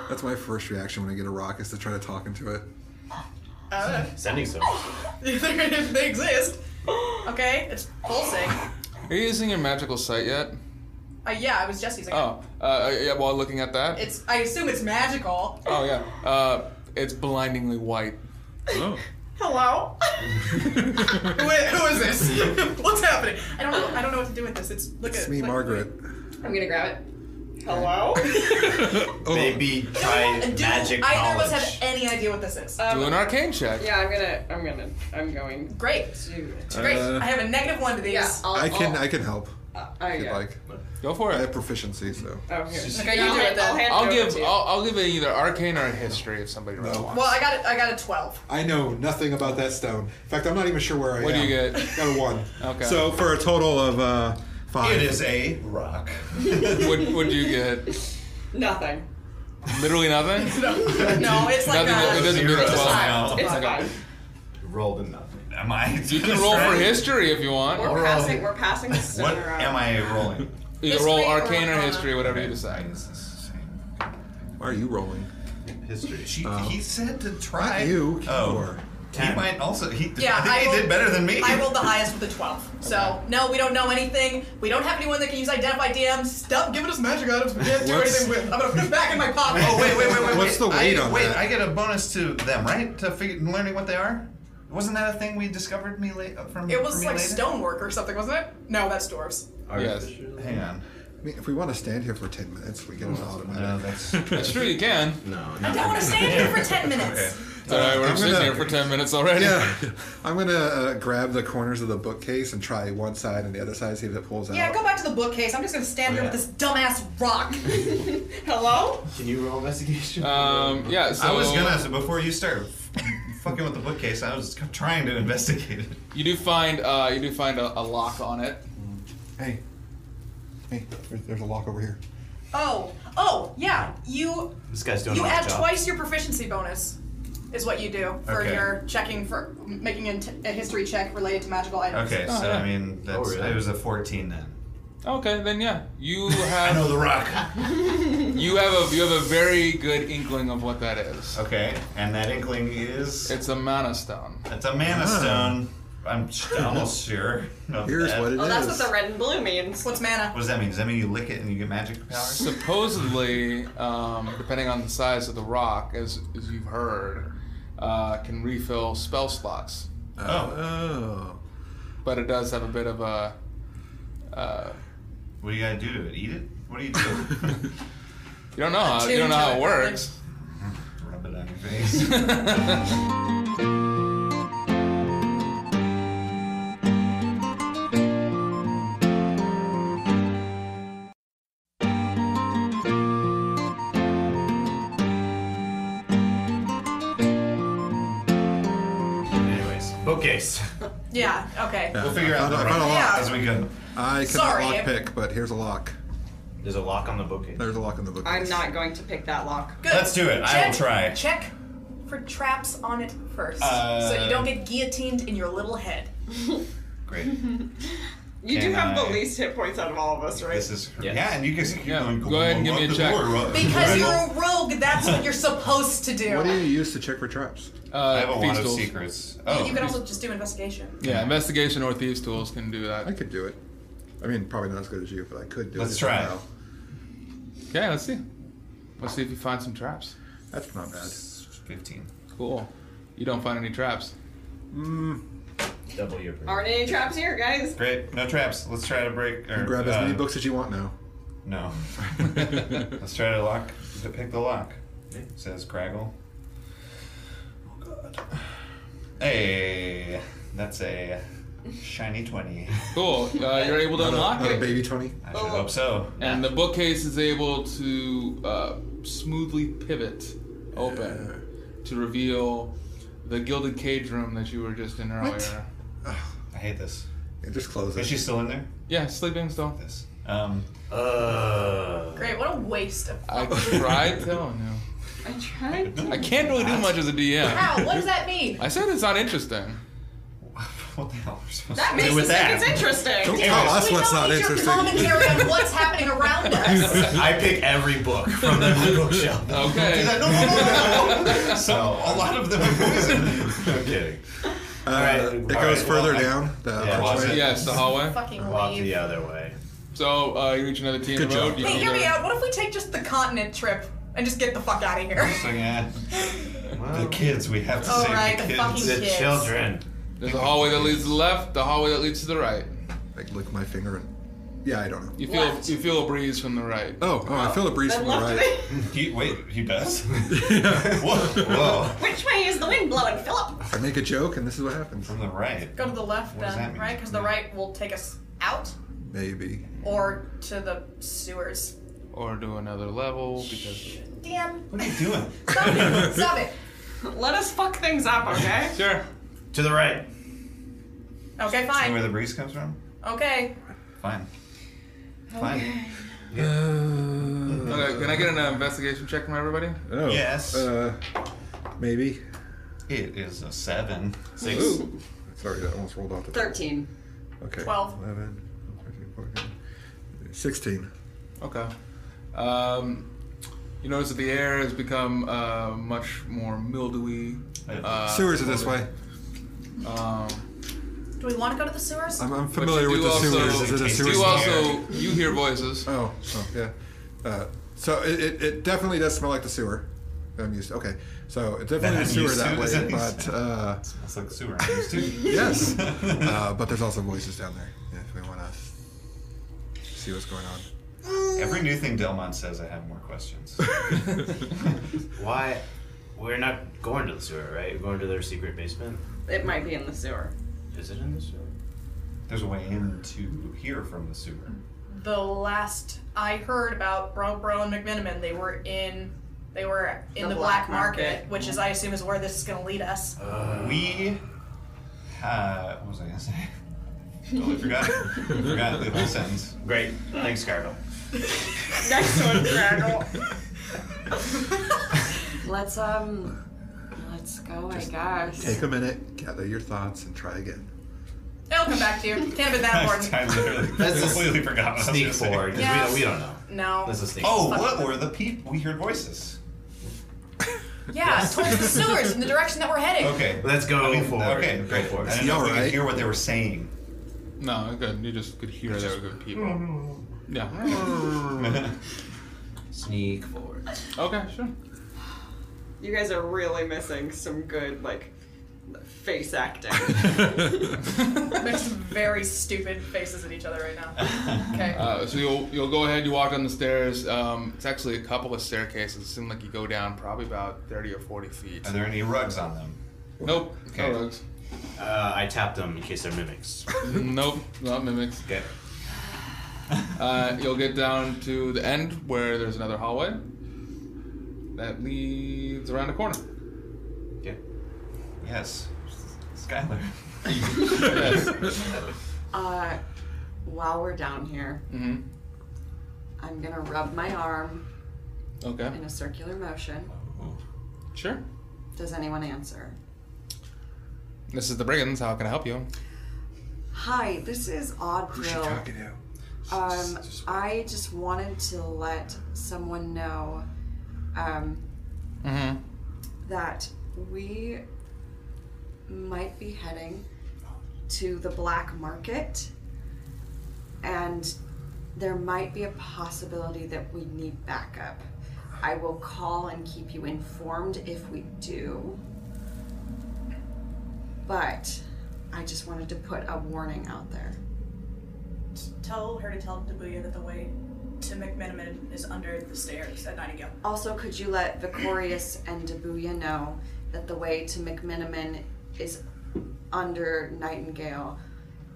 [SPEAKER 5] That's my first reaction when I get a rock is to try to talk into it.
[SPEAKER 4] Uh,
[SPEAKER 3] Sending
[SPEAKER 4] <laughs>
[SPEAKER 3] some.
[SPEAKER 4] they exist. Okay. It's pulsing.
[SPEAKER 1] Are you using your magical sight yet?
[SPEAKER 4] Uh, yeah, I was just using
[SPEAKER 1] Oh, uh, yeah, while looking at that?
[SPEAKER 4] it. It's. I assume it's magical.
[SPEAKER 1] oh, yeah. Uh, it's blindingly white.
[SPEAKER 5] Oh.
[SPEAKER 8] Hello?
[SPEAKER 4] <laughs> Who, i- who is this? <laughs> What's happening? I don't know. I don't know what to do with this. It's look
[SPEAKER 5] It's
[SPEAKER 4] at
[SPEAKER 5] me,
[SPEAKER 4] look- <laughs>
[SPEAKER 5] Margaret.
[SPEAKER 7] I'm gonna grab it. Um,
[SPEAKER 8] Hello?
[SPEAKER 3] Maybe try
[SPEAKER 4] Do
[SPEAKER 3] magic
[SPEAKER 4] either of
[SPEAKER 3] knowledge.
[SPEAKER 4] us have any idea what this is? Uh,
[SPEAKER 7] Um,
[SPEAKER 1] Oh, Do an arcane check.
[SPEAKER 7] yeah, I'm gonna, I'm gonna, I'm going
[SPEAKER 4] Great.
[SPEAKER 7] to.
[SPEAKER 4] Great.
[SPEAKER 5] Uh,
[SPEAKER 4] I have a negative one to these.
[SPEAKER 7] Yeah, I'll,
[SPEAKER 5] I can
[SPEAKER 4] uh.
[SPEAKER 7] I'll,
[SPEAKER 5] I can help
[SPEAKER 7] I,
[SPEAKER 5] if you'd
[SPEAKER 7] Uh, oh, yeah.
[SPEAKER 5] like.
[SPEAKER 1] Go for
[SPEAKER 5] I
[SPEAKER 1] it.
[SPEAKER 5] have proficiency, so
[SPEAKER 7] Oh, here.
[SPEAKER 4] Okay, you do it then.
[SPEAKER 7] hand
[SPEAKER 1] I'll
[SPEAKER 7] over
[SPEAKER 1] give
[SPEAKER 7] to you.
[SPEAKER 1] I'll, I'll give it either arcane or history if somebody really
[SPEAKER 5] No.
[SPEAKER 1] wants.
[SPEAKER 4] Well, I got a, I got a twelve.
[SPEAKER 5] I know nothing about that stone. In fact, I'm not even sure where I
[SPEAKER 1] What do
[SPEAKER 5] am.
[SPEAKER 1] you get?
[SPEAKER 5] Got a one.
[SPEAKER 1] Okay.
[SPEAKER 5] So for a total of uh, five.
[SPEAKER 2] It is a rock.
[SPEAKER 1] Would would you get
[SPEAKER 7] Nothing.
[SPEAKER 1] literally nothing?
[SPEAKER 4] <laughs> No, it's like
[SPEAKER 1] Nothing.
[SPEAKER 4] a,
[SPEAKER 1] it doesn't do
[SPEAKER 2] Zero.
[SPEAKER 1] that well.
[SPEAKER 2] Wow.
[SPEAKER 7] It's
[SPEAKER 4] Okay.
[SPEAKER 7] fine.
[SPEAKER 2] Rolled a nothing. Am I?
[SPEAKER 1] You can roll for history if you want.
[SPEAKER 7] We're passing. We're passing the stone
[SPEAKER 2] What
[SPEAKER 7] around.
[SPEAKER 2] am I
[SPEAKER 5] <laughs>
[SPEAKER 2] rolling?
[SPEAKER 1] You can
[SPEAKER 4] History
[SPEAKER 1] roll
[SPEAKER 4] or
[SPEAKER 1] arcane or
[SPEAKER 4] arcana?
[SPEAKER 1] history, whatever you
[SPEAKER 2] I
[SPEAKER 1] decide.
[SPEAKER 2] guess it's the same.
[SPEAKER 5] Why are you rolling?
[SPEAKER 2] History. She,
[SPEAKER 5] Oh.
[SPEAKER 2] he said to try.
[SPEAKER 5] Not you,
[SPEAKER 2] Oh.
[SPEAKER 5] Keor.
[SPEAKER 2] He might also. He, <laughs>
[SPEAKER 4] Yeah,
[SPEAKER 2] I think
[SPEAKER 4] I
[SPEAKER 2] he
[SPEAKER 4] rolled-
[SPEAKER 2] did better than me.
[SPEAKER 4] I
[SPEAKER 2] <laughs>
[SPEAKER 4] rolled the highest with a twelve. So no, we don't know anything. We don't have anyone that can use identify DMs. Stop giving us magic items. We can't do
[SPEAKER 5] What's-
[SPEAKER 4] anything with. I'm gonna put it back in my pocket.
[SPEAKER 2] Oh wait, wait, wait, wait. wait.
[SPEAKER 5] What's the weight
[SPEAKER 2] I,
[SPEAKER 5] on
[SPEAKER 2] wait,
[SPEAKER 5] that?
[SPEAKER 2] I get a bonus to them, right? To figure, learning what they are. Wasn't that a thing we discovered me late from?
[SPEAKER 4] It
[SPEAKER 2] from
[SPEAKER 4] was
[SPEAKER 2] me
[SPEAKER 4] like
[SPEAKER 2] later?
[SPEAKER 4] stonework or something, wasn't it? No, that's dwarves.
[SPEAKER 1] Yes,
[SPEAKER 2] Hang on.
[SPEAKER 5] I mean, if we want to stand here for ten minutes, we get an automatic.
[SPEAKER 2] No, that's.
[SPEAKER 1] that's true. You can.
[SPEAKER 3] No,
[SPEAKER 4] I
[SPEAKER 3] no.
[SPEAKER 4] don't want to stay in here for ten minutes.
[SPEAKER 1] All right, we're
[SPEAKER 5] I'm
[SPEAKER 1] sitting
[SPEAKER 5] gonna-
[SPEAKER 1] here for ten minutes already.
[SPEAKER 5] Yeah, <laughs> I'm gonna uh, grab the corners of the bookcase and try one side and the other side, see if it pulls
[SPEAKER 4] Yeah,
[SPEAKER 5] out.
[SPEAKER 4] go back to the bookcase. I'm just gonna stand here with this dumbass rock.
[SPEAKER 7] Hello?
[SPEAKER 3] Can you roll investigation?
[SPEAKER 2] Uh,
[SPEAKER 1] Um. Yeah. So
[SPEAKER 2] I was gonna so before you start f- fucking with the bookcase. I was trying to investigate it.
[SPEAKER 1] You do find. Uh. You do find a, a lock on it.
[SPEAKER 5] Hey, hey, there's, there's a lock over here.
[SPEAKER 4] Oh, oh, yeah. You
[SPEAKER 3] this guy's doing
[SPEAKER 4] you
[SPEAKER 3] a
[SPEAKER 4] add
[SPEAKER 3] job.
[SPEAKER 4] twice your proficiency bonus, is what you do for
[SPEAKER 2] Okay.
[SPEAKER 4] your checking for making a, t- a history check related to magical items.
[SPEAKER 2] Okay,
[SPEAKER 1] Oh,
[SPEAKER 2] so
[SPEAKER 1] yeah.
[SPEAKER 2] I mean, that's
[SPEAKER 3] really?
[SPEAKER 2] it was a fourteen then.
[SPEAKER 1] Okay. Then yeah. You
[SPEAKER 2] <laughs> I know
[SPEAKER 1] have.
[SPEAKER 2] the rock.
[SPEAKER 1] you have a. You have a very good inkling of what that is.
[SPEAKER 2] Okay, and that inkling is
[SPEAKER 1] It's a mana stone.
[SPEAKER 2] it's a mana stone. I'm sh- almost sure. of
[SPEAKER 5] Here's
[SPEAKER 2] that.
[SPEAKER 5] what it is.
[SPEAKER 7] Oh, that's what the red and blue means.
[SPEAKER 4] What's mana?
[SPEAKER 2] What does that mean? Does that mean you lick it and you get magic powers?
[SPEAKER 1] Supposedly, um, depending on the size of the rock, as, as you've heard, uh, can refill spell slots.
[SPEAKER 2] oh,
[SPEAKER 5] Oh,
[SPEAKER 1] But it does have a bit of a. Uh,
[SPEAKER 2] what do you gotta do to it? Eat it? What do you do?
[SPEAKER 1] you don't know how. You don't know how it works.
[SPEAKER 2] Rub it on your face. <laughs>
[SPEAKER 3] Anyways, bookcase.
[SPEAKER 4] Yeah. Okay.
[SPEAKER 2] We'll figure out the
[SPEAKER 5] I found a
[SPEAKER 2] rock
[SPEAKER 5] lock.
[SPEAKER 4] Yeah.
[SPEAKER 2] as we go.
[SPEAKER 5] I cannot
[SPEAKER 4] Sorry,
[SPEAKER 5] lock
[SPEAKER 4] if-
[SPEAKER 5] pick, but here's a lock.
[SPEAKER 3] There's a lock on the bookcase.
[SPEAKER 5] There's a lock in the bookcase.
[SPEAKER 7] I'm not going to pick that lock.
[SPEAKER 4] Good.
[SPEAKER 2] Let's do it. I will try.
[SPEAKER 4] Check for traps on it first,
[SPEAKER 2] Uh,
[SPEAKER 4] so you don't get guillotined in your little head.
[SPEAKER 2] Great.
[SPEAKER 7] You
[SPEAKER 2] Can
[SPEAKER 7] do have
[SPEAKER 2] I-
[SPEAKER 7] the least hit points out of all of us, right?
[SPEAKER 2] This is
[SPEAKER 3] Yes.
[SPEAKER 2] yeah, and you guys can keep
[SPEAKER 1] Yeah,
[SPEAKER 2] going.
[SPEAKER 1] go ahead and give me a
[SPEAKER 2] Lock the
[SPEAKER 1] check.
[SPEAKER 2] door, lock the
[SPEAKER 4] Because
[SPEAKER 2] door.
[SPEAKER 4] you're a rogue, that's what you're supposed to do.
[SPEAKER 5] What do you use to check for traps?
[SPEAKER 1] Uh,
[SPEAKER 2] I have a wand of
[SPEAKER 1] tools.
[SPEAKER 2] secrets. Oh,
[SPEAKER 4] You can also just do investigation.
[SPEAKER 1] Yeah, investigation or thieves tools can do
[SPEAKER 5] I
[SPEAKER 1] that.
[SPEAKER 5] could do it. I mean, probably not as good as you, but I could do
[SPEAKER 2] Let's
[SPEAKER 5] it.
[SPEAKER 2] try.
[SPEAKER 5] somehow.
[SPEAKER 1] Okay, let's see. Let's see if you find some traps.
[SPEAKER 5] That's not bad.
[SPEAKER 2] fifteen.
[SPEAKER 1] Cool. You don't find any
[SPEAKER 5] <laughs>
[SPEAKER 1] traps.
[SPEAKER 3] Double your.
[SPEAKER 7] Aren't any traps here, guys?
[SPEAKER 2] Great. No traps. Let's try to break. Or,
[SPEAKER 5] Grab as
[SPEAKER 2] uh,
[SPEAKER 5] many books as you want now.
[SPEAKER 2] No. Let's try to lock. To pick the lock. Says Craggle. Oh, Hey, that's a shiny 20.
[SPEAKER 1] Cool. Uh, you're able to
[SPEAKER 5] Not a-
[SPEAKER 1] unlock
[SPEAKER 5] not a
[SPEAKER 1] it.
[SPEAKER 5] baby 20.
[SPEAKER 2] I
[SPEAKER 3] Oh.
[SPEAKER 2] should hope so.
[SPEAKER 1] And the bookcase is able to uh, smoothly pivot open to reveal the gilded cage room that you were just in earlier.
[SPEAKER 2] I hate this.
[SPEAKER 5] Yeah, just close it.
[SPEAKER 2] Is she still in there?
[SPEAKER 1] Yeah, sleeping still.
[SPEAKER 2] This. Um,
[SPEAKER 3] Uh,
[SPEAKER 4] Great, what a waste of.
[SPEAKER 5] Oh.
[SPEAKER 1] I tried telling you.
[SPEAKER 7] I tried to. <laughs>
[SPEAKER 1] I can't really do much as a DM.
[SPEAKER 4] Wow, what does that mean?
[SPEAKER 1] I said it's not interesting.
[SPEAKER 2] <laughs> what the hell? We're supposed
[SPEAKER 8] That
[SPEAKER 2] to
[SPEAKER 8] makes
[SPEAKER 2] do
[SPEAKER 8] us
[SPEAKER 2] with
[SPEAKER 8] think
[SPEAKER 2] that?
[SPEAKER 8] it's interesting.
[SPEAKER 5] Don't tell us
[SPEAKER 4] we
[SPEAKER 5] what's
[SPEAKER 4] don't
[SPEAKER 5] not
[SPEAKER 4] need
[SPEAKER 5] interesting.
[SPEAKER 4] your commentary on what's happening around us.
[SPEAKER 3] I pick every book from the bookshelf.
[SPEAKER 1] Okay.
[SPEAKER 2] No, no, no, no, no. <laughs> So a lot of them are
[SPEAKER 3] <laughs>
[SPEAKER 2] poison. <laughs> I'm kidding.
[SPEAKER 5] Uh,
[SPEAKER 3] Alright,
[SPEAKER 5] It
[SPEAKER 3] alright,
[SPEAKER 5] goes further
[SPEAKER 2] well, I-
[SPEAKER 5] down the
[SPEAKER 2] Yeah,
[SPEAKER 5] archway.
[SPEAKER 2] closet.
[SPEAKER 1] Yes, the hallway.
[SPEAKER 4] Fucking
[SPEAKER 3] Walk the
[SPEAKER 4] leave.
[SPEAKER 3] other way.
[SPEAKER 1] So uh, you reach another T in
[SPEAKER 5] Good
[SPEAKER 1] the road.
[SPEAKER 5] job.
[SPEAKER 1] You
[SPEAKER 4] Hey,
[SPEAKER 1] can
[SPEAKER 4] hear me
[SPEAKER 1] either-
[SPEAKER 4] out. What if we take just the continent trip and just get the fuck out of here?
[SPEAKER 2] So yeah, the kids. We have to
[SPEAKER 4] Oh,
[SPEAKER 2] save
[SPEAKER 4] right,
[SPEAKER 2] the
[SPEAKER 4] the
[SPEAKER 2] kids.
[SPEAKER 4] fucking
[SPEAKER 3] The
[SPEAKER 4] Kids.
[SPEAKER 3] children.
[SPEAKER 1] There's a hallway that leads to the left, the hallway that leads to the right.
[SPEAKER 5] Like lick my finger and yeah, I don't know.
[SPEAKER 1] You feel
[SPEAKER 7] Left.
[SPEAKER 1] you feel a breeze from the right.
[SPEAKER 5] Oh, oh, I feel a breeze
[SPEAKER 8] I
[SPEAKER 5] from the
[SPEAKER 8] love
[SPEAKER 4] <laughs>
[SPEAKER 5] right.
[SPEAKER 8] it.
[SPEAKER 2] He, wait, he does? <laughs>
[SPEAKER 5] <laughs>
[SPEAKER 2] Whoa, whoa.
[SPEAKER 8] Which way is the wind blowing, Philip?
[SPEAKER 5] I make a joke and this is what happens.
[SPEAKER 2] From the right.
[SPEAKER 4] Go to the left
[SPEAKER 2] What does that
[SPEAKER 4] then,
[SPEAKER 2] mean?
[SPEAKER 4] right? Because the right will take us out
[SPEAKER 5] Maybe.
[SPEAKER 4] or to the sewers.
[SPEAKER 1] Or do another level because
[SPEAKER 4] Damn.
[SPEAKER 2] What are you doing?
[SPEAKER 4] <laughs> Stop it. Stop it.
[SPEAKER 8] Let us fuck things up,
[SPEAKER 5] <laughs>
[SPEAKER 8] okay?
[SPEAKER 1] Sure.
[SPEAKER 3] To the right.
[SPEAKER 4] Okay,
[SPEAKER 2] And where
[SPEAKER 4] fine.
[SPEAKER 2] the breeze comes from?
[SPEAKER 4] Okay.
[SPEAKER 2] Fine. Fine.
[SPEAKER 1] Okay, can I get an uh, investigation check from everybody?
[SPEAKER 5] Oh,
[SPEAKER 2] Yes.
[SPEAKER 5] Uh, maybe.
[SPEAKER 2] It is a seven. Six.
[SPEAKER 5] Ooh. Sorry, that almost rolled off the top.
[SPEAKER 7] 13.
[SPEAKER 5] Okay.
[SPEAKER 4] Twelve.
[SPEAKER 5] 11, 13, 14, 16.
[SPEAKER 1] Okay. Um, you notice that the air has become uh, much more mildewy. Uh,
[SPEAKER 5] Sewers are this way.
[SPEAKER 1] Um,
[SPEAKER 4] Do we want to go to the sewers?
[SPEAKER 5] I'm, I'm
[SPEAKER 1] but
[SPEAKER 5] familiar
[SPEAKER 1] you
[SPEAKER 5] with
[SPEAKER 1] do
[SPEAKER 5] the
[SPEAKER 1] also-
[SPEAKER 5] sewers. Is it a
[SPEAKER 2] you
[SPEAKER 5] sewer
[SPEAKER 1] You
[SPEAKER 5] smell?
[SPEAKER 1] also you hear voices.
[SPEAKER 5] Oh, oh yeah. Uh, so it, it, it definitely does smell like the sewer. that I'm used to. Okay. So it definitely
[SPEAKER 2] I'm
[SPEAKER 5] is sewer
[SPEAKER 2] used to. Is
[SPEAKER 5] that way.
[SPEAKER 2] that used
[SPEAKER 5] But
[SPEAKER 2] to?
[SPEAKER 5] uh,
[SPEAKER 2] That's like sewer. I'm
[SPEAKER 3] <laughs>
[SPEAKER 2] used to.
[SPEAKER 5] yes.
[SPEAKER 2] <laughs>
[SPEAKER 5] Uh, but there's also voices down there if we want to see what's going on.
[SPEAKER 2] Every new thing Delmont says, I have more questions.
[SPEAKER 3] Why? We're not going to the sewer, right? We're going to their secret basement.
[SPEAKER 7] It might be in the sewer.
[SPEAKER 3] Is it in the sewer?
[SPEAKER 2] There's a way into here from the sewer.
[SPEAKER 4] The last I heard about Bro Bro and McMiniman, they were in they were in the,
[SPEAKER 7] The
[SPEAKER 4] black,
[SPEAKER 7] black
[SPEAKER 4] market,
[SPEAKER 7] market.
[SPEAKER 4] which is I assume is where this is gonna lead us. <laughs>
[SPEAKER 2] We. Uh, what was I gonna say? Totally forgot. forgot the whole sentence.
[SPEAKER 3] Great. Thanks, Gargle.
[SPEAKER 8] Next one, Craggle.
[SPEAKER 6] Let's um, let's go. I guess.
[SPEAKER 5] Take a minute, gather your thoughts, and try again.
[SPEAKER 4] It'll come back to you. Can't be that
[SPEAKER 2] <laughs>
[SPEAKER 4] important.
[SPEAKER 2] I literally
[SPEAKER 3] That's a
[SPEAKER 2] completely forgot what I was
[SPEAKER 3] <laughs> Sneak
[SPEAKER 2] gonna say.
[SPEAKER 3] forward. 'cause
[SPEAKER 4] Yeah.
[SPEAKER 3] We, don't, we don't know.
[SPEAKER 4] No.
[SPEAKER 3] That's a sneak.
[SPEAKER 2] Oh, what were the people? We heard voices.
[SPEAKER 4] Yeah, towards the sewers in the direction that we're heading.
[SPEAKER 2] <laughs> Okay.
[SPEAKER 3] Let's go
[SPEAKER 2] I mean,
[SPEAKER 3] forward.
[SPEAKER 2] Okay,
[SPEAKER 3] Go
[SPEAKER 2] great.
[SPEAKER 3] forward.
[SPEAKER 2] I
[SPEAKER 5] Is he
[SPEAKER 2] didn't know if we could
[SPEAKER 5] alright?
[SPEAKER 2] hear what they were saying.
[SPEAKER 1] No, good. You just could hear there were good people. Yeah.
[SPEAKER 3] Sneak forward.
[SPEAKER 1] Okay, sure.
[SPEAKER 7] You guys are really missing some good, like, face
[SPEAKER 8] <laughs>
[SPEAKER 7] acting.
[SPEAKER 4] Make some very stupid faces at each other
[SPEAKER 2] <laughs>
[SPEAKER 4] right now. Okay.
[SPEAKER 1] Uh, so you'll you'll go ahead. You walk down the stairs. Um, it's actually a couple of staircases. It seems like you go down probably about thirty or forty feet.
[SPEAKER 2] Are there any rugs on them?
[SPEAKER 1] Nope.
[SPEAKER 2] Okay.
[SPEAKER 1] No rugs.
[SPEAKER 3] Uh, I tapped them in case they're mimics.
[SPEAKER 1] <laughs> Nope. Not mimics.
[SPEAKER 3] Okay.
[SPEAKER 1] Uh, you'll get down to the end where there's another hallway that leads around a <laughs> corner.
[SPEAKER 3] Okay.
[SPEAKER 2] Yes. Skylar.
[SPEAKER 1] Yes.
[SPEAKER 7] uh, while we're down here,
[SPEAKER 1] hmm
[SPEAKER 7] I'm gonna rub my arm
[SPEAKER 1] Okay.
[SPEAKER 7] in a circular motion.
[SPEAKER 1] Sure.
[SPEAKER 7] Does anyone answer?
[SPEAKER 1] This is the brigands. How can I help you?
[SPEAKER 7] Hi, this is Odd
[SPEAKER 5] Who's she
[SPEAKER 7] Bill.
[SPEAKER 5] talking to?
[SPEAKER 7] Um, I just wanted to let someone know um,
[SPEAKER 1] Mm-hmm.
[SPEAKER 7] that we might be heading to the black market and there might be a possibility that we need backup. I will call and keep you informed if we do. But I just wanted to put a warning out there.
[SPEAKER 4] Tell her to tell Dabuya that the way to McMiniman is under the stairs at Nightingale.
[SPEAKER 7] Also, could you let Vicorius and Dabuya know that the way to McMiniman is under Nightingale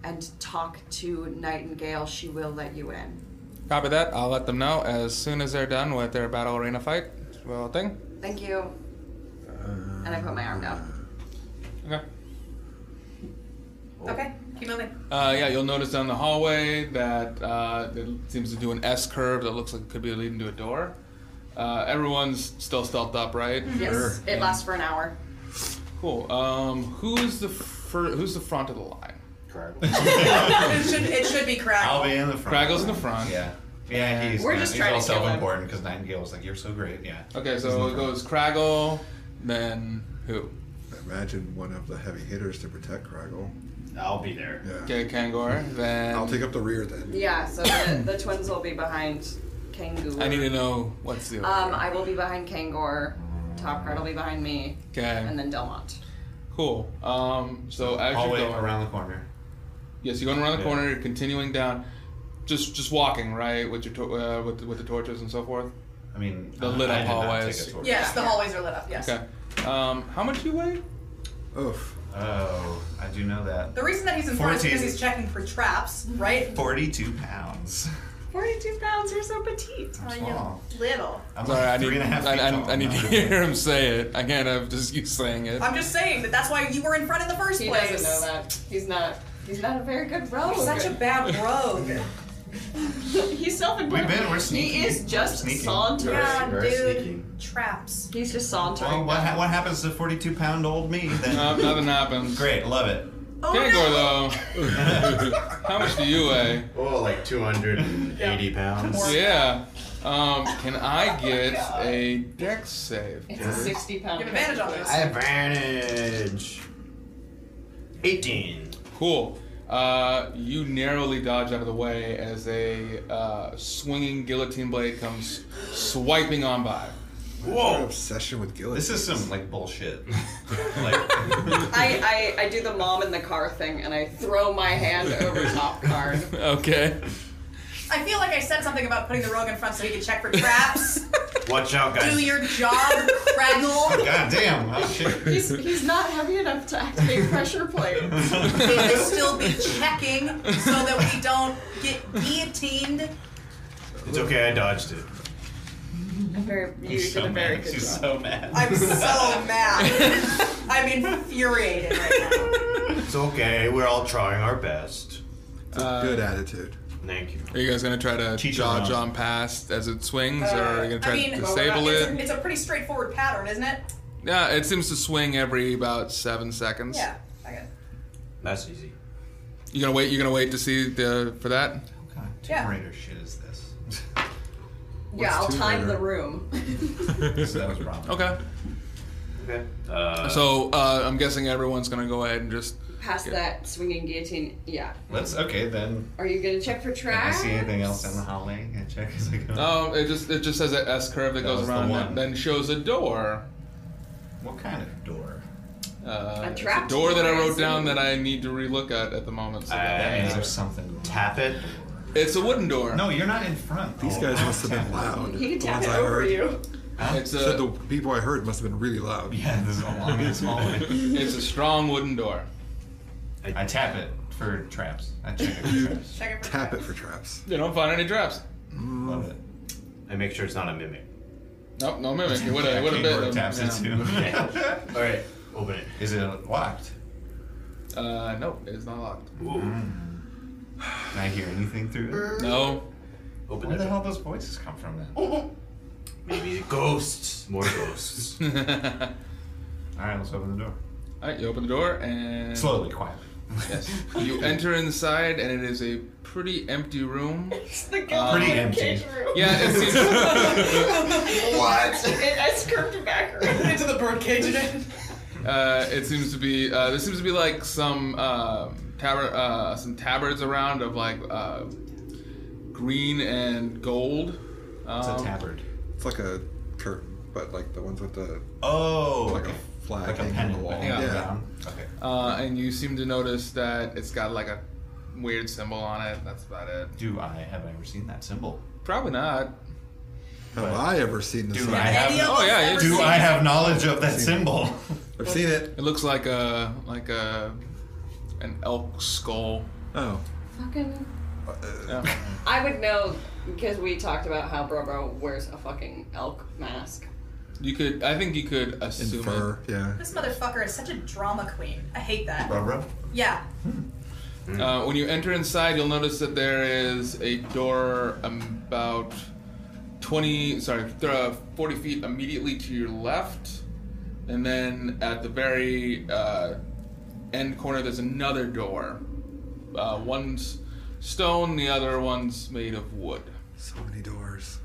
[SPEAKER 7] and talk to Nightingale, she will let you in.
[SPEAKER 1] Copy that. I'll let them know as soon as they're done with their battle arena fight. Well, thing.
[SPEAKER 7] Thank you.
[SPEAKER 5] uh,
[SPEAKER 7] And I put my arm down.
[SPEAKER 1] Okay. Oh.
[SPEAKER 4] Okay, keep moving.
[SPEAKER 1] Uh, yeah, you'll notice down the hallway that uh, it seems to do an S curve that looks like it could be leading to a door. Uh, everyone's still stealthed up, right?
[SPEAKER 7] Yes,
[SPEAKER 1] Sure.
[SPEAKER 7] it
[SPEAKER 1] Yeah.
[SPEAKER 7] lasts for an hour.
[SPEAKER 1] Cool. Um, who's the fir- who's the front of the line?
[SPEAKER 4] it should it should be
[SPEAKER 2] I'll
[SPEAKER 4] cracked.
[SPEAKER 2] be in the front.
[SPEAKER 1] Craggle's in the front.
[SPEAKER 2] Yeah. Yeah, he's,
[SPEAKER 7] We're
[SPEAKER 2] not-
[SPEAKER 7] just
[SPEAKER 2] he's
[SPEAKER 7] trying
[SPEAKER 2] all
[SPEAKER 7] to kill him.
[SPEAKER 2] self-important because Nightingale was like, "You're so great." Yeah.
[SPEAKER 1] Okay, so it goes Craggle, then who?
[SPEAKER 5] Imagine one of the heavy hitters to protect Craggle.
[SPEAKER 3] I'll be there.
[SPEAKER 5] Yeah.
[SPEAKER 1] Okay, Kangor. Then
[SPEAKER 5] I'll take up the rear then.
[SPEAKER 7] Yeah, so the, the twins will be behind Kangor.
[SPEAKER 1] I need to know what's the order.
[SPEAKER 7] Um, I will be behind Kangor. Top card will be behind me,
[SPEAKER 1] okay.
[SPEAKER 7] and then Delmont.
[SPEAKER 1] cool. Um, so as
[SPEAKER 2] All
[SPEAKER 1] you're
[SPEAKER 2] the way
[SPEAKER 1] going
[SPEAKER 2] around the corner.
[SPEAKER 1] yes, you're going around the
[SPEAKER 2] Yeah.
[SPEAKER 1] corner, you're continuing down, just just walking right with your to- uh, with with the torches and so forth.
[SPEAKER 2] I mean,
[SPEAKER 1] The
[SPEAKER 2] uh,
[SPEAKER 1] lit
[SPEAKER 2] I
[SPEAKER 1] up
[SPEAKER 2] did not
[SPEAKER 1] hallways.
[SPEAKER 2] take a tour.
[SPEAKER 4] Yes, the hallways are lit up. Yes.
[SPEAKER 1] Okay. Um, how much you weigh?
[SPEAKER 5] Oof.
[SPEAKER 2] Oh, I do know that.
[SPEAKER 4] The reason that he's in front is
[SPEAKER 2] 14.
[SPEAKER 4] because he's checking for traps, right?
[SPEAKER 2] Forty-two pounds.
[SPEAKER 7] 42 pounds, you're so petite. Uh,
[SPEAKER 4] Oh, you
[SPEAKER 2] Small.
[SPEAKER 4] Little.
[SPEAKER 2] I'm
[SPEAKER 1] Sorry, I
[SPEAKER 2] like
[SPEAKER 1] need,
[SPEAKER 2] three and a half
[SPEAKER 1] I,
[SPEAKER 2] feet
[SPEAKER 1] I-
[SPEAKER 2] tall.
[SPEAKER 1] I need to <laughs> hear him say it. I can't have just you saying it.
[SPEAKER 4] I'm just saying that that's why you were in front in the first
[SPEAKER 7] He
[SPEAKER 4] place.
[SPEAKER 7] doesn't know that. He's not. He's not a very good rogue.
[SPEAKER 4] Such a bad rogue.
[SPEAKER 7] he's self-employed.
[SPEAKER 2] We've been- we're sneaky.
[SPEAKER 7] He is just
[SPEAKER 2] We're sneaky.
[SPEAKER 7] sauntering.
[SPEAKER 4] yeah,
[SPEAKER 2] very
[SPEAKER 4] dude.
[SPEAKER 2] sneaky.
[SPEAKER 4] Traps.
[SPEAKER 7] He's just
[SPEAKER 2] Well,
[SPEAKER 7] sauntering.
[SPEAKER 2] what, ha- what happens to forty-two pound old me then?
[SPEAKER 1] No, Um, nothing happens.
[SPEAKER 2] Great, love it.
[SPEAKER 4] Oh,
[SPEAKER 1] Kangor though, <laughs> how much do you weigh?
[SPEAKER 3] Oh, like 280 pounds.
[SPEAKER 1] Yeah. Um, can I get a dex save?
[SPEAKER 7] it's a 60 pound.
[SPEAKER 4] You have advantage on this.
[SPEAKER 3] Advantage. 18.
[SPEAKER 1] Cool. Uh, you narrowly dodge out of the way as a uh, swinging guillotine blade comes swiping on by. <laughs>
[SPEAKER 5] An
[SPEAKER 3] Whoa.
[SPEAKER 5] obsession with
[SPEAKER 2] This
[SPEAKER 5] guillotine.
[SPEAKER 2] is some like bullshit. like,
[SPEAKER 7] I, I, I do the mom in the car thing and I throw
[SPEAKER 2] <laughs>
[SPEAKER 7] my hand over top card.
[SPEAKER 4] <laughs>
[SPEAKER 1] Okay.
[SPEAKER 4] I feel like I said something about putting the rogue in front so he could check
[SPEAKER 2] <laughs>
[SPEAKER 4] for traps.
[SPEAKER 3] Watch out, guys.
[SPEAKER 4] Do your job, Craggle.
[SPEAKER 2] God damn. Oh, shit. <laughs>
[SPEAKER 7] He's, he's not heavy enough to activate pressure plates.
[SPEAKER 4] We should still be checking so that we don't get guillotined.
[SPEAKER 3] It's okay, I dodged it.
[SPEAKER 7] I'm very, you
[SPEAKER 2] She's
[SPEAKER 7] did
[SPEAKER 2] so
[SPEAKER 7] a very
[SPEAKER 2] mad.
[SPEAKER 7] good
[SPEAKER 2] She's
[SPEAKER 7] job.
[SPEAKER 2] so mad.
[SPEAKER 4] I'm so
[SPEAKER 1] Uh,
[SPEAKER 4] mad. I'm infuriated right
[SPEAKER 3] It's okay, we're all trying our best.
[SPEAKER 5] It's a good attitude.
[SPEAKER 3] Thank you.
[SPEAKER 1] Are you guys gonna try to
[SPEAKER 2] Cheat
[SPEAKER 1] dodge
[SPEAKER 2] around.
[SPEAKER 1] on past as it swings,
[SPEAKER 4] now.
[SPEAKER 1] or are you gonna try
[SPEAKER 4] Uh, I mean,
[SPEAKER 1] to disable
[SPEAKER 4] it's
[SPEAKER 1] it?
[SPEAKER 4] a, it's a pretty straightforward pattern, isn't it?
[SPEAKER 1] Yeah, it seems to swing every about seven seconds.
[SPEAKER 4] Yeah. Okay.
[SPEAKER 3] That's easy.
[SPEAKER 1] You gonna wait? You gonna wait to see the for that?
[SPEAKER 2] What kind of
[SPEAKER 4] Yeah.
[SPEAKER 2] Tomb Raider shit is this?
[SPEAKER 7] Yeah, I'll
[SPEAKER 5] What's two
[SPEAKER 7] time
[SPEAKER 5] later?
[SPEAKER 7] the room.
[SPEAKER 2] so that was wrong.
[SPEAKER 1] Okay.
[SPEAKER 3] Okay. Uh,
[SPEAKER 1] So uh, I'm guessing everyone's gonna go ahead and just.
[SPEAKER 7] Past that swinging guillotine, yeah.
[SPEAKER 2] Let's okay then.
[SPEAKER 7] Are you gonna check for
[SPEAKER 2] Can I
[SPEAKER 7] trash?
[SPEAKER 2] see anything else down the hallway? Can I check as I go?
[SPEAKER 1] Oh, it just it just has an S curve that,
[SPEAKER 2] That
[SPEAKER 1] goes
[SPEAKER 2] was the
[SPEAKER 1] around,
[SPEAKER 2] one.
[SPEAKER 1] and then shows a door.
[SPEAKER 2] What kind of door?
[SPEAKER 1] Uh, it's a
[SPEAKER 7] trap
[SPEAKER 1] door that I
[SPEAKER 7] door,
[SPEAKER 1] wrote
[SPEAKER 7] I
[SPEAKER 1] down
[SPEAKER 7] see.
[SPEAKER 1] that I need to relook at at the moment. So
[SPEAKER 3] I-
[SPEAKER 2] That means
[SPEAKER 3] Uh,
[SPEAKER 2] there's something. going on.
[SPEAKER 3] tap it.
[SPEAKER 1] it's a wooden door.
[SPEAKER 2] No, you're not in front.
[SPEAKER 5] These
[SPEAKER 2] Oh,
[SPEAKER 5] guys
[SPEAKER 2] I'm
[SPEAKER 5] must have been
[SPEAKER 2] tapping.
[SPEAKER 5] loud.
[SPEAKER 7] He can
[SPEAKER 5] The
[SPEAKER 7] tap
[SPEAKER 5] ones
[SPEAKER 7] it
[SPEAKER 5] I
[SPEAKER 7] over
[SPEAKER 5] heard-
[SPEAKER 7] you.
[SPEAKER 1] it's
[SPEAKER 5] Said
[SPEAKER 1] a
[SPEAKER 5] the people I heard must have been really loud.
[SPEAKER 2] Yeah, this is all long and
[SPEAKER 5] <laughs>
[SPEAKER 2] small.
[SPEAKER 1] it's a strong wooden door.
[SPEAKER 2] I tap it for traps. I check it for traps.
[SPEAKER 4] Check it for
[SPEAKER 5] Tap it
[SPEAKER 4] traps.
[SPEAKER 5] for traps.
[SPEAKER 1] They don't find any traps.
[SPEAKER 2] Love it.
[SPEAKER 3] I make sure it's not a mimic.
[SPEAKER 1] Nope, no mimic. It would have would
[SPEAKER 2] Keyboard
[SPEAKER 1] have been.
[SPEAKER 2] taps it
[SPEAKER 1] yeah.
[SPEAKER 2] too.
[SPEAKER 3] Alright, open it.
[SPEAKER 2] <laughs> Is it locked?
[SPEAKER 1] Uh, no, it's not locked.
[SPEAKER 2] Can I hear anything through
[SPEAKER 1] <laughs>
[SPEAKER 2] it?
[SPEAKER 1] No.
[SPEAKER 3] Open
[SPEAKER 2] Where
[SPEAKER 3] it.
[SPEAKER 2] the hell those voices come from then?
[SPEAKER 5] Oh.
[SPEAKER 2] All
[SPEAKER 3] Maybe ghosts. More <laughs> ghosts.
[SPEAKER 1] All right,
[SPEAKER 2] right, let's open the door.
[SPEAKER 1] you open the door and
[SPEAKER 2] Slowly, quietly. <laughs>
[SPEAKER 1] Yes. You enter inside, and it is a pretty empty room.
[SPEAKER 7] It's the
[SPEAKER 2] Pretty
[SPEAKER 7] guillotine
[SPEAKER 2] empty.
[SPEAKER 7] cage room.
[SPEAKER 1] Yeah, it
[SPEAKER 7] <laughs>
[SPEAKER 1] seems.
[SPEAKER 2] What?
[SPEAKER 7] It, I skirted back around.
[SPEAKER 4] <laughs> Into the birdcage again.
[SPEAKER 1] uh, it seems to be. Uh, there seems to be like some um, tabard, uh, some tabards around of like uh, green and gold.
[SPEAKER 2] It's a
[SPEAKER 1] Um,
[SPEAKER 2] tabard.
[SPEAKER 5] It's like a curtain, but like the ones with the
[SPEAKER 2] Oh,
[SPEAKER 5] like
[SPEAKER 2] okay.
[SPEAKER 5] a flag
[SPEAKER 2] Like a
[SPEAKER 5] hanging on
[SPEAKER 2] pennant.
[SPEAKER 5] the wall.
[SPEAKER 2] that hangs
[SPEAKER 1] Yeah.
[SPEAKER 2] down. Okay.
[SPEAKER 1] Uh, and you seem to notice that it's got like a weird symbol on it. That's about it.
[SPEAKER 2] Do I have ever seen that symbol?
[SPEAKER 1] Probably not.
[SPEAKER 5] Have I ever seen this?
[SPEAKER 2] Do
[SPEAKER 5] thing?
[SPEAKER 2] I
[SPEAKER 4] Have any
[SPEAKER 2] have?
[SPEAKER 4] of
[SPEAKER 1] Oh,
[SPEAKER 4] us
[SPEAKER 1] yeah,
[SPEAKER 4] ever
[SPEAKER 1] you-
[SPEAKER 2] Do
[SPEAKER 4] seen-
[SPEAKER 5] <laughs>
[SPEAKER 2] I have knowledge of that symbol?
[SPEAKER 5] I've seen it.
[SPEAKER 1] It looks like a like a an elk skull.
[SPEAKER 5] Oh.
[SPEAKER 6] Fucking.
[SPEAKER 2] <laughs>
[SPEAKER 1] Yeah.
[SPEAKER 6] I would know because we talked about how Brobro wears a fucking elk mask.
[SPEAKER 1] You could. I think you could assume.
[SPEAKER 5] Infer. Yeah.
[SPEAKER 4] This motherfucker is such a drama queen. I hate that.
[SPEAKER 2] Rubber.
[SPEAKER 4] Yeah.
[SPEAKER 1] It. Uh, when you enter inside, you'll notice that there is a door about twenty. Sorry, th- uh, forty feet immediately to your left, and then at the very uh, end corner, there's another door. Uh, one's stone, the other one's made of wood.
[SPEAKER 5] So many doors.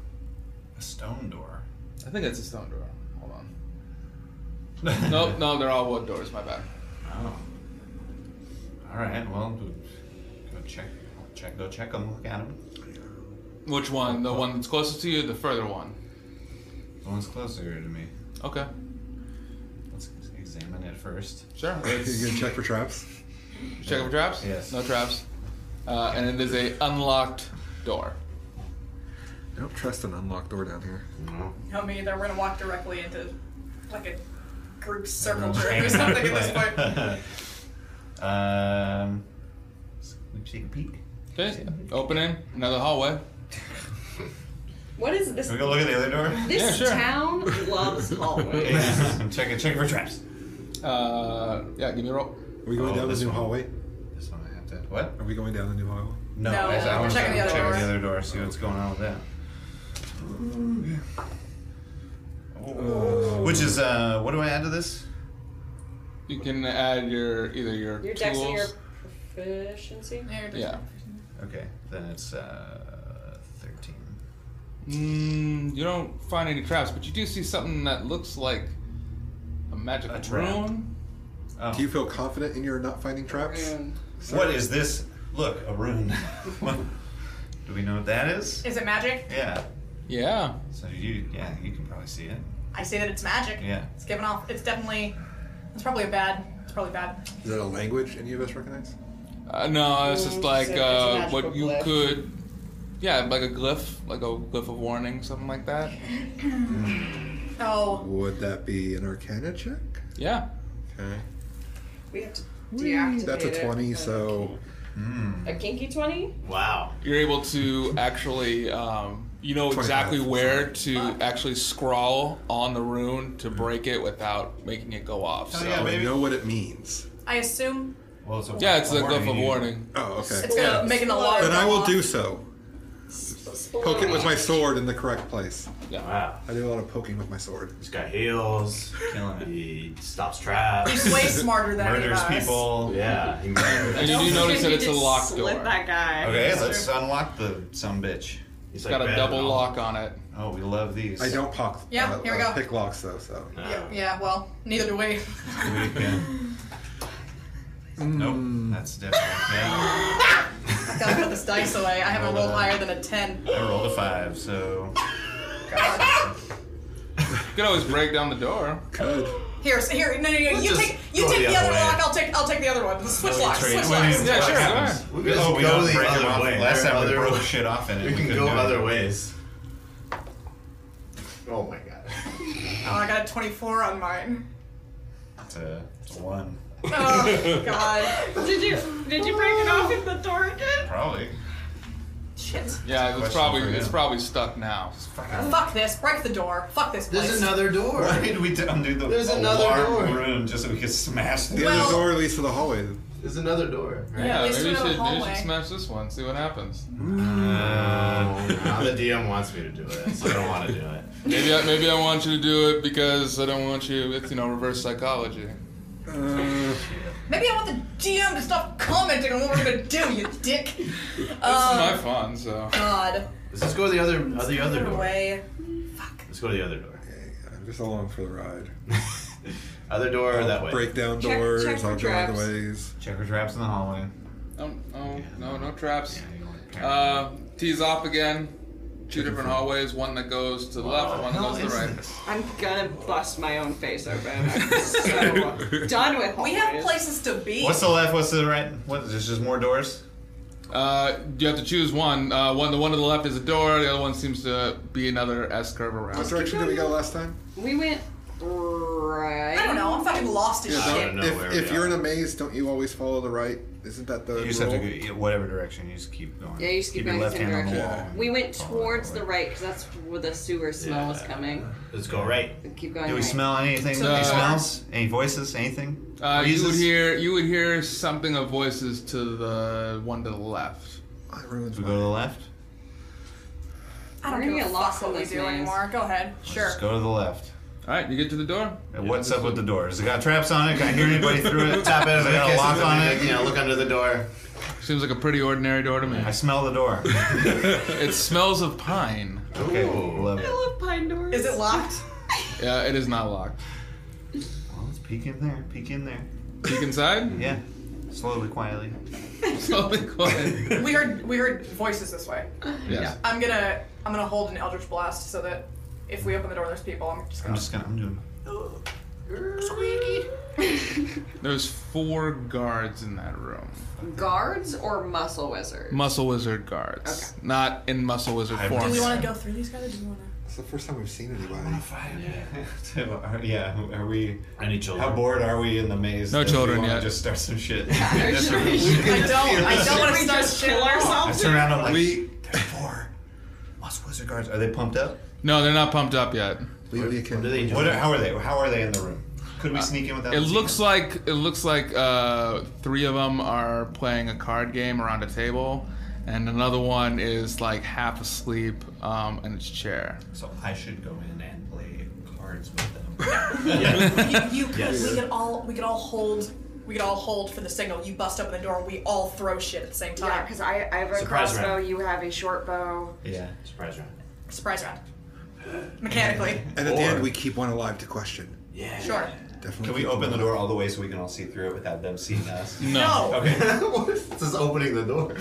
[SPEAKER 2] A stone door.
[SPEAKER 1] I think that's a stone door. Hold on.
[SPEAKER 2] <laughs>
[SPEAKER 1] Nope, no, they're all wood doors. My bad.
[SPEAKER 2] Oh. All right. Well, go go check. Check. Go check them. Look at them.
[SPEAKER 1] Which one? The one that's closest to you, or the further one.
[SPEAKER 2] The one's closer to me.
[SPEAKER 1] Okay,
[SPEAKER 2] Let's examine it
[SPEAKER 1] <laughs>
[SPEAKER 2] first.
[SPEAKER 1] sure.
[SPEAKER 5] You
[SPEAKER 1] Let's
[SPEAKER 5] gonna check for traps?
[SPEAKER 1] check for traps.
[SPEAKER 2] Yes.
[SPEAKER 1] No traps. Uh, and then there's a unlocked door.
[SPEAKER 5] I don't trust an unlocked door down here.
[SPEAKER 4] No, me either. We're gonna walk directly into like a
[SPEAKER 2] <laughs>
[SPEAKER 4] group circle jerk or something at this point.
[SPEAKER 2] um. Let's take a peek.
[SPEAKER 1] Okay, opening another hallway.
[SPEAKER 6] What is this?
[SPEAKER 2] Can we go look at the other
[SPEAKER 4] <laughs>
[SPEAKER 2] door?
[SPEAKER 6] This
[SPEAKER 1] Yeah, sure.
[SPEAKER 6] town
[SPEAKER 2] <laughs>
[SPEAKER 6] loves hallways.
[SPEAKER 2] Yeah. check it. Check for traps.
[SPEAKER 1] <laughs> Uh, yeah, give me a roll.
[SPEAKER 5] Are we going
[SPEAKER 2] Oh,
[SPEAKER 5] down the
[SPEAKER 2] this
[SPEAKER 5] new
[SPEAKER 2] one.
[SPEAKER 5] hallway?
[SPEAKER 2] This one I have to. What?
[SPEAKER 5] Are we going down the new hallway?
[SPEAKER 2] No,
[SPEAKER 4] No,
[SPEAKER 2] that's- I
[SPEAKER 4] we're
[SPEAKER 2] was
[SPEAKER 4] checking the other
[SPEAKER 2] checking
[SPEAKER 4] doors.
[SPEAKER 2] the other door, see what's going on with that. Which is, uh, what do I add to this?
[SPEAKER 1] You can add your either your
[SPEAKER 6] Your dex and your
[SPEAKER 1] tools.
[SPEAKER 6] proficiency.
[SPEAKER 1] <laughs> Yeah.
[SPEAKER 2] Okay, then it's uh, 13.
[SPEAKER 1] Mm, you don't find any traps, but you do see something that looks like a magic
[SPEAKER 2] A trap.
[SPEAKER 1] rune.
[SPEAKER 2] Oh.
[SPEAKER 5] Do you feel confident in your not finding traps?
[SPEAKER 6] Rune.
[SPEAKER 2] What is this? Look, a rune. <laughs> What- do we know what that is?
[SPEAKER 4] Is it magic?
[SPEAKER 2] Yeah.
[SPEAKER 1] Yeah.
[SPEAKER 2] So you, yeah, you can probably see it.
[SPEAKER 4] I say that it's magic.
[SPEAKER 2] Yeah.
[SPEAKER 4] It's giving off. It's definitely. It's probably a bad. It's probably bad.
[SPEAKER 5] Is that a language any of us recognize?
[SPEAKER 1] Uh, no, it's
[SPEAKER 6] Mm,
[SPEAKER 1] just
[SPEAKER 6] it's
[SPEAKER 1] like
[SPEAKER 6] a- it's a
[SPEAKER 1] uh,
[SPEAKER 6] magical
[SPEAKER 1] what you
[SPEAKER 6] glyph.
[SPEAKER 1] could, yeah, like a glyph, like a glyph of warning, something like that.
[SPEAKER 4] Oh,
[SPEAKER 5] Would that be an Arcana check?
[SPEAKER 1] Yeah,
[SPEAKER 5] Okay.
[SPEAKER 6] We have to
[SPEAKER 5] Whee,
[SPEAKER 6] deactivate
[SPEAKER 5] That's a
[SPEAKER 6] it.
[SPEAKER 5] twenty. So
[SPEAKER 6] a kinky twenty.
[SPEAKER 3] Wow.
[SPEAKER 1] you're able to actually, um, you know
[SPEAKER 5] 25.
[SPEAKER 1] exactly where to actually scrawl on the rune to break it without making it go off.
[SPEAKER 2] Oh,
[SPEAKER 1] So.
[SPEAKER 2] yeah,
[SPEAKER 5] I
[SPEAKER 1] Yeah,
[SPEAKER 2] baby.
[SPEAKER 5] know what it means.
[SPEAKER 4] I assume
[SPEAKER 2] Well, it's a
[SPEAKER 1] it's a glyph of
[SPEAKER 2] you-
[SPEAKER 1] warning.
[SPEAKER 5] Oh, okay.
[SPEAKER 4] it's gonna make an alarm.
[SPEAKER 5] Then I will
[SPEAKER 4] go
[SPEAKER 5] do
[SPEAKER 4] off.
[SPEAKER 5] so. Poke it
[SPEAKER 6] Spelunking.
[SPEAKER 5] with my sword in the correct place.
[SPEAKER 1] Yeah.
[SPEAKER 3] Wow.
[SPEAKER 5] I do a lot of poking with my sword.
[SPEAKER 3] This guy heals.
[SPEAKER 2] Killing it.
[SPEAKER 3] He stops traps.
[SPEAKER 4] He's way smarter than any
[SPEAKER 2] Murders
[SPEAKER 4] of us.
[SPEAKER 2] people.
[SPEAKER 3] yeah. He
[SPEAKER 1] And
[SPEAKER 3] murders.
[SPEAKER 8] <laughs>
[SPEAKER 1] you do notice that
[SPEAKER 6] You
[SPEAKER 1] it's a
[SPEAKER 6] just
[SPEAKER 1] locked
[SPEAKER 6] slit
[SPEAKER 1] door.
[SPEAKER 6] that guy.
[SPEAKER 2] Okay, let's unlock the some bitch.
[SPEAKER 3] He's
[SPEAKER 1] It's got a
[SPEAKER 3] bad
[SPEAKER 1] double
[SPEAKER 3] at all.
[SPEAKER 1] lock on it.
[SPEAKER 2] Oh, we love these.
[SPEAKER 5] I don't pock,
[SPEAKER 4] Yeah,
[SPEAKER 5] uh,
[SPEAKER 4] here we
[SPEAKER 5] uh,
[SPEAKER 4] go.
[SPEAKER 5] pick locks though, so.
[SPEAKER 3] No.
[SPEAKER 4] Yeah, yeah, well, neither do we. <laughs>
[SPEAKER 2] We can-
[SPEAKER 3] Mm.
[SPEAKER 2] Nope, that's definitely okay.
[SPEAKER 4] I gotta put this dice away. I have a roll higher than a 10.
[SPEAKER 2] I rolled a five, so
[SPEAKER 1] You could always break down the door.
[SPEAKER 5] Good.
[SPEAKER 4] Here, so here, no, no, no.
[SPEAKER 2] Let's
[SPEAKER 4] you
[SPEAKER 2] just
[SPEAKER 4] take, you
[SPEAKER 2] go
[SPEAKER 4] take
[SPEAKER 2] the
[SPEAKER 4] the,
[SPEAKER 2] other
[SPEAKER 4] other
[SPEAKER 2] way.
[SPEAKER 4] lock. I'll take, I'll take the other one. Switch
[SPEAKER 2] Well, we
[SPEAKER 4] locks.
[SPEAKER 2] trade-
[SPEAKER 4] Switch
[SPEAKER 2] well, we
[SPEAKER 4] locks.
[SPEAKER 2] didn't-
[SPEAKER 1] Yeah,
[SPEAKER 2] What
[SPEAKER 1] sure.
[SPEAKER 2] happens?
[SPEAKER 1] sure.
[SPEAKER 3] We can
[SPEAKER 2] Oh,
[SPEAKER 3] just
[SPEAKER 2] we
[SPEAKER 3] go
[SPEAKER 2] don't
[SPEAKER 3] the
[SPEAKER 2] break
[SPEAKER 3] other
[SPEAKER 2] them off.
[SPEAKER 3] way.
[SPEAKER 2] Last
[SPEAKER 3] There are
[SPEAKER 2] time we
[SPEAKER 3] other-
[SPEAKER 2] broke shit off in it.
[SPEAKER 3] We can
[SPEAKER 2] couldn't
[SPEAKER 3] go
[SPEAKER 2] do it.
[SPEAKER 3] other ways. Oh my god.
[SPEAKER 4] Oh, I got a 24 on mine.
[SPEAKER 2] It's a, it's a one.
[SPEAKER 4] Oh, God.
[SPEAKER 8] Did you did you break it off in the door again?
[SPEAKER 2] Probably.
[SPEAKER 4] Shit.
[SPEAKER 1] Yeah,
[SPEAKER 2] Question
[SPEAKER 1] it's probably
[SPEAKER 2] for
[SPEAKER 1] it's
[SPEAKER 2] you.
[SPEAKER 1] probably stuck now.
[SPEAKER 4] Fuck this. Break the door. Fuck this place.
[SPEAKER 10] There's another door.
[SPEAKER 2] Why did we undo the
[SPEAKER 10] There's another
[SPEAKER 2] alarm
[SPEAKER 10] door.
[SPEAKER 2] room just so we could smash the
[SPEAKER 5] The
[SPEAKER 4] Well-
[SPEAKER 5] other door leads to the hallway.
[SPEAKER 10] There's another door.
[SPEAKER 1] Yeah,
[SPEAKER 4] At
[SPEAKER 1] maybe
[SPEAKER 4] least
[SPEAKER 1] you,
[SPEAKER 4] we have a
[SPEAKER 1] should, maybe you
[SPEAKER 4] hallway.
[SPEAKER 1] should smash this one, see what happens.
[SPEAKER 3] Uh, the DM wants me to do it, so I don't want to do it.
[SPEAKER 1] Maybe I, maybe I want you to do it because I don't want you. It's you know reverse psychology.
[SPEAKER 5] Uh,
[SPEAKER 4] Maybe I want the GM to stop commenting on what we're gonna do, you <laughs> dick.
[SPEAKER 1] This is my
[SPEAKER 4] Oh,
[SPEAKER 1] fun, so
[SPEAKER 4] God.
[SPEAKER 3] Let's just go the other, uh, the other
[SPEAKER 4] Either
[SPEAKER 3] door.
[SPEAKER 4] way.
[SPEAKER 3] Let's go to the other door.
[SPEAKER 5] I'm just along for the ride.
[SPEAKER 3] Other door or that way?
[SPEAKER 5] Break down
[SPEAKER 6] Check-
[SPEAKER 5] doors.
[SPEAKER 6] check for
[SPEAKER 5] I'll go other
[SPEAKER 6] traps.
[SPEAKER 5] ways.
[SPEAKER 2] checker traps in the hallway.
[SPEAKER 1] um, oh no, no traps.
[SPEAKER 2] Yeah, you don't want to-
[SPEAKER 1] Uh, tees off again. Two different hallways. One that goes to the left. One that goes to the right.
[SPEAKER 6] I'm gonna bust my own face open.
[SPEAKER 1] <laughs>
[SPEAKER 6] I'm so done with
[SPEAKER 4] We have places to be.
[SPEAKER 2] What's the left? What's the right? What? There's just more doors.
[SPEAKER 1] Uh, you have to choose one. Uh, one the one to the left is a door. The other one seems to be another S curve
[SPEAKER 5] What
[SPEAKER 1] around. Uh,
[SPEAKER 5] direction did we go last time?
[SPEAKER 6] We went Right.
[SPEAKER 4] I don't know. I'm fucking lost as
[SPEAKER 5] Yeah,
[SPEAKER 4] shit.
[SPEAKER 2] don't
[SPEAKER 5] don't-
[SPEAKER 2] know where
[SPEAKER 5] if
[SPEAKER 2] we
[SPEAKER 5] if you're in
[SPEAKER 2] are.
[SPEAKER 5] a maze, don't you always follow the right? Isn't that the
[SPEAKER 2] You just have to
[SPEAKER 5] rule?
[SPEAKER 2] go yeah, whatever direction. You just keep going.
[SPEAKER 6] Yeah, you just keep
[SPEAKER 2] your
[SPEAKER 6] going
[SPEAKER 2] left
[SPEAKER 6] the same
[SPEAKER 2] hand on the
[SPEAKER 6] direction.
[SPEAKER 2] wall.
[SPEAKER 6] We went
[SPEAKER 2] Follow that
[SPEAKER 6] towards
[SPEAKER 2] way.
[SPEAKER 6] the right because that's where the sewer smell was coming.
[SPEAKER 3] Let's go right.
[SPEAKER 6] Keep going.
[SPEAKER 2] Do we
[SPEAKER 6] right.
[SPEAKER 2] smell anything?
[SPEAKER 1] So-
[SPEAKER 2] any smells? Any voices? Anything?
[SPEAKER 1] Uh, you would
[SPEAKER 2] Breezes?
[SPEAKER 1] hear you would hear something of voices to the one to the left.
[SPEAKER 5] I ruined
[SPEAKER 2] Do we go to the left?
[SPEAKER 4] I don't
[SPEAKER 6] We're gonna
[SPEAKER 4] give a
[SPEAKER 6] get lost
[SPEAKER 4] fuck
[SPEAKER 6] in
[SPEAKER 4] what we
[SPEAKER 6] this
[SPEAKER 4] do
[SPEAKER 6] maze.
[SPEAKER 4] anymore. Go ahead.
[SPEAKER 2] Let's
[SPEAKER 4] Sure.
[SPEAKER 2] Just go to the left.
[SPEAKER 1] All right, you get to the door.
[SPEAKER 2] And What's up with the door? Has it got traps on it? Can I hear anybody through it? Top Has it got a lock on it?
[SPEAKER 3] You know, look under the door.
[SPEAKER 1] Seems like a pretty ordinary door to me.
[SPEAKER 2] I smell the door.
[SPEAKER 1] <laughs> It smells of pine.
[SPEAKER 2] Okay, love it.
[SPEAKER 7] love pine doors.
[SPEAKER 4] Is it
[SPEAKER 2] <laughs>
[SPEAKER 4] locked?
[SPEAKER 1] Yeah, it is not locked.
[SPEAKER 2] Well, let's peek in there. Peek in there.
[SPEAKER 1] Peek <laughs> inside.
[SPEAKER 2] Yeah. Slowly, quietly.
[SPEAKER 1] Slowly, quiet.
[SPEAKER 4] we heard we heard voices this way.
[SPEAKER 1] Yes.
[SPEAKER 4] I'm gonna I'm gonna hold an eldritch blast so that if we open the door, there's people. I'm just
[SPEAKER 2] I'm
[SPEAKER 4] gonna.
[SPEAKER 2] just gonna. I'm doing.
[SPEAKER 1] There's four guards in that room.
[SPEAKER 6] Guards or muscle wizards?
[SPEAKER 1] Muscle wizard guards, not in muscle wizard
[SPEAKER 2] I've-
[SPEAKER 1] form.
[SPEAKER 4] do we
[SPEAKER 2] wanna
[SPEAKER 4] want to go through these guys? Or do
[SPEAKER 2] <laughs>
[SPEAKER 4] we want to?
[SPEAKER 5] It's the first time we've seen anybody.
[SPEAKER 2] Yeah. yeah. Are we?
[SPEAKER 3] Any children?
[SPEAKER 2] How bored are we in the maze?
[SPEAKER 1] No
[SPEAKER 2] that we
[SPEAKER 1] children
[SPEAKER 2] wanna
[SPEAKER 1] yet.
[SPEAKER 2] Just start some <laughs> shit.
[SPEAKER 4] I don't. I don't want to start shit.
[SPEAKER 2] I turn around. I'm like, we. There's four. Lost wizard guards. Are they pumped up?
[SPEAKER 1] No, they're not pumped up yet.
[SPEAKER 5] Lily can.
[SPEAKER 3] What are they
[SPEAKER 2] What?
[SPEAKER 3] doing?
[SPEAKER 2] Are, how are they? How are they in the room? Could we sneak in without?
[SPEAKER 1] Uh, It
[SPEAKER 2] them
[SPEAKER 1] looks
[SPEAKER 2] seeing
[SPEAKER 1] like it looks like uh, three of them are playing a card game around a table, and another one is like half asleep um, in its chair.
[SPEAKER 2] us? So I should go in and play cards with them.
[SPEAKER 4] You could. We could all. We could all hold. We could all hold for the signal. You bust open the door. We all throw shit at the same
[SPEAKER 7] Yeah,
[SPEAKER 4] time.
[SPEAKER 7] because I, I have a
[SPEAKER 3] Surprise
[SPEAKER 7] crossbow,
[SPEAKER 3] round.
[SPEAKER 7] you have a short bow.
[SPEAKER 2] <laughs> yeah.
[SPEAKER 3] Surprise round.
[SPEAKER 4] Surprise round.
[SPEAKER 7] <laughs>
[SPEAKER 4] Mechanically.
[SPEAKER 5] And at the
[SPEAKER 2] Or-
[SPEAKER 5] end, we keep one alive to question.
[SPEAKER 3] Yeah.
[SPEAKER 4] Sure.
[SPEAKER 5] Definitely.
[SPEAKER 2] Can we
[SPEAKER 5] keep
[SPEAKER 2] open the
[SPEAKER 5] one
[SPEAKER 2] door all the way so we can all see through it without them seeing
[SPEAKER 1] <laughs>
[SPEAKER 2] us?
[SPEAKER 4] No.
[SPEAKER 2] Okay. <laughs> this is opening the door.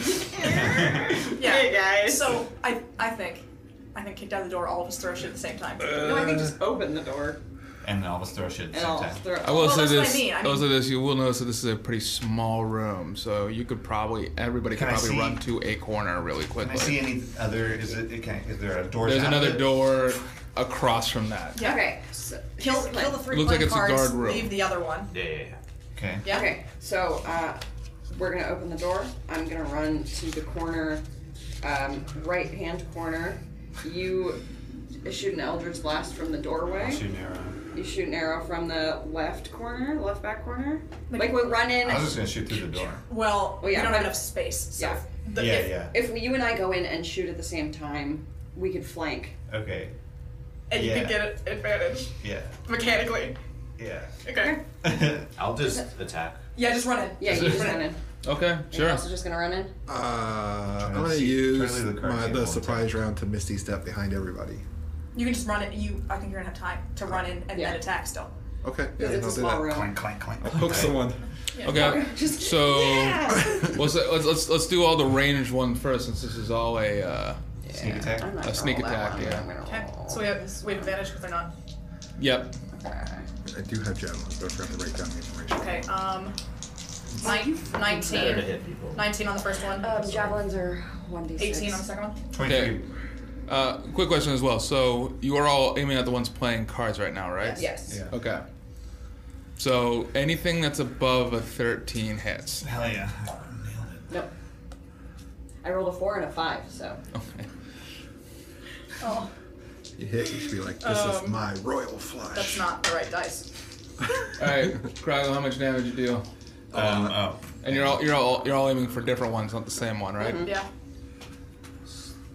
[SPEAKER 4] Yeah.
[SPEAKER 8] Hey, guys.
[SPEAKER 4] So I I think I think kicked out the door. All of us throw shit at the same time.
[SPEAKER 1] Uh,
[SPEAKER 6] No,
[SPEAKER 5] Uh,
[SPEAKER 6] I think just open the door
[SPEAKER 2] And then I'll just throw shit at the
[SPEAKER 6] and
[SPEAKER 2] same
[SPEAKER 6] I'll
[SPEAKER 2] time.
[SPEAKER 6] throw.
[SPEAKER 1] I will
[SPEAKER 4] Well,
[SPEAKER 1] say
[SPEAKER 4] that's what I
[SPEAKER 1] this.
[SPEAKER 4] mean. I mean-
[SPEAKER 1] also, this you will notice that this is a pretty small room, so you could probably everybody could
[SPEAKER 2] Can I
[SPEAKER 1] probably
[SPEAKER 2] see-
[SPEAKER 1] run to a corner really
[SPEAKER 2] Can I
[SPEAKER 1] quickly.
[SPEAKER 2] see any other? Is it? it can, is there a door?
[SPEAKER 1] There's
[SPEAKER 2] to
[SPEAKER 1] another
[SPEAKER 2] outlet?
[SPEAKER 1] door across from that.
[SPEAKER 4] Yeah.
[SPEAKER 7] Okay, so
[SPEAKER 4] Kill
[SPEAKER 7] here's the
[SPEAKER 4] kill the
[SPEAKER 7] plan.
[SPEAKER 4] three
[SPEAKER 1] Looks like
[SPEAKER 4] playing
[SPEAKER 1] it's a
[SPEAKER 4] cards.
[SPEAKER 1] guard room.
[SPEAKER 4] Leave the other one.
[SPEAKER 3] Yeah, yeah, yeah.
[SPEAKER 2] Okay.
[SPEAKER 4] Yeah.
[SPEAKER 7] Okay, so uh, we're gonna open the door. I'm gonna run to the corner, um, right hand corner. You shoot an Eldritch Blast from the doorway.
[SPEAKER 2] Shoot an arrow.
[SPEAKER 7] You shoot an arrow from the left corner, left back corner. Like we run in.
[SPEAKER 2] I was just gonna shoot through the door.
[SPEAKER 4] Well,
[SPEAKER 7] Well, yeah,
[SPEAKER 4] we don't
[SPEAKER 7] but-
[SPEAKER 4] have enough space. So
[SPEAKER 7] Yeah.
[SPEAKER 4] the-
[SPEAKER 2] yeah,
[SPEAKER 4] if-
[SPEAKER 2] yeah.
[SPEAKER 7] If you and I go in and shoot at the same time, we could flank.
[SPEAKER 2] Okay.
[SPEAKER 4] And you
[SPEAKER 2] Yeah.
[SPEAKER 4] could get an advantage
[SPEAKER 2] Yeah.
[SPEAKER 4] mechanically.
[SPEAKER 2] Yeah.
[SPEAKER 4] Okay.
[SPEAKER 3] <laughs> I'll just attack.
[SPEAKER 4] Yeah, just run it.
[SPEAKER 7] Yeah, you just run in.
[SPEAKER 1] Okay,
[SPEAKER 7] You're
[SPEAKER 1] sure.
[SPEAKER 7] also just gonna run in.
[SPEAKER 5] Uh, I'm
[SPEAKER 2] to
[SPEAKER 5] gonna
[SPEAKER 2] see-
[SPEAKER 5] use
[SPEAKER 2] trying to leave the card
[SPEAKER 5] my,
[SPEAKER 2] table
[SPEAKER 5] the
[SPEAKER 2] intact.
[SPEAKER 5] surprise round to Misty step behind everybody.
[SPEAKER 4] You can just run it. You, I think you're gonna have time to run in and
[SPEAKER 7] Yeah.
[SPEAKER 4] then attack still.
[SPEAKER 5] Okay, yeah,
[SPEAKER 7] Because
[SPEAKER 5] then
[SPEAKER 7] it's
[SPEAKER 5] I'll
[SPEAKER 7] a
[SPEAKER 5] do
[SPEAKER 7] small
[SPEAKER 5] that.
[SPEAKER 7] room.
[SPEAKER 2] Clank, clank, clank.
[SPEAKER 5] Hook someone.
[SPEAKER 1] Okay,
[SPEAKER 7] <laughs> Just
[SPEAKER 1] so
[SPEAKER 7] Yeah!
[SPEAKER 1] let's, let's let's let's do all the ranged one first, since this is all a uh,
[SPEAKER 2] Sneak attack.
[SPEAKER 7] I'm not
[SPEAKER 1] A
[SPEAKER 7] gonna
[SPEAKER 1] sneak
[SPEAKER 7] roll that
[SPEAKER 1] attack,
[SPEAKER 7] one.
[SPEAKER 1] yeah.
[SPEAKER 7] I'm gonna
[SPEAKER 4] Okay.
[SPEAKER 7] roll.
[SPEAKER 4] So we have we have advantage because they're not.
[SPEAKER 1] yep.
[SPEAKER 5] I do have javelins, but I forgot to write down the information.
[SPEAKER 4] Okay. Um. Nine,
[SPEAKER 3] Better to
[SPEAKER 4] 19,
[SPEAKER 3] hit people.
[SPEAKER 4] 19 on the first one.
[SPEAKER 7] Um, javelins are one d six.
[SPEAKER 4] Eighteen on the second one.
[SPEAKER 1] Okay. Uh, quick question as well. So you are all aiming at the ones playing cards right now, right?
[SPEAKER 4] Yes.
[SPEAKER 5] Yeah.
[SPEAKER 1] Okay. So anything that's above a 13 hits. <laughs>
[SPEAKER 2] Hell yeah.
[SPEAKER 7] Nope. I rolled a four and a five, so
[SPEAKER 1] Okay.
[SPEAKER 4] Oh,
[SPEAKER 5] You hit, you should be like, this is my royal flush.
[SPEAKER 4] that's not the right dice.
[SPEAKER 1] All right, Krago, how much damage you do?
[SPEAKER 2] Um,
[SPEAKER 3] Uh,
[SPEAKER 2] oh.
[SPEAKER 1] And you're all you're all you're all aiming for different ones, not the same one, right?
[SPEAKER 7] Mm-hmm.
[SPEAKER 4] Yeah.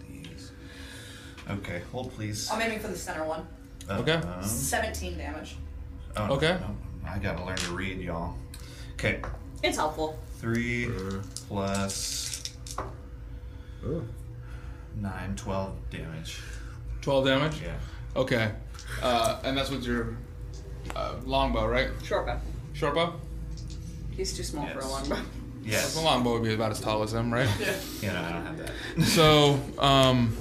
[SPEAKER 2] These. Okay, hold please.
[SPEAKER 4] I'm aiming for the center one.
[SPEAKER 2] Uh,
[SPEAKER 1] Okay.
[SPEAKER 2] um,
[SPEAKER 4] Seventeen damage.
[SPEAKER 2] oh, no,
[SPEAKER 1] Okay.
[SPEAKER 2] no, I gotta learn to read, y'all. Okay.
[SPEAKER 7] it's helpful.
[SPEAKER 2] Three
[SPEAKER 1] Uh.
[SPEAKER 2] plus
[SPEAKER 5] Ooh.
[SPEAKER 2] nine, twelve damage.
[SPEAKER 1] 12 damage.
[SPEAKER 2] Yeah.
[SPEAKER 1] Okay. Uh, and that's with your uh, longbow, right?
[SPEAKER 7] Short bow.
[SPEAKER 1] Short bow?
[SPEAKER 7] He's too small for a
[SPEAKER 2] Yes.
[SPEAKER 7] long bow.
[SPEAKER 2] Yes.
[SPEAKER 1] The longbow would be about as tall as him, right?
[SPEAKER 2] Yeah, no, I don't have that.
[SPEAKER 1] So, um,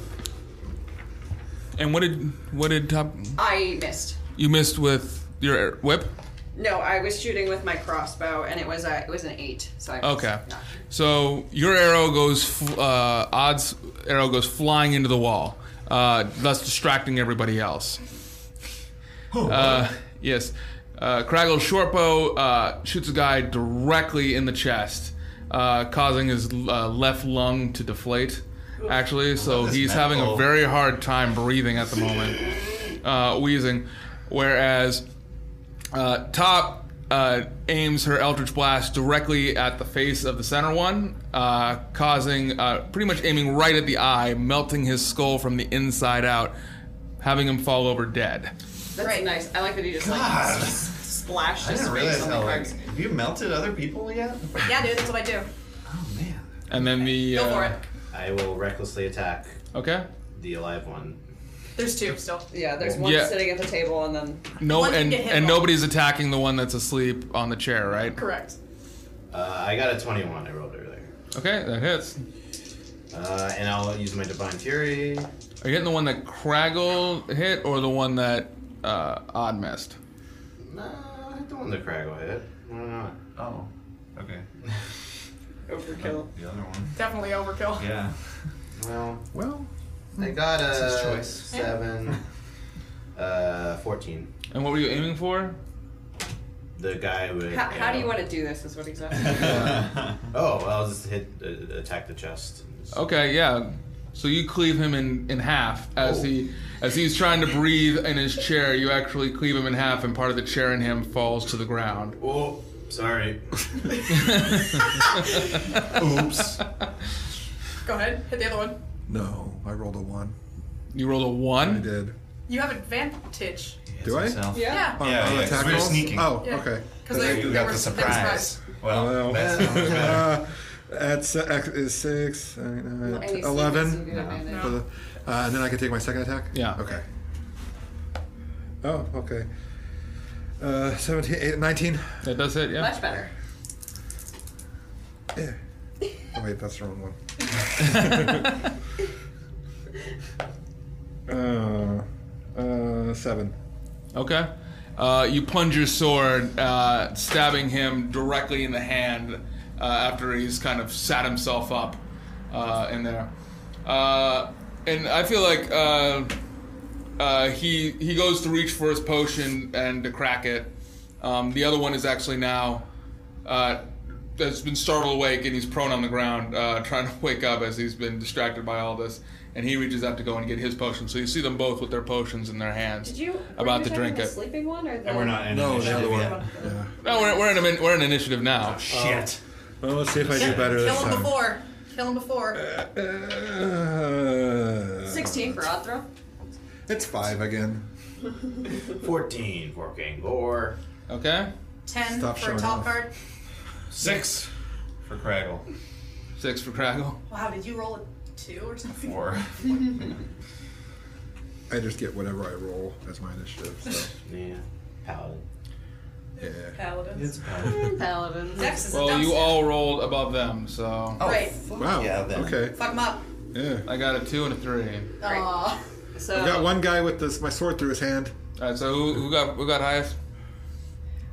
[SPEAKER 1] and what did what did top
[SPEAKER 7] I missed.
[SPEAKER 1] you missed with your whip?
[SPEAKER 7] No, I was shooting with my crossbow, and it was a it was an eight. So I missed.
[SPEAKER 1] Okay.
[SPEAKER 7] No.
[SPEAKER 1] So your arrow goes, fl- uh, Odd's arrow goes flying into the wall, uh, thus distracting everybody else. Uh, Yes. Uh, Craggle Shorpo uh, shoots a guy directly in the chest, uh, causing his uh, left lung to deflate, actually. So
[SPEAKER 2] this
[SPEAKER 1] he's having a
[SPEAKER 2] medical.
[SPEAKER 1] very hard time breathing at the moment, uh, wheezing. Whereas uh, Top uh, aims her Eldritch Blast directly at the face of the center one, uh, causing, uh, pretty much aiming right at the eye, melting his skull from the inside out, having him fall over dead.
[SPEAKER 7] That's
[SPEAKER 4] Right.
[SPEAKER 7] nice. I like that he just
[SPEAKER 1] Ah,
[SPEAKER 2] God.
[SPEAKER 7] like s- splashed
[SPEAKER 2] I
[SPEAKER 7] his
[SPEAKER 2] didn't
[SPEAKER 7] face
[SPEAKER 2] realize
[SPEAKER 7] on the
[SPEAKER 2] how like,
[SPEAKER 7] cards.
[SPEAKER 2] have you melted other people yet?
[SPEAKER 4] Yeah, dude, that's what I do.
[SPEAKER 2] Oh man.
[SPEAKER 1] And then the.
[SPEAKER 4] Go
[SPEAKER 1] uh,
[SPEAKER 4] for it.
[SPEAKER 3] I will recklessly attack
[SPEAKER 1] Okay.
[SPEAKER 3] the alive one.
[SPEAKER 4] There's two still.
[SPEAKER 7] Yeah, there's one
[SPEAKER 1] Yeah.
[SPEAKER 7] sitting at the table and then
[SPEAKER 1] No,
[SPEAKER 4] One can
[SPEAKER 1] and
[SPEAKER 4] get hit
[SPEAKER 1] and
[SPEAKER 4] by-
[SPEAKER 1] nobody's attacking the one that's asleep on the chair, right?
[SPEAKER 4] Correct.
[SPEAKER 3] Uh, I got a 21 I rolled earlier.
[SPEAKER 1] Okay, that hits.
[SPEAKER 3] Uh, and I'll use my Divine Fury.
[SPEAKER 1] Are you hitting the one that Craggle hit or the one that uh, Odd missed?
[SPEAKER 3] No, I hit the one that Craggle hit. Why not?
[SPEAKER 2] Oh. Okay.
[SPEAKER 7] overkill.
[SPEAKER 2] The other one. <laughs>
[SPEAKER 4] Definitely overkill.
[SPEAKER 2] Yeah.
[SPEAKER 3] Well,
[SPEAKER 5] Well,
[SPEAKER 3] I got
[SPEAKER 2] his
[SPEAKER 3] a
[SPEAKER 2] choice.
[SPEAKER 3] seven, uh, 14.
[SPEAKER 1] And what were you aiming for?
[SPEAKER 3] The guy who.
[SPEAKER 7] How, how do you want to do this? Is what he's asking.
[SPEAKER 3] Oh, well, I'll just hit uh, attack the chest.
[SPEAKER 1] Okay, yeah. So you cleave him in, in half as
[SPEAKER 3] Oh.
[SPEAKER 1] he as he's trying to breathe in his chair. You actually cleave him in half, and part of the chair in him falls to the ground.
[SPEAKER 3] Oh, sorry. <laughs>
[SPEAKER 2] Oops.
[SPEAKER 4] Go ahead, hit the other one.
[SPEAKER 5] no, I rolled a one.
[SPEAKER 1] You rolled a
[SPEAKER 5] I
[SPEAKER 1] one.
[SPEAKER 5] did.
[SPEAKER 4] You have advantage.
[SPEAKER 5] Do I?
[SPEAKER 4] Yeah.
[SPEAKER 5] On-
[SPEAKER 2] Yeah,
[SPEAKER 5] on
[SPEAKER 2] yeah, 'cause
[SPEAKER 5] attack
[SPEAKER 2] we were
[SPEAKER 5] rolls?
[SPEAKER 2] sneaking.
[SPEAKER 5] Oh,
[SPEAKER 4] Yeah.
[SPEAKER 5] okay.
[SPEAKER 4] Because they,
[SPEAKER 2] you
[SPEAKER 4] they
[SPEAKER 2] got
[SPEAKER 4] were
[SPEAKER 2] the
[SPEAKER 4] they were surprised.
[SPEAKER 2] surprise. Well,
[SPEAKER 5] Well, <laughs>
[SPEAKER 2] that's not much better.
[SPEAKER 5] uh, that's uh, is six, eight, nine, uh,
[SPEAKER 7] And he's
[SPEAKER 5] eleven.
[SPEAKER 7] sleeping, so you get advantage.
[SPEAKER 5] For the, uh, and then I can take my second attack?
[SPEAKER 1] Yeah.
[SPEAKER 5] Okay. Oh, okay. Uh, 17, eight- 19.
[SPEAKER 1] That does it. Yeah.
[SPEAKER 7] Much better.
[SPEAKER 5] Yeah. Oh, wait, that's the wrong
[SPEAKER 4] <laughs>
[SPEAKER 5] one. <laughs> Uh, uh, seven.
[SPEAKER 1] Okay. Uh, you plunge your sword, uh, stabbing him directly in the hand uh, after he's kind of sat himself up uh, in there. Uh, and I feel like uh, uh, he he goes to reach for his potion and to crack it. Um, the other one is actually now uh, has been startled awake and he's prone on the ground, uh, <laughs> trying to wake up as he's been distracted by all this. And he reaches out to go and get his potion. So you see them both with their potions in their hands
[SPEAKER 7] Did you? were
[SPEAKER 1] about
[SPEAKER 7] you
[SPEAKER 1] to
[SPEAKER 7] talking
[SPEAKER 1] drink
[SPEAKER 7] the
[SPEAKER 1] it.
[SPEAKER 7] Sleeping one or the?
[SPEAKER 2] And we're
[SPEAKER 7] <laughs>
[SPEAKER 2] not in
[SPEAKER 5] No, the
[SPEAKER 2] initiative
[SPEAKER 5] other one.
[SPEAKER 2] yet.
[SPEAKER 5] Yeah.
[SPEAKER 1] No, we're, we're in a, we're in initiative now.
[SPEAKER 3] Shit.
[SPEAKER 5] Well, let's see if I do
[SPEAKER 4] Yeah,
[SPEAKER 5] better
[SPEAKER 4] Kill
[SPEAKER 5] this
[SPEAKER 4] him
[SPEAKER 5] time.
[SPEAKER 4] before. Kill him before.
[SPEAKER 5] Uh,
[SPEAKER 7] Sixteen for odd <laughs> throw.
[SPEAKER 5] It's five again.
[SPEAKER 3] 14 for Kangor.
[SPEAKER 1] Okay,
[SPEAKER 4] Ten
[SPEAKER 5] Stop
[SPEAKER 4] for a
[SPEAKER 5] showing
[SPEAKER 4] top
[SPEAKER 5] off.
[SPEAKER 4] card.
[SPEAKER 2] Six for Craggle.
[SPEAKER 1] six for Craggle.
[SPEAKER 4] Wow, did you roll a two or
[SPEAKER 2] <laughs>
[SPEAKER 4] something?
[SPEAKER 2] Four.
[SPEAKER 5] I just get whatever I roll as my initiative. So,
[SPEAKER 3] Yeah. Paladin.
[SPEAKER 5] yeah.
[SPEAKER 4] Paladins.
[SPEAKER 7] Paladin.
[SPEAKER 4] Next is a
[SPEAKER 1] Well, you
[SPEAKER 4] dumpster.
[SPEAKER 1] all rolled above them, so
[SPEAKER 7] Oh.
[SPEAKER 4] Right.
[SPEAKER 5] Wow.
[SPEAKER 2] yeah, then.
[SPEAKER 5] Okay.
[SPEAKER 4] Fuck him up.
[SPEAKER 5] Yeah.
[SPEAKER 1] I got a two and a three.
[SPEAKER 7] Aw. So
[SPEAKER 5] I've got one guy with this my sword through his hand.
[SPEAKER 1] All right, so who, who got who got highest?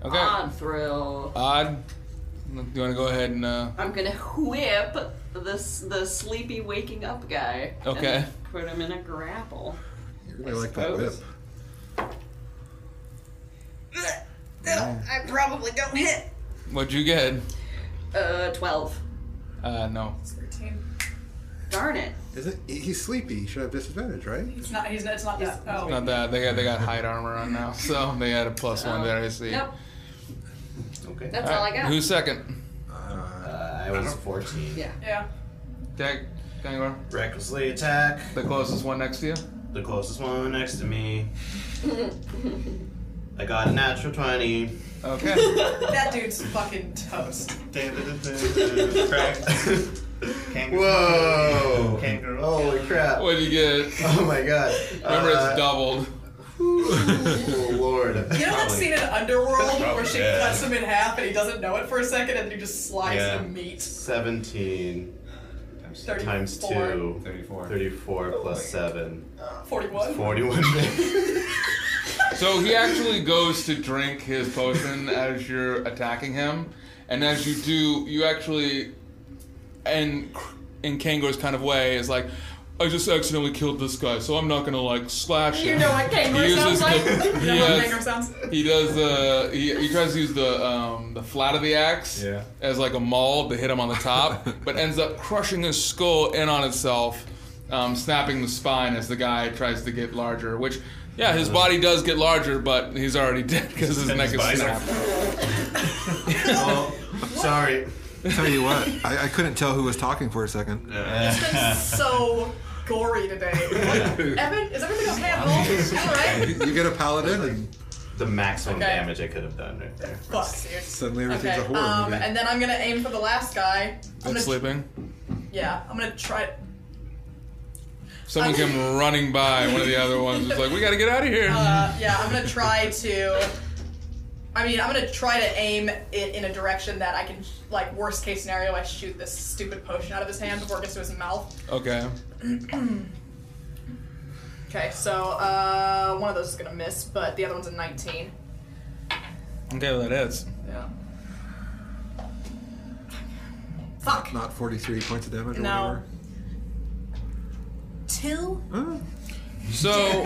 [SPEAKER 1] Okay,
[SPEAKER 7] odd throw.
[SPEAKER 1] odd. Do you want to go ahead and? Uh,
[SPEAKER 7] I'm gonna whip this the sleepy waking up guy. and
[SPEAKER 1] Okay.
[SPEAKER 7] put him in a grapple.
[SPEAKER 5] You really like that whip.
[SPEAKER 7] suppose.
[SPEAKER 1] Mm.
[SPEAKER 8] I probably don't hit.
[SPEAKER 1] what'd you get?
[SPEAKER 7] Uh, twelve.
[SPEAKER 1] Uh, no.
[SPEAKER 4] It's thirteen.
[SPEAKER 7] Darn it.
[SPEAKER 5] Is it? He's sleepy. He should have disadvantage, right?
[SPEAKER 4] It's not. He's. It's not that. Oh.
[SPEAKER 1] Not that they got they got hide armor on now, so they had a plus
[SPEAKER 6] Um,
[SPEAKER 1] one there. I see.
[SPEAKER 7] Oh. Nope.
[SPEAKER 3] Okay.
[SPEAKER 7] That's
[SPEAKER 1] All
[SPEAKER 7] all I
[SPEAKER 1] right,
[SPEAKER 7] got.
[SPEAKER 6] <laughs>
[SPEAKER 1] Who's second?
[SPEAKER 5] Uh,
[SPEAKER 3] Uh, I was 14.
[SPEAKER 7] Yeah.
[SPEAKER 4] Yeah.
[SPEAKER 1] Dag, Dangor,
[SPEAKER 3] Recklessly attack.
[SPEAKER 1] the closest one next to you.
[SPEAKER 3] The closest one next to
[SPEAKER 7] <laughs>
[SPEAKER 3] me. I got a natural 20.
[SPEAKER 7] <laughs>
[SPEAKER 1] Okay.
[SPEAKER 4] That dude's fucking toast.
[SPEAKER 2] Kangaroo.
[SPEAKER 3] Whoa!
[SPEAKER 2] Kangaroo.
[SPEAKER 3] Holy crap.
[SPEAKER 1] what do you get?
[SPEAKER 3] Oh my god.
[SPEAKER 1] Remember,
[SPEAKER 3] Uh,
[SPEAKER 1] it's doubled.
[SPEAKER 3] Oh lord.
[SPEAKER 4] You know that scene in Underworld where she
[SPEAKER 2] Yeah.
[SPEAKER 4] cuts him in half and he doesn't know it for a second and then he just slides
[SPEAKER 2] Yeah.
[SPEAKER 4] the meat.
[SPEAKER 3] <laughs> 17
[SPEAKER 4] 34,
[SPEAKER 3] times 2.
[SPEAKER 2] 34.
[SPEAKER 3] 34
[SPEAKER 4] Oh,
[SPEAKER 3] plus 7.
[SPEAKER 4] 41. <laughs>
[SPEAKER 3] 41
[SPEAKER 1] So he actually goes to drink his potion as you're attacking him, and as you do, you actually, and in Kango's kind of way, is like, I just accidentally killed this guy, so I'm not gonna like slash him.
[SPEAKER 8] You know what kangaroo
[SPEAKER 1] He
[SPEAKER 8] sounds
[SPEAKER 1] uses
[SPEAKER 8] like?
[SPEAKER 1] the- <laughs>
[SPEAKER 4] You
[SPEAKER 1] he,
[SPEAKER 4] know how
[SPEAKER 1] has-
[SPEAKER 4] Kangar sounds?
[SPEAKER 1] <laughs> he does the he, he tries to use the um, the flat of the axe
[SPEAKER 2] Yeah.
[SPEAKER 1] as like a maul to hit him on the top, but ends up crushing his skull in on itself, um, snapping the spine as the guy tries to get larger. Which, yeah, his body does get larger, but he's already dead because his neck is
[SPEAKER 2] biceps.
[SPEAKER 1] snapped.
[SPEAKER 3] Oh, <laughs> sorry.
[SPEAKER 5] Tell you what, I, I couldn't tell who was talking for a second.
[SPEAKER 4] It's been so gory today. What- Evan, is everything okay at home? You
[SPEAKER 5] <laughs>
[SPEAKER 4] alright?
[SPEAKER 5] You get a paladin, and
[SPEAKER 3] The maximum
[SPEAKER 4] Okay.
[SPEAKER 3] damage I could have done right there.
[SPEAKER 4] Fuck, dude.
[SPEAKER 5] suddenly everything's
[SPEAKER 4] Okay,
[SPEAKER 5] a horror
[SPEAKER 4] um,
[SPEAKER 5] movie.
[SPEAKER 4] and then I'm gonna aim for the last guy. I'm
[SPEAKER 1] That's
[SPEAKER 4] gonna,
[SPEAKER 1] sleeping.
[SPEAKER 4] yeah, I'm gonna try.
[SPEAKER 1] Someone
[SPEAKER 4] I'm-
[SPEAKER 1] came running by. One of the other ones was like, "We gotta get out of here."
[SPEAKER 4] Uh, yeah, I'm gonna try to. I mean, I'm gonna try to aim it in a direction that I can, like, worst case scenario, I shoot this stupid potion out of his hand before it gets to his mouth.
[SPEAKER 1] okay.
[SPEAKER 4] Okay, so uh, one of those is gonna miss, but the other one's a 19.
[SPEAKER 1] Okay, well, that is.
[SPEAKER 4] Yeah. Fuck.
[SPEAKER 5] Not 43 points of damage or
[SPEAKER 4] No.
[SPEAKER 5] whatever.
[SPEAKER 4] Two?
[SPEAKER 1] So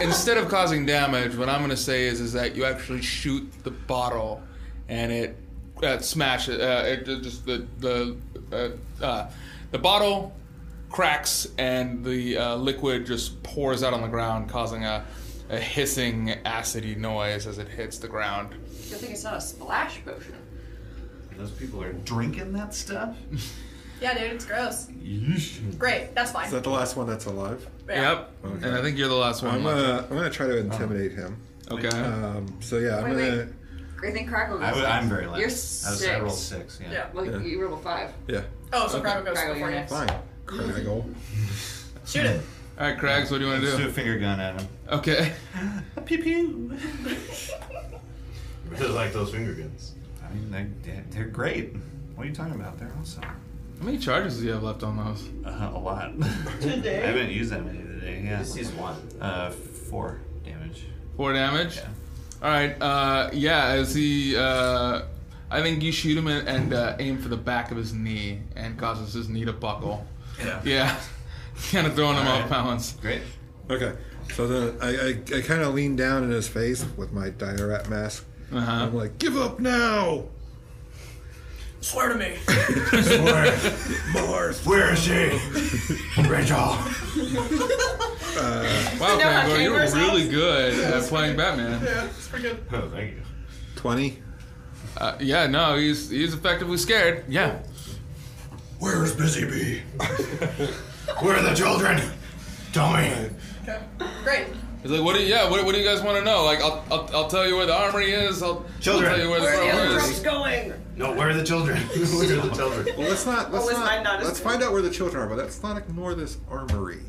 [SPEAKER 1] instead of causing damage, what I'm gonna say is is that you actually shoot the bottle, and it uh, smashes. Uh, it ju- just the the uh, uh, the bottle cracks, and the uh, liquid just pours out on the ground, causing a, a hissing, acidy noise as it hits the ground.
[SPEAKER 6] Good thing it's not a splash potion.
[SPEAKER 2] Those people are drinking that stuff.
[SPEAKER 4] Yeah, dude, it's gross. Great, that's fine.
[SPEAKER 5] Is that the last one that's alive?
[SPEAKER 4] Yeah.
[SPEAKER 1] Yep. And I think you're the last one.
[SPEAKER 5] I'm gonna, I'm gonna try to intimidate him.
[SPEAKER 1] okay.
[SPEAKER 5] Um, so yeah, I'm
[SPEAKER 6] Wait,
[SPEAKER 5] gonna,
[SPEAKER 6] I think Crackle goes
[SPEAKER 2] I would, I'm very last.
[SPEAKER 6] You're
[SPEAKER 2] I, was, I rolled
[SPEAKER 6] six.
[SPEAKER 2] six. Yeah.
[SPEAKER 4] Yeah.
[SPEAKER 6] Well,
[SPEAKER 5] Yeah.
[SPEAKER 6] you rolled a five.
[SPEAKER 5] yeah,
[SPEAKER 4] Oh, so Krago goes
[SPEAKER 6] Krago,
[SPEAKER 4] before
[SPEAKER 6] yeah.
[SPEAKER 4] you.
[SPEAKER 5] fine. Craggle.
[SPEAKER 4] Shoot it.
[SPEAKER 1] All right, Crags, what do you want to
[SPEAKER 2] Let's do a
[SPEAKER 1] do?
[SPEAKER 2] finger gun at him.
[SPEAKER 1] Okay. <laughs>
[SPEAKER 2] Pew pew.
[SPEAKER 3] Really like those finger guns.
[SPEAKER 2] <laughs> I mean, they're, they're- they're great. What are you talking about? They're awesome.
[SPEAKER 1] How many charges do you have left on those?
[SPEAKER 2] Uh, a lot. Today. <laughs> I haven't used that many today. Yeah.
[SPEAKER 3] Just use one.
[SPEAKER 2] Uh, four damage.
[SPEAKER 1] Four damage.
[SPEAKER 2] Yeah.
[SPEAKER 1] All right. Uh, yeah. As he, uh, I think you shoot him and, and uh, aim for the back of his knee and causes his knee to buckle.
[SPEAKER 2] Yeah.
[SPEAKER 1] Yeah. <laughs> kind of throwing him
[SPEAKER 2] All
[SPEAKER 1] off
[SPEAKER 2] right.
[SPEAKER 1] balance.
[SPEAKER 2] Great.
[SPEAKER 5] <laughs> Okay, so then I, I, I kind of lean down in his face with my diorite mask.
[SPEAKER 1] Uh huh.
[SPEAKER 5] I'm like, give up now!
[SPEAKER 4] Swear to me.
[SPEAKER 5] Mars!
[SPEAKER 2] Where is she? <laughs> Rachel.
[SPEAKER 1] Wow,
[SPEAKER 8] know how
[SPEAKER 1] Fango, you're
[SPEAKER 8] kangaroos
[SPEAKER 1] really
[SPEAKER 8] act?
[SPEAKER 1] good at playing Batman. Yeah.
[SPEAKER 3] Oh, thank you.
[SPEAKER 5] 20?
[SPEAKER 1] Uh, yeah. No, he's he's effectively scared. Yeah.
[SPEAKER 2] Where's Busy
[SPEAKER 3] <laughs>
[SPEAKER 2] Bee? Where are the children? Tell me.
[SPEAKER 4] Great.
[SPEAKER 1] He's like, what do you, yeah? What, what do you guys want to know? Like, I'll, I'll, I'll tell you where the armory is. I'll, I'll
[SPEAKER 3] Children.
[SPEAKER 1] tell you where the
[SPEAKER 8] Where are the
[SPEAKER 1] farm
[SPEAKER 8] other
[SPEAKER 1] is.
[SPEAKER 8] troops going?
[SPEAKER 3] No, where are the children? <laughs> where are the children?
[SPEAKER 5] Well, let's not. Oh, Let's,
[SPEAKER 8] was
[SPEAKER 5] not,
[SPEAKER 8] mine not as
[SPEAKER 5] let's
[SPEAKER 8] good?
[SPEAKER 5] find out where the children are, but let's not ignore this armory.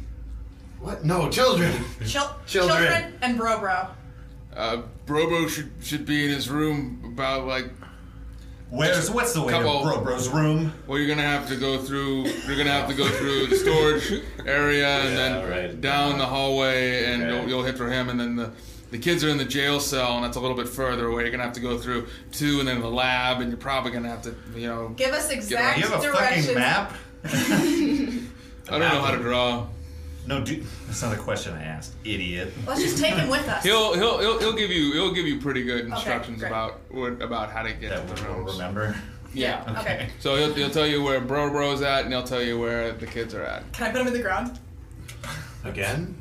[SPEAKER 3] What? No, children.
[SPEAKER 4] Chil-
[SPEAKER 3] Children.
[SPEAKER 4] and bro bro.
[SPEAKER 1] Uh, Brobo should should be in his room about like
[SPEAKER 2] Where's what's the way to
[SPEAKER 1] Couple.
[SPEAKER 2] Bro Bro's room?
[SPEAKER 1] Well, you're gonna have to go through. You're gonna have to go through the storage area and
[SPEAKER 3] Yeah,
[SPEAKER 1] then
[SPEAKER 3] right.
[SPEAKER 1] down the hallway, and
[SPEAKER 3] Okay.
[SPEAKER 1] you'll, you'll hit for him. And then the the kids are in the jail cell, and that's a little bit further away. You're gonna have to go through two, and then the lab, and you're probably gonna have to, you know,
[SPEAKER 4] Give us exact
[SPEAKER 2] You have a
[SPEAKER 4] directions.
[SPEAKER 2] fucking map?
[SPEAKER 1] I don't know how to draw.
[SPEAKER 2] No, dude. That's not a question I asked. Idiot.
[SPEAKER 4] Let's just take him with us.
[SPEAKER 1] He'll he'll he'll, he'll give you he'll give you pretty good instructions
[SPEAKER 4] great.
[SPEAKER 1] about what about how to get
[SPEAKER 2] That
[SPEAKER 1] to
[SPEAKER 2] we
[SPEAKER 1] the
[SPEAKER 2] will
[SPEAKER 1] rooms.
[SPEAKER 2] remember.
[SPEAKER 1] Yeah.
[SPEAKER 4] Okay.
[SPEAKER 2] Okay.
[SPEAKER 1] So he'll, he'll tell you where Bro Bro's at, and he'll tell you where the kids are at.
[SPEAKER 4] Can I put him in the ground?
[SPEAKER 3] Again?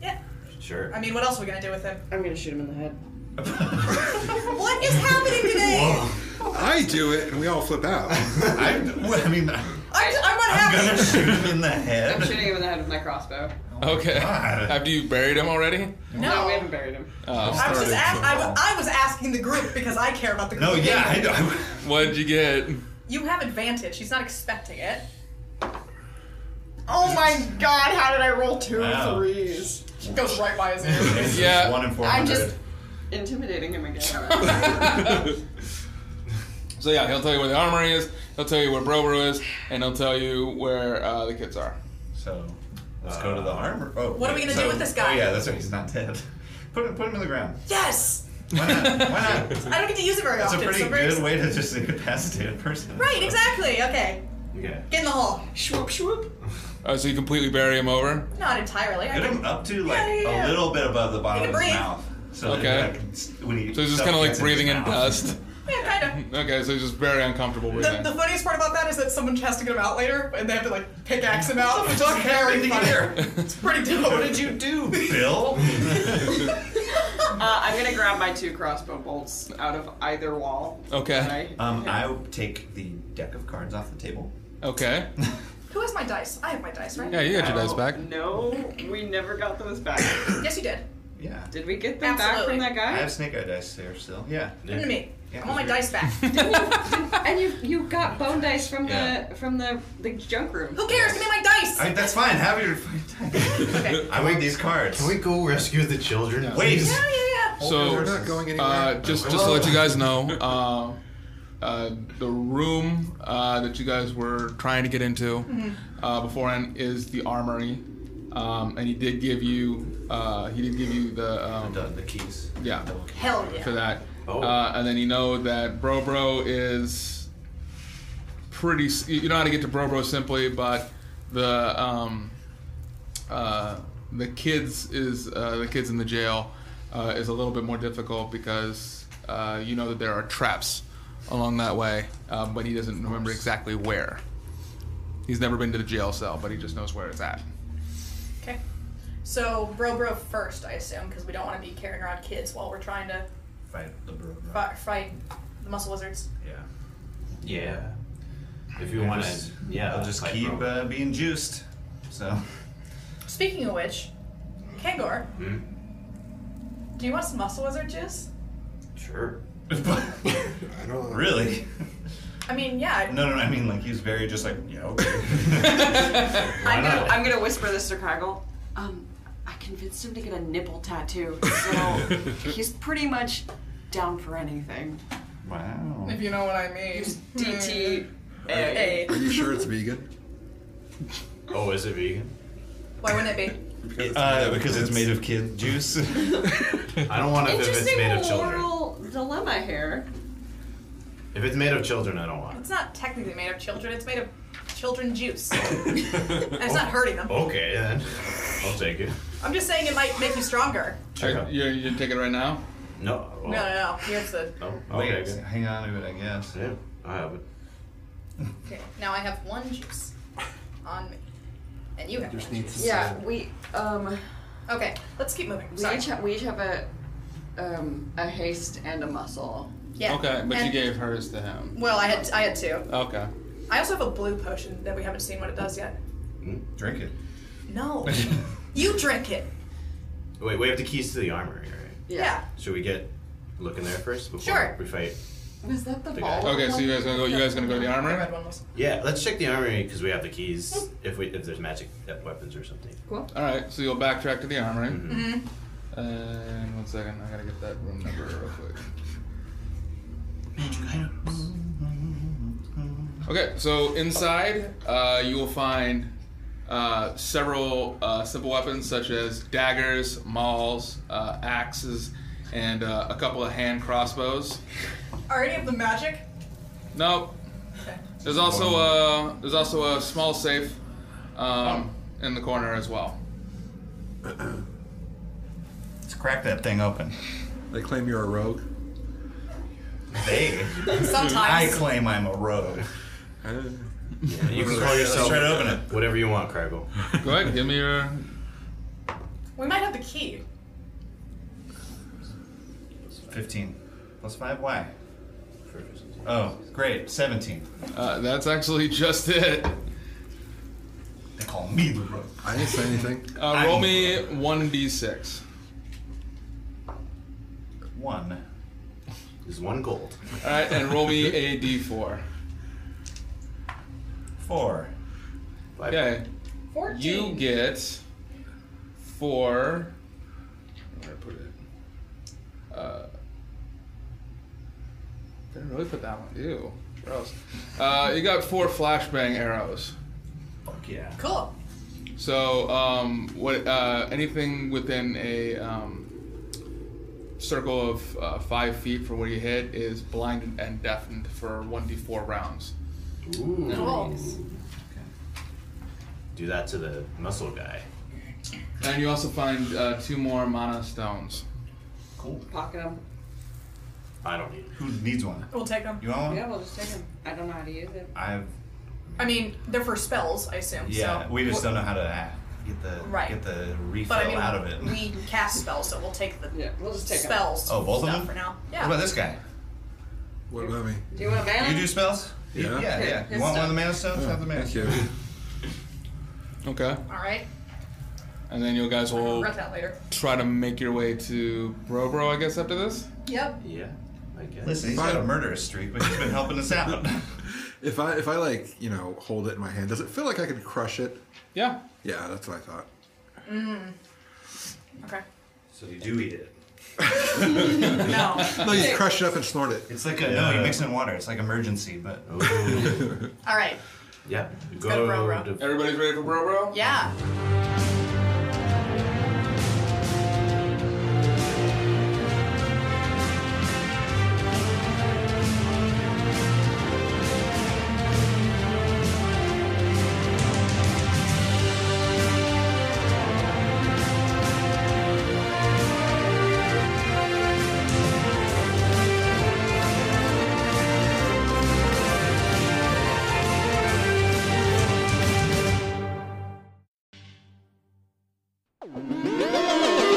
[SPEAKER 4] Yeah.
[SPEAKER 3] Sure.
[SPEAKER 4] I mean, what else are we gonna do with him?
[SPEAKER 8] I'm gonna shoot him in the head.
[SPEAKER 4] what is happening today?
[SPEAKER 2] Whoa.
[SPEAKER 5] I do it, and we all flip out.
[SPEAKER 2] I, well,
[SPEAKER 3] <laughs>
[SPEAKER 2] I mean,
[SPEAKER 4] I'm, I'm not
[SPEAKER 2] I'm
[SPEAKER 4] happy.
[SPEAKER 2] gonna shoot him in the head.
[SPEAKER 6] I'm shooting him in the head with my crossbow.
[SPEAKER 1] Okay.
[SPEAKER 2] God.
[SPEAKER 1] Have you buried him already?
[SPEAKER 6] No, we
[SPEAKER 4] No.
[SPEAKER 6] haven't buried him.
[SPEAKER 1] Uh,
[SPEAKER 4] I was just
[SPEAKER 2] Started
[SPEAKER 4] ask- I, w-
[SPEAKER 2] tomorrow.
[SPEAKER 4] I was asking the group because I care about the group.
[SPEAKER 2] No, yeah, I, I,
[SPEAKER 1] what'd you get?
[SPEAKER 4] You have advantage. He's not expecting it.
[SPEAKER 8] Oh my god, how did I roll <laughs> two
[SPEAKER 2] Wow.
[SPEAKER 8] threes?
[SPEAKER 4] It goes right by his ear.
[SPEAKER 2] it's
[SPEAKER 1] Yeah.
[SPEAKER 2] one in four
[SPEAKER 6] I'm
[SPEAKER 2] hundred.
[SPEAKER 6] just intimidating him again.
[SPEAKER 8] Uh,
[SPEAKER 1] So yeah, he'll tell you where the armory is. He'll tell you where Brobro is, and he'll tell you where uh, the kids are.
[SPEAKER 2] So let's go to the armor. Oh,
[SPEAKER 4] What are we
[SPEAKER 2] wait,
[SPEAKER 4] gonna do
[SPEAKER 2] so-
[SPEAKER 4] with this guy?
[SPEAKER 2] Oh yeah, that's right. He's not dead. <laughs> Put him, put him in the ground.
[SPEAKER 4] yes.
[SPEAKER 2] Why not?
[SPEAKER 4] <laughs>
[SPEAKER 2] Why not?
[SPEAKER 4] I don't get to use it very
[SPEAKER 2] That's a
[SPEAKER 4] often.
[SPEAKER 2] pretty
[SPEAKER 4] so very-
[SPEAKER 2] good way to just incapacitate a person.
[SPEAKER 4] Right. Exactly. Okay.
[SPEAKER 3] Okay.
[SPEAKER 4] Get in the hole.
[SPEAKER 8] Swoop swoop.
[SPEAKER 1] Uh, so you completely bury him over.
[SPEAKER 4] Not entirely. I
[SPEAKER 2] Get
[SPEAKER 4] can,
[SPEAKER 2] him up to like
[SPEAKER 4] yeah, yeah.
[SPEAKER 2] a little bit above the bottom
[SPEAKER 4] can
[SPEAKER 2] of his
[SPEAKER 4] breathe.
[SPEAKER 2] mouth. So
[SPEAKER 1] Okay.
[SPEAKER 2] That I can, s- when he
[SPEAKER 1] So he's just
[SPEAKER 2] stuff
[SPEAKER 1] kind of like
[SPEAKER 2] gets his
[SPEAKER 1] breathing in
[SPEAKER 2] mouth.
[SPEAKER 1] dust.
[SPEAKER 4] yeah, kind
[SPEAKER 1] Okay, so he's just very uncomfortable breathing.
[SPEAKER 4] of. The, the funniest part about that is that someone has to get him out later, and they have to like pickaxe him out. It's
[SPEAKER 2] <laughs>
[SPEAKER 4] very <laughs> funny. It's pretty dope. What did you do?
[SPEAKER 2] Bill?
[SPEAKER 4] <laughs>
[SPEAKER 8] Uh, I'm gonna grab my two crossbow bolts out of either wall.
[SPEAKER 1] okay.
[SPEAKER 8] Right?
[SPEAKER 2] Um, I would take the deck of cards off the table.
[SPEAKER 1] Okay.
[SPEAKER 4] Who has my dice? I have my dice, right?
[SPEAKER 1] Yeah, you got your dice back.
[SPEAKER 8] No, we never got those back.
[SPEAKER 4] Yes, you did.
[SPEAKER 2] Yeah.
[SPEAKER 8] Did we get them
[SPEAKER 4] Absolutely.
[SPEAKER 8] back from that
[SPEAKER 2] I
[SPEAKER 8] guy?
[SPEAKER 2] have snake eye dice there still. Yeah.
[SPEAKER 4] Come to me.
[SPEAKER 2] Yeah,
[SPEAKER 4] I want my
[SPEAKER 2] weird.
[SPEAKER 4] dice
[SPEAKER 2] <laughs>
[SPEAKER 4] back.
[SPEAKER 6] And you you got bone dice from
[SPEAKER 2] Yeah.
[SPEAKER 6] the from the the junk room.
[SPEAKER 4] Who cares? Give me my dice.
[SPEAKER 2] I, that's fine. Have your fucking time. <laughs>
[SPEAKER 4] okay.
[SPEAKER 2] I want these cards.
[SPEAKER 3] Can we go rescue the children?
[SPEAKER 2] Wait.
[SPEAKER 4] Yeah, yeah, yeah.
[SPEAKER 1] So
[SPEAKER 5] <laughs> They're not going anywhere.
[SPEAKER 1] Uh, just just to let you guys
[SPEAKER 4] <laughs>
[SPEAKER 1] know, uh, uh, the room uh, that you guys were trying to get into
[SPEAKER 4] Mm-hmm.
[SPEAKER 1] uh, beforehand is the armory, um, and he did give you uh, he did give you the um,
[SPEAKER 2] Done. The keys.
[SPEAKER 1] yeah
[SPEAKER 4] Hell yeah.
[SPEAKER 1] for that,
[SPEAKER 3] Oh.
[SPEAKER 1] uh, and then you know that Bro Bro is pretty. s- You you know how to get to Bro Bro simply, but the um, uh, the kids is uh, the kids in the jail uh, is a little bit more difficult because uh, you know that there are traps along that way, uh, but he doesn't remember exactly where. He's never been to the jail cell, but he just knows where it's at.
[SPEAKER 4] Okay. So, bro, bro first, I assume, because we don't want to be carrying around kids while we're trying to
[SPEAKER 2] Fight the bro.
[SPEAKER 4] fi- fight the muscle wizards.
[SPEAKER 2] Yeah.
[SPEAKER 3] Yeah. If you want to, yeah.
[SPEAKER 2] I'll just
[SPEAKER 3] like,
[SPEAKER 2] keep
[SPEAKER 3] bro.
[SPEAKER 2] uh, being juiced.
[SPEAKER 3] <laughs>
[SPEAKER 2] So.
[SPEAKER 4] Speaking of which, Kangor,
[SPEAKER 3] Hmm?
[SPEAKER 4] do you want some muscle wizard juice?
[SPEAKER 3] Sure.
[SPEAKER 5] I don't know.
[SPEAKER 2] really? <laughs>
[SPEAKER 4] I mean, yeah.
[SPEAKER 2] No, no, no. I mean, like, he was very just like, yeah,
[SPEAKER 3] <laughs>
[SPEAKER 2] okay.
[SPEAKER 3] Why
[SPEAKER 6] I'm gonna
[SPEAKER 3] not?
[SPEAKER 6] I'm gonna whisper this to Craggle. Um, I convinced him to get a nipple tattoo, so he's pretty much down for anything.
[SPEAKER 2] wow.
[SPEAKER 4] If you know what I mean.
[SPEAKER 6] DT.
[SPEAKER 4] <laughs> Hey.
[SPEAKER 5] Are you sure it's vegan?
[SPEAKER 3] Oh, is it vegan?
[SPEAKER 4] Why wouldn't it be?
[SPEAKER 5] Because it's
[SPEAKER 2] Uh,
[SPEAKER 5] made of
[SPEAKER 2] because it's
[SPEAKER 5] kids.
[SPEAKER 2] made of kid juice.
[SPEAKER 3] <laughs> I don't want it if it's
[SPEAKER 6] Interesting
[SPEAKER 3] made of children.
[SPEAKER 6] moral dilemma here.
[SPEAKER 3] If it's made of children, I don't want it.
[SPEAKER 4] It's not technically made of children. It's made of children juice.
[SPEAKER 1] <laughs>
[SPEAKER 4] and it's not hurting
[SPEAKER 1] Oh.
[SPEAKER 4] them.
[SPEAKER 3] Okay, then. I'll take it.
[SPEAKER 4] I'm just saying it might make you stronger.
[SPEAKER 3] <laughs> Check
[SPEAKER 1] Are
[SPEAKER 3] out.
[SPEAKER 1] you you take it right now.
[SPEAKER 3] No.
[SPEAKER 1] Oh.
[SPEAKER 3] Well,
[SPEAKER 4] No, no, no. Here's the.
[SPEAKER 3] no. I'll
[SPEAKER 2] Wait,
[SPEAKER 3] take it.
[SPEAKER 2] Oh, hang on to it, I guess.
[SPEAKER 3] Yeah, I have it.
[SPEAKER 4] Okay. Now I have one juice on me, and you have.
[SPEAKER 5] Just
[SPEAKER 4] One.
[SPEAKER 5] needs to
[SPEAKER 6] Yeah, we um
[SPEAKER 4] Okay. Let's keep moving.
[SPEAKER 6] we
[SPEAKER 4] Sorry.
[SPEAKER 6] each, ha- we each have a um a haste and a muscle.
[SPEAKER 4] Yeah.
[SPEAKER 1] Okay, but you
[SPEAKER 4] and-
[SPEAKER 1] gave hers to him.
[SPEAKER 4] Well, I had I had two.
[SPEAKER 1] Okay.
[SPEAKER 4] I also have a blue potion that we haven't seen what it does yet.
[SPEAKER 3] Hmm?
[SPEAKER 2] Drink it.
[SPEAKER 1] <laughs>
[SPEAKER 4] No. you drink it.
[SPEAKER 3] Wait, we have the keys to the armory, right?
[SPEAKER 4] Yeah.
[SPEAKER 3] Should we get look in there first before
[SPEAKER 4] Sure.
[SPEAKER 3] we fight?
[SPEAKER 6] Was that the
[SPEAKER 3] The
[SPEAKER 6] ball?
[SPEAKER 3] guy.
[SPEAKER 1] Okay, so you guys gonna go? You guys gonna go to the
[SPEAKER 4] The
[SPEAKER 1] armory?
[SPEAKER 4] red one was.
[SPEAKER 3] Yeah, let's check the armory because we have the keys. If we if there's magic uh, weapons or something.
[SPEAKER 1] All right, so you'll backtrack to the armory.
[SPEAKER 3] Mm-hmm.
[SPEAKER 1] And one second, I gotta get that room number real quick. Okay, so inside, uh, you will find uh, several uh, simple weapons such as daggers, mauls, uh, axes, and uh, a couple of hand crossbows.
[SPEAKER 4] Are any of the magic?
[SPEAKER 1] Nope. There's also a there's also a small safe um, in the corner as well.
[SPEAKER 2] Let's crack that thing open.
[SPEAKER 5] They claim you're a rogue.
[SPEAKER 2] They. I
[SPEAKER 4] Sometimes.
[SPEAKER 2] claim I'm a rogue.
[SPEAKER 5] I don't know.
[SPEAKER 3] you
[SPEAKER 2] Mm-hmm.
[SPEAKER 3] can call yourself
[SPEAKER 2] try to open it.
[SPEAKER 3] whatever you want, Craggle.
[SPEAKER 1] Go ahead, give me your.
[SPEAKER 4] we might have the key.
[SPEAKER 2] 15. Plus 5, why? Oh, great. 17.
[SPEAKER 1] Uh, that's actually <laughs> just it. Uh,
[SPEAKER 2] They call me the rogue.
[SPEAKER 5] I didn't say anything.
[SPEAKER 1] Uh, roll me one d6.
[SPEAKER 2] One.
[SPEAKER 3] Is one gold.
[SPEAKER 1] All right, and roll me a d4.
[SPEAKER 2] Four.
[SPEAKER 3] Five
[SPEAKER 1] Okay,
[SPEAKER 4] Fourteen.
[SPEAKER 1] you get four. Where did I put it? Uh, didn't really put that one. Ew, gross. Uh, you got four flashbang arrows.
[SPEAKER 2] Fuck yeah.
[SPEAKER 4] Cool.
[SPEAKER 1] So, um, what? Uh, anything within a um, circle of uh, five feet for what you hit is blinded and deafened for one d4 rounds.
[SPEAKER 4] Cool.
[SPEAKER 3] do that to the muscle guy.
[SPEAKER 1] And you also find uh, two more mana stones.
[SPEAKER 2] Cool.
[SPEAKER 8] Pocket them.
[SPEAKER 3] I don't need it.
[SPEAKER 2] Who needs one?
[SPEAKER 4] We'll take them.
[SPEAKER 2] You want one?
[SPEAKER 8] Yeah, we'll just take them. I don't know how to use it.
[SPEAKER 2] I've.
[SPEAKER 4] I mean, they're for spells, I assume.
[SPEAKER 2] Yeah,
[SPEAKER 4] so.
[SPEAKER 2] we just don't know how to ah, get the
[SPEAKER 4] Right.
[SPEAKER 2] get the refill
[SPEAKER 4] But I mean,
[SPEAKER 2] out of it.
[SPEAKER 4] we cast spells, so we'll take the
[SPEAKER 8] Yeah, we'll just take 'em.
[SPEAKER 4] spells.
[SPEAKER 2] Oh, both of
[SPEAKER 4] stuff
[SPEAKER 2] them?
[SPEAKER 4] for now.
[SPEAKER 2] <laughs> What
[SPEAKER 4] Yeah.
[SPEAKER 2] about this guy?
[SPEAKER 5] What about me?
[SPEAKER 8] Do you want a
[SPEAKER 2] You
[SPEAKER 8] mana?
[SPEAKER 2] do spells? You- Yeah,
[SPEAKER 5] Yeah.
[SPEAKER 2] yeah. You
[SPEAKER 8] His
[SPEAKER 2] want one of the
[SPEAKER 8] stuff.
[SPEAKER 2] mana stones? Have the mana.
[SPEAKER 5] Thank you.
[SPEAKER 1] Okay.
[SPEAKER 4] All right.
[SPEAKER 1] And then you guys
[SPEAKER 4] I'll
[SPEAKER 1] will
[SPEAKER 4] regret that later.
[SPEAKER 1] try to make your way to Bro Bro, I guess, after this.
[SPEAKER 4] Yep.
[SPEAKER 3] Yeah, I guess.
[SPEAKER 2] Listen, he's got a
[SPEAKER 5] Fine.
[SPEAKER 2] murderous streak, but he's been helping us out.
[SPEAKER 5] If I if I like you know hold it in my hand, does it feel like I could crush it?
[SPEAKER 1] Yeah.
[SPEAKER 5] Yeah, that's what I <laughs> thought.
[SPEAKER 4] Okay. <laughs>
[SPEAKER 3] So you do <laughs> eat it.
[SPEAKER 4] No.
[SPEAKER 5] No, you crush it up and snort it.
[SPEAKER 2] It's like a no, you mix it in water. It's like emergency, but
[SPEAKER 3] Ooh.
[SPEAKER 4] All right.
[SPEAKER 3] yeah. You
[SPEAKER 4] go to Bro Bro.
[SPEAKER 3] to-
[SPEAKER 1] Everybody's ready for Bro Bro?
[SPEAKER 4] Yeah.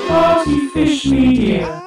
[SPEAKER 10] Party Fish Media.